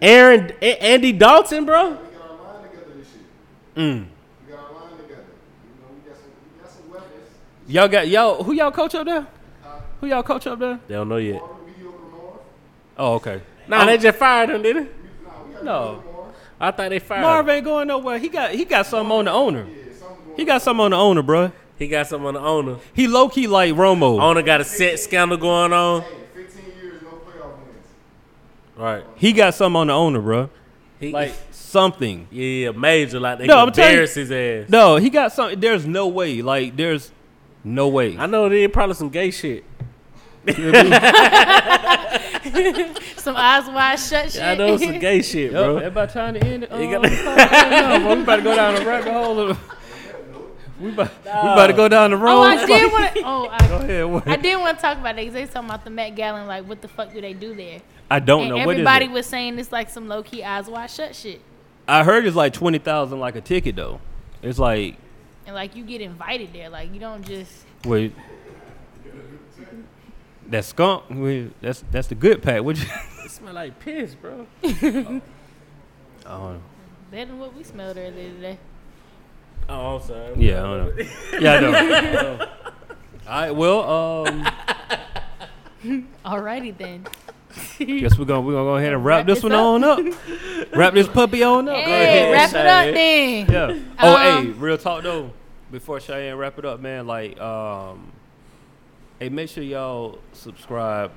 Aaron, A- Andy Dalton, Mm. bro.
We got our mind together this year. We got our mind together. You know, we got some, we got some weapons.
Y'all got y'all who y'all coach up there? Who y'all coach up there?
They don't know yet.
Mediocre Marv.
Oh, okay.
Nah, they just fired him, didn't they?
Nah, we got
No.
Marv.
I thought they fired.
Marv
him.
ain't going nowhere. He got he got something on the owner. He got something on the owner, bro.
He got something on the owner.
He low key like Romo.
Owner got a set scandal going on.
Hey, 15 years, no playoff wins.
Right.
He got something on the owner, bro.
He,
Like something.
yeah, major. Like they
No,
no,
I'm telling you-
embarrass his ass.
No, he got something. There's no way. Like there's no way.
I know they probably some gay shit.
some eyes wide shut shit.
I know some gay shit,
Yup,
bro.
that about time to end it.
You
um,
got-
no, bro, we about to go down the rabbit hole. Of, we, about, we about to go down the
oh,
road.
I did want. to. Oh, I,
Yeah,
I
what-
did want to talk about it because they talking about the Met Gala. and, Like, what the fuck do they do there?
I don't
and
know what is
everybody
it.
was saying it's like some low key eyes wide shut shit.
I heard it's like twenty thousand like a ticket though. It's like
And like you get invited there, like you don't just
Wait. That skunk, wait, that's that's the good pack. Would you?
It smell like piss, bro.
I don't know.
better than what we smelled earlier today.
Oh, I'm sorry.
Yeah, I don't know. Yeah, I know. All right, well, um,
Alrighty then.
guess we're gonna we're gonna go ahead and wrap,
Wrap
this
this
one
up.
on up. wrap this puppy on up. Oh, Go
Hey,
ahead.
wrap it
Shay.
up then.
Yeah. Oh,
Um,
hey, real talk though. Before Cheyenne wrap it up, man, like, um, hey, make sure y'all subscribe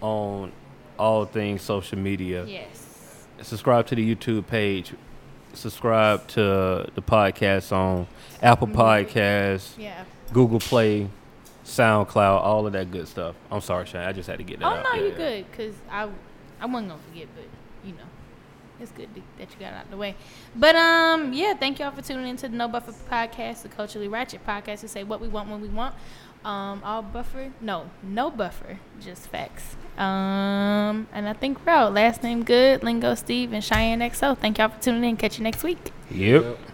on all things social media.
Yes.
subscribe to the YouTube page, subscribe to the podcast on Apple
Mm-hmm.
Podcasts,
Yeah.
Google Play, SoundCloud, all of that good stuff. I'm sorry, Shane. I just had to get that
Oh
out.
no,
Yeah,
you
yeah.
good? Cause I, I wasn't gonna forget, but you know, it's good to, that you got it out the way. But um, yeah, thank y'all for tuning into the No Buffer podcast, the culturally ratchet podcast to say what we want when we want. Um, all buffer, no, no buffer, just facts. Um, and I think we're out. Last name good, Lingo Steve and Cheyenne XO. Thank y'all for tuning in. Catch you next week.
Yep.